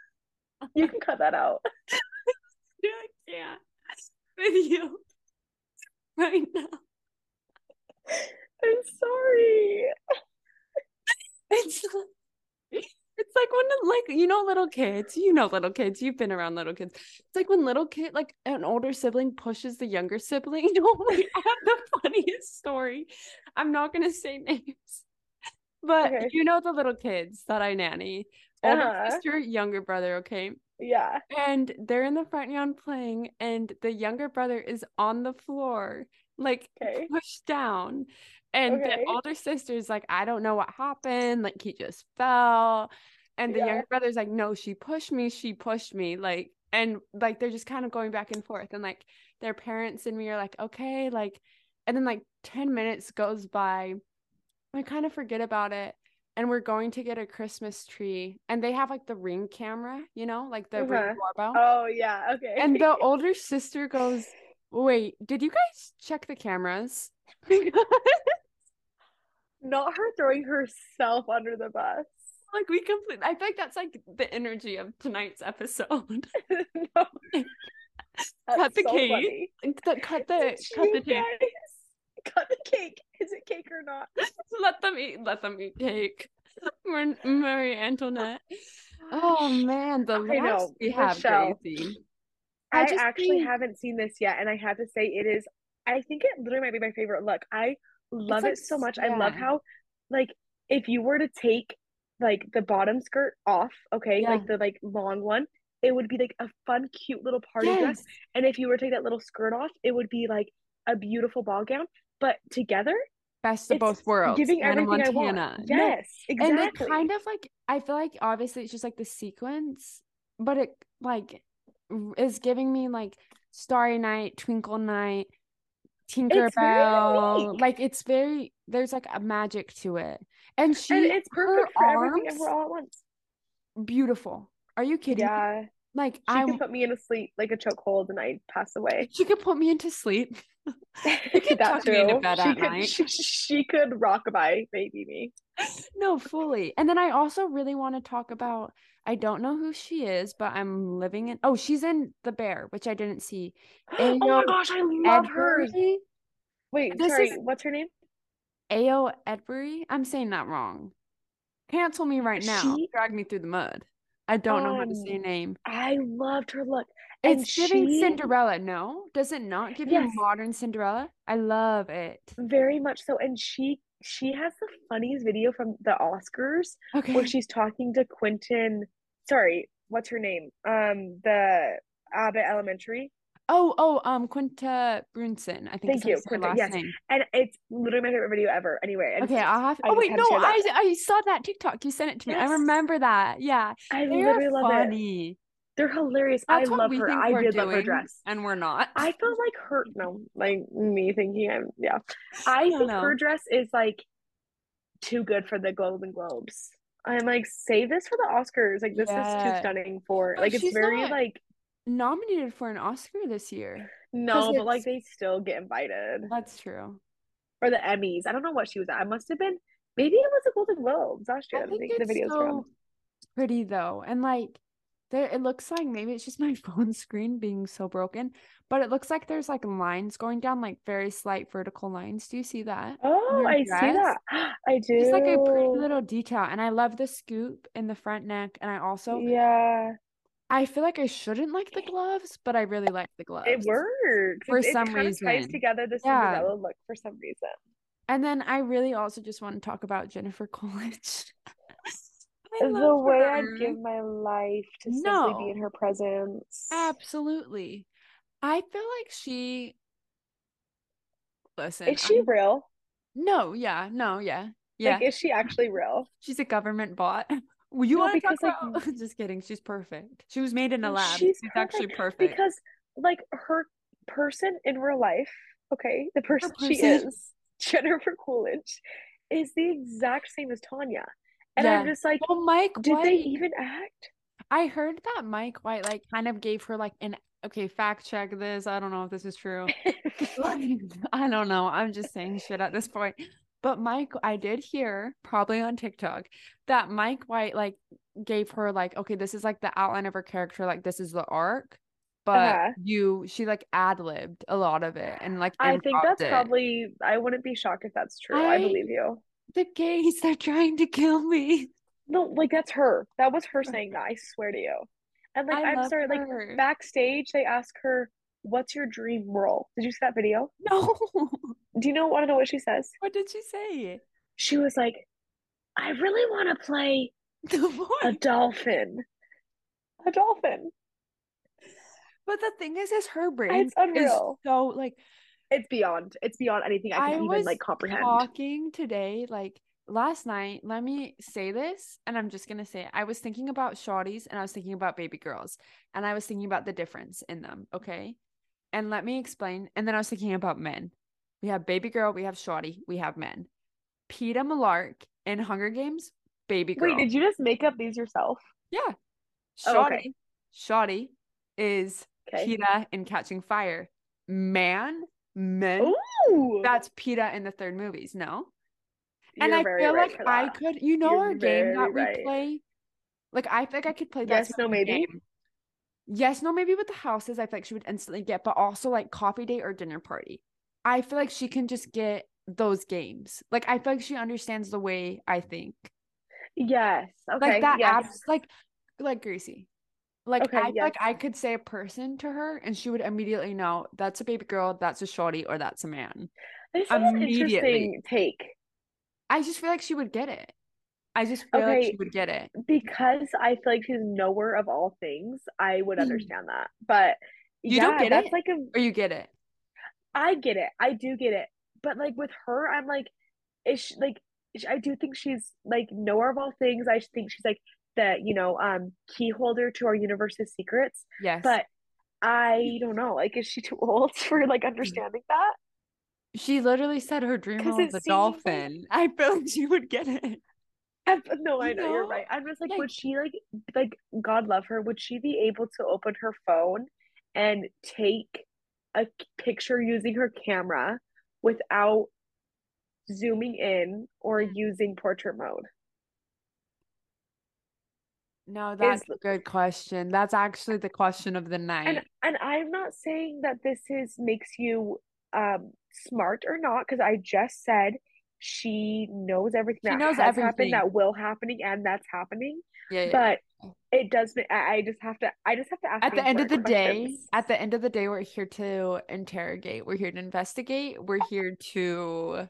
[SPEAKER 2] you can cut that out.
[SPEAKER 1] I can't with you right now.
[SPEAKER 2] I'm sorry.
[SPEAKER 1] It's like, it's like when like you know little kids you know little kids you've been around little kids it's like when little kid like an older sibling pushes the younger sibling oh my, i have the funniest story i'm not gonna say names but
[SPEAKER 2] Okay.
[SPEAKER 1] you know the little kids that i nanny older
[SPEAKER 2] Uh-huh.
[SPEAKER 1] sister younger brother okay
[SPEAKER 2] Yeah.
[SPEAKER 1] and they're in the front yard playing and the younger brother is on the floor like
[SPEAKER 2] Okay.
[SPEAKER 1] pushed down and
[SPEAKER 2] Okay.
[SPEAKER 1] the older sister's like i don't know what happened like he just fell and the
[SPEAKER 2] Yeah.
[SPEAKER 1] younger brother's like no she pushed me she pushed me like and like they're just kind of going back and forth and like their parents and me are like okay like and then like 10 minutes goes by i kind of forget about it and we're going to get a christmas tree and they have like the ring camera you know like the
[SPEAKER 2] Uh-huh.
[SPEAKER 1] ring doorbell
[SPEAKER 2] Oh yeah. Okay.
[SPEAKER 1] and the older sister goes, Wait, did you guys check the cameras? like
[SPEAKER 2] not her throwing herself under the bus.
[SPEAKER 1] we completely I feel like that's like the energy of tonight's episode.
[SPEAKER 2] no.
[SPEAKER 1] Cut the
[SPEAKER 2] so
[SPEAKER 1] cake.
[SPEAKER 2] funny.
[SPEAKER 1] Cut- cut the
[SPEAKER 2] Did
[SPEAKER 1] cut
[SPEAKER 2] you
[SPEAKER 1] the tape.
[SPEAKER 2] guys Cut the cake. Is it cake or not?
[SPEAKER 1] Let them eat let them eat cake. Mar- Marie Antoinette. Oh man, the
[SPEAKER 2] I
[SPEAKER 1] laughs
[SPEAKER 2] know,
[SPEAKER 1] we have
[SPEAKER 2] Michelle.
[SPEAKER 1] Daisy. I
[SPEAKER 2] I,
[SPEAKER 1] just
[SPEAKER 2] actually
[SPEAKER 1] think-
[SPEAKER 2] haven't seen this yet, and I have to say it is. I think it literally might be my favorite look. I love
[SPEAKER 1] like
[SPEAKER 2] it so much. I love
[SPEAKER 1] sad.
[SPEAKER 2] how, like, if you were to take like the bottom skirt off, okay,
[SPEAKER 1] Yeah.
[SPEAKER 2] like the like long one, it would be like a fun, cute little party dress.
[SPEAKER 1] Yes.
[SPEAKER 2] And if you were to take that little skirt off, it would be like a beautiful ball gown. But together,
[SPEAKER 1] Best of
[SPEAKER 2] it's
[SPEAKER 1] both worlds.
[SPEAKER 2] giving
[SPEAKER 1] Hannah
[SPEAKER 2] everything I want.
[SPEAKER 1] Montana. No,
[SPEAKER 2] Yes,
[SPEAKER 1] and
[SPEAKER 2] exactly.
[SPEAKER 1] they kind of like i feel like obviously it's just like the sequence but it like r- is giving me like starry night twinkle night
[SPEAKER 2] very
[SPEAKER 1] tinkerbell
[SPEAKER 2] unique.
[SPEAKER 1] like it's very there's like a magic to it and she
[SPEAKER 2] and it's
[SPEAKER 1] her
[SPEAKER 2] perfect for everything
[SPEAKER 1] arms-
[SPEAKER 2] ever all at once.
[SPEAKER 1] beautiful are you kidding me?
[SPEAKER 2] Yeah, she
[SPEAKER 1] like i
[SPEAKER 2] can put me in a sleep like a chokehold, and I'd pass away.
[SPEAKER 1] she could put me into sleep You could tuck me into bed
[SPEAKER 2] she
[SPEAKER 1] at
[SPEAKER 2] could,
[SPEAKER 1] night.
[SPEAKER 2] She, she could rockabye baby me.
[SPEAKER 1] no fully and then i also really want to talk about i don't know who she is but i'm living in oh she's in the bear which i didn't see
[SPEAKER 2] oh my
[SPEAKER 1] Ayo
[SPEAKER 2] gosh, I love her.
[SPEAKER 1] Edbury?
[SPEAKER 2] Wait,
[SPEAKER 1] This
[SPEAKER 2] sorry,
[SPEAKER 1] is-
[SPEAKER 2] what's her name?
[SPEAKER 1] Ao Edbury. I'm saying that wrong. Cancel me right now.
[SPEAKER 2] She-
[SPEAKER 1] Drag me through the mud. I don't know how to say her
[SPEAKER 2] Um,
[SPEAKER 1] name.
[SPEAKER 2] I loved her look. and
[SPEAKER 1] It's giving
[SPEAKER 2] she-
[SPEAKER 1] Cinderella. No, does it not give
[SPEAKER 2] Yes.
[SPEAKER 1] you modern Cinderella? I love it.
[SPEAKER 2] Very much so. And she she has the funniest video from the Oscars where
[SPEAKER 1] Okay.
[SPEAKER 2] she's talking to Quentin. Sorry, what's her name? Um, the Abbott Elementary.
[SPEAKER 1] Oh, oh, um, Quinta Brunson. I think
[SPEAKER 2] Thank
[SPEAKER 1] is how
[SPEAKER 2] you,
[SPEAKER 1] you say her
[SPEAKER 2] Quinta,
[SPEAKER 1] last
[SPEAKER 2] yes.
[SPEAKER 1] name.
[SPEAKER 2] And it's literally my favorite video ever. Anyway, I, just-
[SPEAKER 1] Okay, I'll have.
[SPEAKER 2] I
[SPEAKER 1] oh
[SPEAKER 2] just
[SPEAKER 1] wait,
[SPEAKER 2] had to
[SPEAKER 1] no,
[SPEAKER 2] share
[SPEAKER 1] I
[SPEAKER 2] that.
[SPEAKER 1] I saw that TikTok. You sent it to me.
[SPEAKER 2] Yes.
[SPEAKER 1] I remember that. Yeah,
[SPEAKER 2] I
[SPEAKER 1] they
[SPEAKER 2] literally
[SPEAKER 1] are
[SPEAKER 2] love it.
[SPEAKER 1] funny.
[SPEAKER 2] They're hilarious.
[SPEAKER 1] That's
[SPEAKER 2] I
[SPEAKER 1] what
[SPEAKER 2] love
[SPEAKER 1] we
[SPEAKER 2] her.
[SPEAKER 1] think
[SPEAKER 2] I
[SPEAKER 1] we're
[SPEAKER 2] did
[SPEAKER 1] doing,
[SPEAKER 2] love her dress.
[SPEAKER 1] and we're not.
[SPEAKER 2] I feel like her no, like me thinking I'm yeah. I
[SPEAKER 1] No,
[SPEAKER 2] think
[SPEAKER 1] no.
[SPEAKER 2] her dress is like too good for the Golden Globes. I'm like, save this for the Oscars. Like this is too
[SPEAKER 1] Yeah.
[SPEAKER 2] stunning for
[SPEAKER 1] But
[SPEAKER 2] like it's
[SPEAKER 1] she's
[SPEAKER 2] very
[SPEAKER 1] not-
[SPEAKER 2] like
[SPEAKER 1] nominated for an Oscar this year.
[SPEAKER 2] no, but like
[SPEAKER 1] it's-
[SPEAKER 2] they still get invited.
[SPEAKER 1] That's true.
[SPEAKER 2] Or the Emmys. I don't know what she was at. I must have been maybe it was the Golden Globes last year.
[SPEAKER 1] I
[SPEAKER 2] that
[SPEAKER 1] think
[SPEAKER 2] the,
[SPEAKER 1] it's
[SPEAKER 2] the videos
[SPEAKER 1] so
[SPEAKER 2] from.
[SPEAKER 1] pretty though, and like there, it looks like maybe it's just my phone screen being so broken, but it looks like there's like lines going down, like very slight vertical lines. Do you see that?
[SPEAKER 2] Oh,
[SPEAKER 1] her
[SPEAKER 2] I see
[SPEAKER 1] dress.
[SPEAKER 2] that. I do.
[SPEAKER 1] Just like a pretty little detail, and I love the scoop in the front neck, and I also
[SPEAKER 2] Yeah,
[SPEAKER 1] I feel like I shouldn't like the gloves, but I really like the gloves.
[SPEAKER 2] it works.
[SPEAKER 1] For
[SPEAKER 2] It- it
[SPEAKER 1] some
[SPEAKER 2] kind of ties
[SPEAKER 1] reason.
[SPEAKER 2] together the
[SPEAKER 1] Yeah.
[SPEAKER 2] Cinderella look for some reason.
[SPEAKER 1] And then I really also just want to talk about Jennifer Coolidge. I
[SPEAKER 2] the
[SPEAKER 1] love
[SPEAKER 2] way
[SPEAKER 1] her.
[SPEAKER 2] I'd give my life to simply be in
[SPEAKER 1] No.
[SPEAKER 2] her presence.
[SPEAKER 1] Absolutely. I feel like she. Listen.
[SPEAKER 2] Is she
[SPEAKER 1] I'm-
[SPEAKER 2] real?
[SPEAKER 1] No, yeah, no, yeah. Yeah.
[SPEAKER 2] Like, is she actually real?
[SPEAKER 1] She's a government bot. Well, you
[SPEAKER 2] No,
[SPEAKER 1] want to talk
[SPEAKER 2] because, like,
[SPEAKER 1] about. Just kidding. She's perfect. She was made in a
[SPEAKER 2] No,
[SPEAKER 1] lab.
[SPEAKER 2] she's
[SPEAKER 1] She's actually perfect.
[SPEAKER 2] Because, like, her person in real life, okay, the person, she
[SPEAKER 1] person.
[SPEAKER 2] is, Jennifer Coolidge, is the exact same as Tanya. And I'm
[SPEAKER 1] Yeah.
[SPEAKER 2] just like,
[SPEAKER 1] well, Mike
[SPEAKER 2] did
[SPEAKER 1] White.
[SPEAKER 2] they even act?
[SPEAKER 1] I heard that Mike White, like, kind of gave her, like, an. Okay, fact check this. I don't know if this is true. Like, I don't know. I'm just saying shit at this point. But Mike, I did hear probably on TikTok that Mike White like gave her like, okay, this is like the outline of her character, like this is the arc, but
[SPEAKER 2] Uh-huh.
[SPEAKER 1] you she like ad libbed a lot of it and like
[SPEAKER 2] I think that's
[SPEAKER 1] improvised it.
[SPEAKER 2] probably, I wouldn't be shocked if that's true. I
[SPEAKER 1] I-
[SPEAKER 2] believe you.
[SPEAKER 1] the gays. They're trying to kill me.
[SPEAKER 2] No, like that's her. That was her saying that. I swear to you. And like
[SPEAKER 1] I
[SPEAKER 2] I'm
[SPEAKER 1] love
[SPEAKER 2] sorry,
[SPEAKER 1] her.
[SPEAKER 2] like backstage they ask her, "What's your dream role?" Did you see that video?
[SPEAKER 1] No.
[SPEAKER 2] Do you know? Want to know what she says?
[SPEAKER 1] what did she say?
[SPEAKER 2] She was like, "I really want to play
[SPEAKER 1] The voice.
[SPEAKER 2] a dolphin." A dolphin.
[SPEAKER 1] But the thing is, is her brain
[SPEAKER 2] It's unreal.
[SPEAKER 1] is so like
[SPEAKER 2] It's beyond. It's beyond anything I
[SPEAKER 1] I
[SPEAKER 2] can even
[SPEAKER 1] was
[SPEAKER 2] like comprehend.
[SPEAKER 1] talking today, like last night. Let me say this, and I'm just gonna say it. I was thinking about shawties and I was thinking about baby girls, and I was thinking about the difference in them. Okay, and let me explain. And then I was thinking about men. We have baby girl, we have shawty, we have men. Peta Malark in Hunger Games, baby girl.
[SPEAKER 2] Wait, did you just make up these yourself?
[SPEAKER 1] Yeah,
[SPEAKER 2] Oh,
[SPEAKER 1] shawty.
[SPEAKER 2] okay.
[SPEAKER 1] Shawty is
[SPEAKER 2] Okay.
[SPEAKER 1] Peta in Catching Fire. Man, men.
[SPEAKER 2] Ooh,
[SPEAKER 1] That's PETA in the third movies, no? and
[SPEAKER 2] you're
[SPEAKER 1] I
[SPEAKER 2] very
[SPEAKER 1] feel
[SPEAKER 2] right
[SPEAKER 1] like
[SPEAKER 2] for
[SPEAKER 1] I
[SPEAKER 2] that.
[SPEAKER 1] could, you know,
[SPEAKER 2] You're
[SPEAKER 1] our game that
[SPEAKER 2] very
[SPEAKER 1] we
[SPEAKER 2] right.
[SPEAKER 1] play. Like I feel like I could play that.
[SPEAKER 2] Yes,
[SPEAKER 1] sort
[SPEAKER 2] no,
[SPEAKER 1] of
[SPEAKER 2] maybe?
[SPEAKER 1] game. Yes, no, maybe with the houses, I feel like she would instantly get, but also like coffee date or dinner party. I feel like she can just get those games. Like I feel like she understands the way I think.
[SPEAKER 2] Yes. Okay.
[SPEAKER 1] Like that
[SPEAKER 2] yes.
[SPEAKER 1] abs like like Greasy. Like
[SPEAKER 2] Okay,
[SPEAKER 1] I feel like
[SPEAKER 2] yes.
[SPEAKER 1] I could say a person to her and she would immediately know that's a baby girl, that's a shorty, or that's a man.
[SPEAKER 2] This is an
[SPEAKER 1] Immediately.
[SPEAKER 2] interesting take
[SPEAKER 1] I just feel like she would get it. I just feel like she
[SPEAKER 2] Okay.
[SPEAKER 1] would get it.
[SPEAKER 2] because I feel like she's knower of all things. I would understand that, but
[SPEAKER 1] Hmm. You
[SPEAKER 2] yeah,
[SPEAKER 1] don't get
[SPEAKER 2] that's
[SPEAKER 1] it?
[SPEAKER 2] like a.
[SPEAKER 1] Or you get it.
[SPEAKER 2] I get it. I do get it, but like with her, I'm like, is she, like sh- I do think she's like knower of all things. I think she's like the you know um key holder to our universe's secrets,
[SPEAKER 1] Yes.
[SPEAKER 2] but. I don't know. Like, is she too old for like understanding that?
[SPEAKER 1] she literally said her dream
[SPEAKER 2] 'Cause
[SPEAKER 1] role
[SPEAKER 2] it
[SPEAKER 1] was a
[SPEAKER 2] seems like-
[SPEAKER 1] dolphin. I feel like she would get it.
[SPEAKER 2] i no, I
[SPEAKER 1] You
[SPEAKER 2] know you're
[SPEAKER 1] know?
[SPEAKER 2] right. I'm just like,
[SPEAKER 1] Like-
[SPEAKER 2] would she like, like God love her? Would she be able to open her phone and take a c- picture using her camera without zooming in or
[SPEAKER 1] Mm-hmm.
[SPEAKER 2] using portrait mode?
[SPEAKER 1] No, that's
[SPEAKER 2] Is-
[SPEAKER 1] a good question. That's actually the question of the
[SPEAKER 2] And
[SPEAKER 1] night.
[SPEAKER 2] and I'm not saying that this is makes you um smart or not, because I just said she knows everything
[SPEAKER 1] She
[SPEAKER 2] that
[SPEAKER 1] knows
[SPEAKER 2] has
[SPEAKER 1] everything.
[SPEAKER 2] happened, that will happening, and that's happening.
[SPEAKER 1] yeah, yeah, yeah.
[SPEAKER 2] But it does. ma- I I just have to. I just have to ask.
[SPEAKER 1] at the end of the
[SPEAKER 2] important
[SPEAKER 1] day,
[SPEAKER 2] questions.
[SPEAKER 1] at the end of the day, we're here to interrogate. We're here to investigate. We're here to,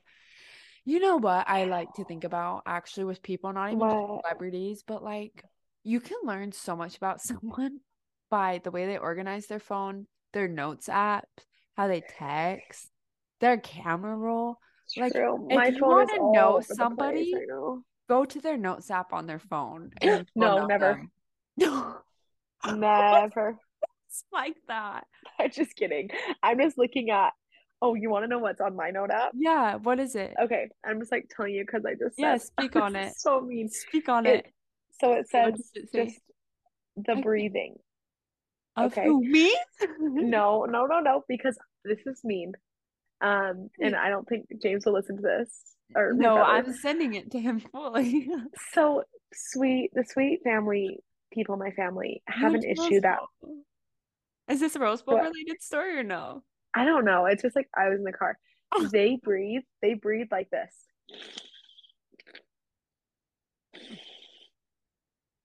[SPEAKER 1] you know what I like to think about actually with people, not even just
[SPEAKER 2] What?
[SPEAKER 1] celebrities, but like you can learn so much about someone by the way they organize their phone, their notes app, how they text, their camera roll. Like,
[SPEAKER 2] True.
[SPEAKER 1] if
[SPEAKER 2] My
[SPEAKER 1] you
[SPEAKER 2] phone is
[SPEAKER 1] wanna
[SPEAKER 2] all
[SPEAKER 1] know
[SPEAKER 2] over the place
[SPEAKER 1] somebody,
[SPEAKER 2] right now.
[SPEAKER 1] Go to their notes app on their phone and you'll
[SPEAKER 2] No,
[SPEAKER 1] know
[SPEAKER 2] never.
[SPEAKER 1] them. No,
[SPEAKER 2] Never.
[SPEAKER 1] it's like that.
[SPEAKER 2] I'm just kidding. I'm just looking at. Oh, you want to know what's on my note app?
[SPEAKER 1] Yeah, what is it?
[SPEAKER 2] Okay, I'm just like telling you because I just
[SPEAKER 1] Yeah,
[SPEAKER 2] said.
[SPEAKER 1] speak
[SPEAKER 2] This
[SPEAKER 1] on
[SPEAKER 2] is
[SPEAKER 1] it.
[SPEAKER 2] So mean.
[SPEAKER 1] Speak on
[SPEAKER 2] It-
[SPEAKER 1] it.
[SPEAKER 2] So it
[SPEAKER 1] What
[SPEAKER 2] says
[SPEAKER 1] does it say?
[SPEAKER 2] just the
[SPEAKER 1] I-
[SPEAKER 2] breathing.
[SPEAKER 1] Of
[SPEAKER 2] okay.
[SPEAKER 1] who, me?
[SPEAKER 2] No, no, no, no. Because this is mean. Um, and I don't think James will listen to this or
[SPEAKER 1] No,
[SPEAKER 2] whoever.
[SPEAKER 1] I'm sending it to him fully.
[SPEAKER 2] so sweet. The sweet family people, in my family, have
[SPEAKER 1] You
[SPEAKER 2] an
[SPEAKER 1] chose
[SPEAKER 2] issue that
[SPEAKER 1] Rose Bowl. Is this a Rose Bowl
[SPEAKER 2] What?
[SPEAKER 1] related story or no?
[SPEAKER 2] I don't know. It's just like I was in the car.
[SPEAKER 1] Oh.
[SPEAKER 2] They breathe. They breathe like this.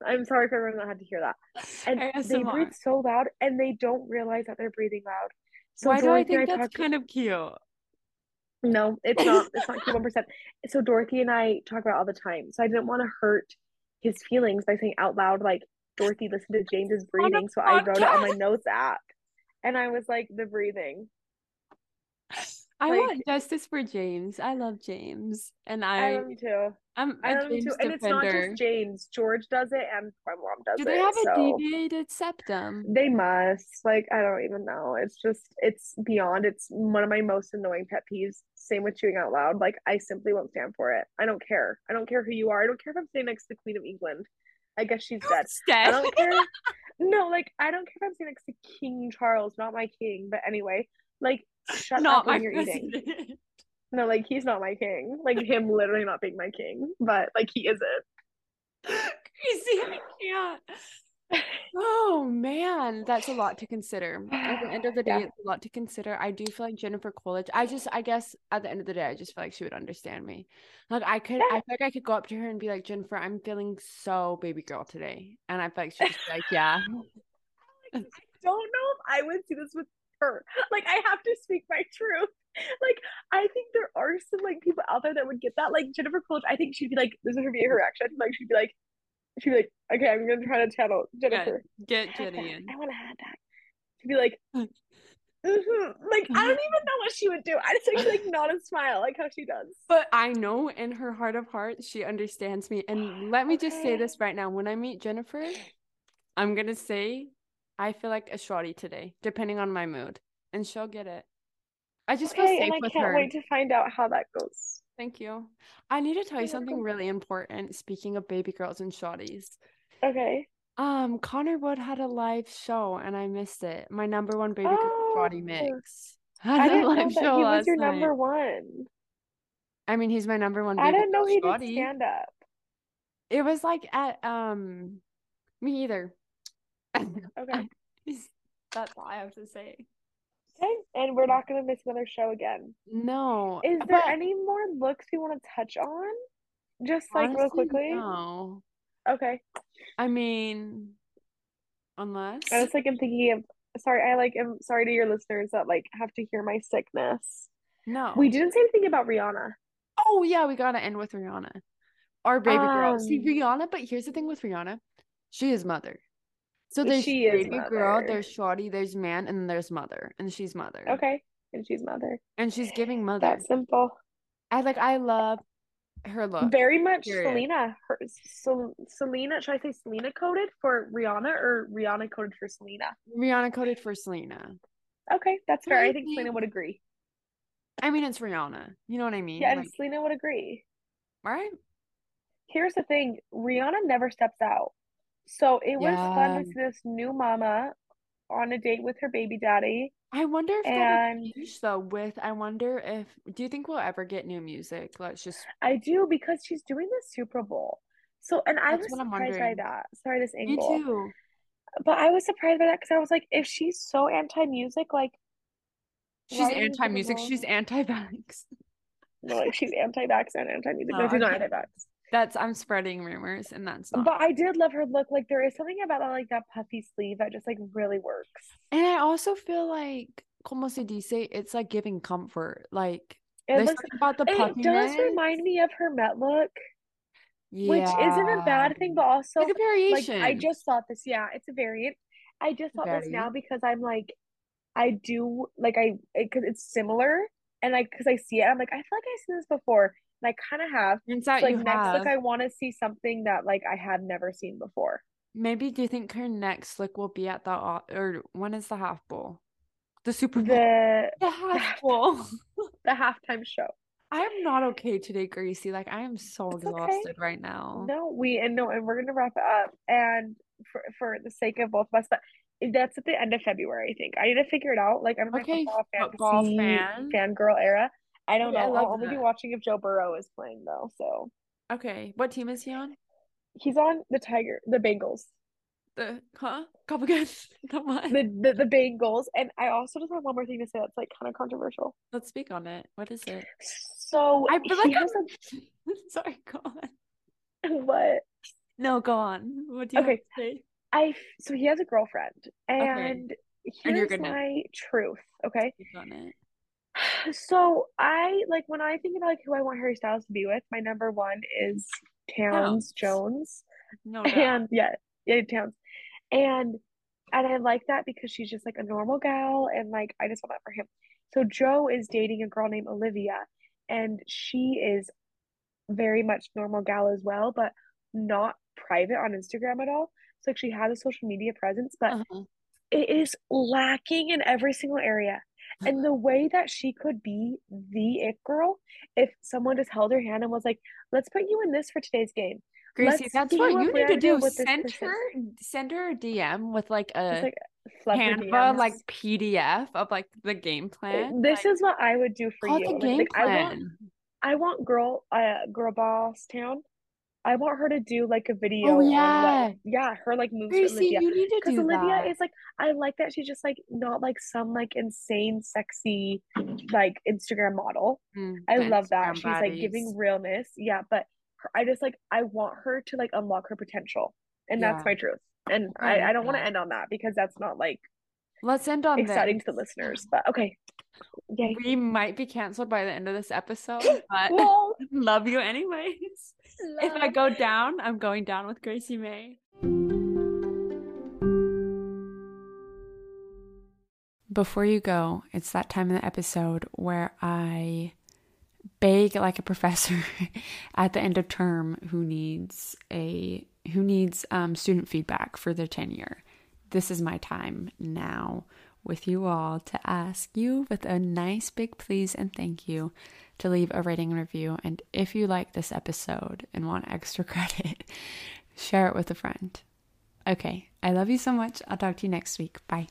[SPEAKER 2] I'm sorry for everyone that had to hear that. And they
[SPEAKER 1] ASMR.
[SPEAKER 2] breathe so loud, and they don't realize that they're breathing loud. So
[SPEAKER 1] Why do I
[SPEAKER 2] Dorothy
[SPEAKER 1] think
[SPEAKER 2] and I
[SPEAKER 1] that's
[SPEAKER 2] talked-
[SPEAKER 1] kind of cute?
[SPEAKER 2] No, it's not. It's not one percent. So Dorothy and I talk about it all the time. So I didn't want to hurt his feelings by saying out loud, like Dorothy, listen to James's
[SPEAKER 1] On a
[SPEAKER 2] breathing. So I wrote it on my
[SPEAKER 1] podcast.
[SPEAKER 2] notes app, and I was like, the breathing.
[SPEAKER 1] I
[SPEAKER 2] Like-
[SPEAKER 1] want justice for James. I love James, and
[SPEAKER 2] I
[SPEAKER 1] I
[SPEAKER 2] love you too.
[SPEAKER 1] I'm
[SPEAKER 2] I
[SPEAKER 1] a
[SPEAKER 2] love him
[SPEAKER 1] James
[SPEAKER 2] too. And it's not
[SPEAKER 1] defender.
[SPEAKER 2] just James. George does it and my mom does
[SPEAKER 1] Do they
[SPEAKER 2] it.
[SPEAKER 1] have a
[SPEAKER 2] so
[SPEAKER 1] deviated septum?
[SPEAKER 2] they must. Like, I don't even know. It's just, it's beyond. It's one of my most annoying pet peeves. Same with chewing out loud. Like, I simply won't stand for it. I don't care. I don't care who you are. I don't care if I'm sitting next to the Queen of England. I guess she's dead. I
[SPEAKER 1] Dead.
[SPEAKER 2] don't care. No, like, I don't care if I'm sitting next to King Charles, not my king. But anyway, like, shut
[SPEAKER 1] Not
[SPEAKER 2] up
[SPEAKER 1] my
[SPEAKER 2] when you're eating.
[SPEAKER 1] president.
[SPEAKER 2] No, like, he's not my king. Like, him literally not being my king. But, like, he isn't.
[SPEAKER 1] Crazy, I can't. Oh man, that's a lot to consider. At the end of the day,
[SPEAKER 4] Yeah.
[SPEAKER 1] it's a lot to consider. I do feel like Jennifer Coolidge. I just, I guess, at the end of the day, I just feel like she would understand me. Like I could, I
[SPEAKER 4] Yeah.
[SPEAKER 1] feel like I could go up to her and be like, Jennifer, I'm feeling so baby girl today, and I feel like she'd just be like, yeah,
[SPEAKER 4] I don't know if I would do this with her. Like, I have to speak my truth. Like, I think there are some like people out there that would get that. Like Jennifer Coolidge, I think she'd be like, this would be her reaction. Like, she'd be like, she'd be like, okay, I'm gonna try to channel Jennifer.
[SPEAKER 1] get
[SPEAKER 2] Add that.
[SPEAKER 1] Jenny in.
[SPEAKER 2] I want to add that.
[SPEAKER 4] She'd be like, "Mhm." like I don't even know what she would do. I just think she'd like nod and smile like how she does.
[SPEAKER 1] But I know in her heart of hearts, she understands me. And let me just say
[SPEAKER 2] Okay.
[SPEAKER 1] this right now: when I meet Jennifer, I'm gonna say, I feel like a shawty today, depending on my mood, and she'll get it. I just feel
[SPEAKER 2] Okay,
[SPEAKER 1] safe
[SPEAKER 2] and I
[SPEAKER 1] with
[SPEAKER 2] can't
[SPEAKER 1] her.
[SPEAKER 2] wait to find out how that goes.
[SPEAKER 1] Thank you. I need to tell you
[SPEAKER 4] You're
[SPEAKER 1] something
[SPEAKER 4] welcome.
[SPEAKER 1] really important. Speaking of baby girls and shawties,
[SPEAKER 2] Okay.
[SPEAKER 1] um, Connor Wood had a live show and I missed it. My number one baby girl shawty
[SPEAKER 2] Oh.
[SPEAKER 1] mix had
[SPEAKER 2] I
[SPEAKER 1] a
[SPEAKER 2] didn't know
[SPEAKER 1] live
[SPEAKER 2] that
[SPEAKER 1] show
[SPEAKER 2] he was
[SPEAKER 1] last
[SPEAKER 2] your
[SPEAKER 1] night.
[SPEAKER 2] number one.
[SPEAKER 1] I mean, he's my number one
[SPEAKER 2] I
[SPEAKER 1] baby
[SPEAKER 2] didn't know
[SPEAKER 1] girl
[SPEAKER 2] he did
[SPEAKER 1] shawty.
[SPEAKER 2] stand up.
[SPEAKER 1] It was like at um, me either.
[SPEAKER 2] Okay.
[SPEAKER 1] That's all I have to say.
[SPEAKER 2] Okay. And we're not going to miss another show again.
[SPEAKER 1] No,
[SPEAKER 2] Is there
[SPEAKER 1] but
[SPEAKER 2] any more looks we want to touch on? Just like real
[SPEAKER 1] honestly,
[SPEAKER 2] quickly?
[SPEAKER 1] no.
[SPEAKER 2] Okay.
[SPEAKER 1] I mean, unless
[SPEAKER 2] I was like, I'm thinking of, sorry, I like, am sorry to your listeners that like have to hear my sickness.
[SPEAKER 1] no.
[SPEAKER 4] We didn't say anything about Rihanna.
[SPEAKER 1] Oh yeah, we gotta end with Rihanna. Our baby girl. See
[SPEAKER 2] Um,
[SPEAKER 1] Rihanna, but here's the thing with Rihanna. She is mother. So
[SPEAKER 2] But
[SPEAKER 1] there's
[SPEAKER 2] she is
[SPEAKER 1] baby girl,
[SPEAKER 2] mother.
[SPEAKER 1] there's shorty, there's man, and then there's mother. And she's mother.
[SPEAKER 2] Okay. And she's mother.
[SPEAKER 1] And she's giving mother.
[SPEAKER 2] That simple.
[SPEAKER 1] I like I love her look.
[SPEAKER 2] Very much
[SPEAKER 1] period.
[SPEAKER 2] Selena. Her,
[SPEAKER 4] So Selena, should I say Selena coded for Rihanna or Rihanna coded for Selena?
[SPEAKER 1] Rihanna coded for Selena.
[SPEAKER 2] okay. That's
[SPEAKER 4] Fair,
[SPEAKER 2] fair.
[SPEAKER 4] I
[SPEAKER 2] I
[SPEAKER 4] think
[SPEAKER 1] Mhm.
[SPEAKER 4] Selena would agree.
[SPEAKER 1] I mean it's Rihanna. You know what I mean?
[SPEAKER 2] Yeah. And
[SPEAKER 1] Like,
[SPEAKER 2] Selena would agree.
[SPEAKER 1] right?
[SPEAKER 2] here's the thing, Rihanna never steps out. So it was
[SPEAKER 1] Yeah.
[SPEAKER 2] fun to see this new mama on a date with her baby daddy.
[SPEAKER 1] I wonder if that would
[SPEAKER 2] And-
[SPEAKER 1] change though with I wonder if do you think we'll ever get new music? Let's just
[SPEAKER 2] I do because she's doing the Super Bowl. So and I
[SPEAKER 1] That's
[SPEAKER 2] was
[SPEAKER 1] what I'm
[SPEAKER 2] surprised by
[SPEAKER 1] wondering.
[SPEAKER 2] that. Sorry, this
[SPEAKER 1] me
[SPEAKER 2] angle.
[SPEAKER 1] too.
[SPEAKER 2] But I was surprised by that because I was like, if she's so anti-music, like
[SPEAKER 1] She's
[SPEAKER 2] Why are you gonna
[SPEAKER 1] anti-music,
[SPEAKER 2] roll?
[SPEAKER 1] she's anti-vax.
[SPEAKER 2] no, like she's anti-vax and anti-music.
[SPEAKER 1] No,
[SPEAKER 2] No, she's not
[SPEAKER 1] okay.
[SPEAKER 2] anti-vax.
[SPEAKER 1] That's I'm spreading rumors, and that's not.
[SPEAKER 2] But I did love her look. Like there is something about that, like that puffy sleeve that just like really works.
[SPEAKER 1] and I also feel like, como se dice, it's like giving comfort. Like
[SPEAKER 2] It
[SPEAKER 1] there's
[SPEAKER 2] looks
[SPEAKER 1] something about the
[SPEAKER 2] it does
[SPEAKER 1] puffiness.
[SPEAKER 2] remind me of her Met look, which isn't a bad thing, but
[SPEAKER 1] Yeah.
[SPEAKER 2] also
[SPEAKER 1] like a
[SPEAKER 2] like
[SPEAKER 1] variation.
[SPEAKER 2] I just thought this. Yeah, it's a variant. I just thought this now
[SPEAKER 1] variant.
[SPEAKER 2] because I'm like, I do like I because it's similar and like because I see it, I'm like I feel like I've seen this before and I kind of have.
[SPEAKER 1] turns out
[SPEAKER 2] So, like
[SPEAKER 1] you
[SPEAKER 2] next
[SPEAKER 1] have.
[SPEAKER 2] look, I want to see something that like I have never seen before.
[SPEAKER 1] Maybe do you think her next look will be at the au- or when is the half bowl? The Super Bowl.
[SPEAKER 2] The
[SPEAKER 1] The half bowl.
[SPEAKER 2] the halftime show.
[SPEAKER 1] I am not okay today, Gracie. Like I am so
[SPEAKER 2] It's okay.
[SPEAKER 1] exhausted right now.
[SPEAKER 2] No, we and no, and we're gonna wrap it up and for for the sake of both of us, but that's at the end of February, I think. I need to figure it out. Like I'm in my
[SPEAKER 1] Okay,
[SPEAKER 2] football
[SPEAKER 1] football
[SPEAKER 2] fantasy
[SPEAKER 1] fan.
[SPEAKER 2] fangirl era. I don't
[SPEAKER 1] Okay, I
[SPEAKER 2] know.
[SPEAKER 1] love
[SPEAKER 2] I'll only be
[SPEAKER 1] that.
[SPEAKER 2] watching if Joe Burrow is playing though. So
[SPEAKER 1] Okay, what team is he on?
[SPEAKER 2] he's on the Tiger, the Bengals,
[SPEAKER 1] The huh? Come again? Come on.
[SPEAKER 2] the the, the Bengals. And I also just have one more thing to say that's like kind of controversial.
[SPEAKER 1] Let's speak on it. What is it?
[SPEAKER 2] So
[SPEAKER 1] I feel like
[SPEAKER 2] he Oh, has
[SPEAKER 1] I'm- sorry, go on.
[SPEAKER 2] a what?
[SPEAKER 1] No, go on. What do you have
[SPEAKER 2] Okay.
[SPEAKER 1] to say?
[SPEAKER 2] I so he has a girlfriend, and
[SPEAKER 1] And you're
[SPEAKER 2] here's
[SPEAKER 1] gonna-
[SPEAKER 2] my truth. Okay.
[SPEAKER 1] Speak on it.
[SPEAKER 2] So I like when I think about like who I want Harry Styles to be with, my number one is Towns
[SPEAKER 1] Towns. Oh,
[SPEAKER 2] Jones.
[SPEAKER 1] No doubt.
[SPEAKER 2] And yeah, yeah, Towns. And and I like that because she's just like a normal gal and like I just want that for him. So Joe is dating a girl named Olivia and she is very much normal gal as well, but not private on Instagram at all. So like she has a social media presence, but
[SPEAKER 1] Uh-huh.
[SPEAKER 2] it is lacking in every single area. And the way that she could be the it girl, if someone just held her hand and was like, "Let's put you in this for today's game,"
[SPEAKER 1] Gracie,
[SPEAKER 2] let's
[SPEAKER 1] that's
[SPEAKER 2] see
[SPEAKER 1] what
[SPEAKER 2] what
[SPEAKER 1] you
[SPEAKER 2] we're
[SPEAKER 1] need to
[SPEAKER 2] gonna do
[SPEAKER 1] do.
[SPEAKER 2] with this
[SPEAKER 1] Send
[SPEAKER 2] person.
[SPEAKER 1] her send her a DM with like
[SPEAKER 2] Just
[SPEAKER 1] a
[SPEAKER 2] like fluff her
[SPEAKER 1] Canva like
[SPEAKER 2] DMs.
[SPEAKER 1] PDF of like the game plan.
[SPEAKER 2] this
[SPEAKER 1] like,
[SPEAKER 2] is what I would do for
[SPEAKER 1] call it
[SPEAKER 2] you.
[SPEAKER 1] the
[SPEAKER 2] Like-
[SPEAKER 1] game
[SPEAKER 2] like, I want,
[SPEAKER 1] plan.
[SPEAKER 2] I want girl, uh, girl boss town. I want her to do like a video.
[SPEAKER 1] Oh,
[SPEAKER 2] on, like-
[SPEAKER 1] yeah.
[SPEAKER 2] yeah, her like moves for
[SPEAKER 1] Gracie,
[SPEAKER 2] Olivia
[SPEAKER 1] you need to
[SPEAKER 2] because
[SPEAKER 1] do
[SPEAKER 2] Olivia
[SPEAKER 1] that.
[SPEAKER 2] is like I like that she's just like not like some like insane sexy like Instagram model.
[SPEAKER 1] Mm,
[SPEAKER 2] I
[SPEAKER 1] the
[SPEAKER 2] love that
[SPEAKER 1] Instagram
[SPEAKER 2] she's like
[SPEAKER 1] bodies.
[SPEAKER 2] giving realness. Yeah, but her, I just like I want her to like unlock her potential, and
[SPEAKER 1] Yeah.
[SPEAKER 2] that's my truth. And
[SPEAKER 1] I
[SPEAKER 2] I,
[SPEAKER 1] love
[SPEAKER 2] I don't want to
[SPEAKER 1] that.
[SPEAKER 2] end on that because that's not like
[SPEAKER 1] Let's end on
[SPEAKER 2] exciting
[SPEAKER 1] this.
[SPEAKER 2] to the listeners. But okay, yay.
[SPEAKER 1] We might be canceled by the end of this episode, but
[SPEAKER 2] Well,
[SPEAKER 1] love you anyways. If I
[SPEAKER 2] love.
[SPEAKER 1] go down, I'm going down with Gracie May. Before you go, it's that time in the episode where I beg like a professor at the end of term who needs a who needs um, student feedback for their tenure. This is my time now with you all to ask you with a nice big please and thank you to leave a rating and review. And if you like this episode and want extra credit, share it with a friend. Okay, I love you so much. I'll talk to you next week. Bye.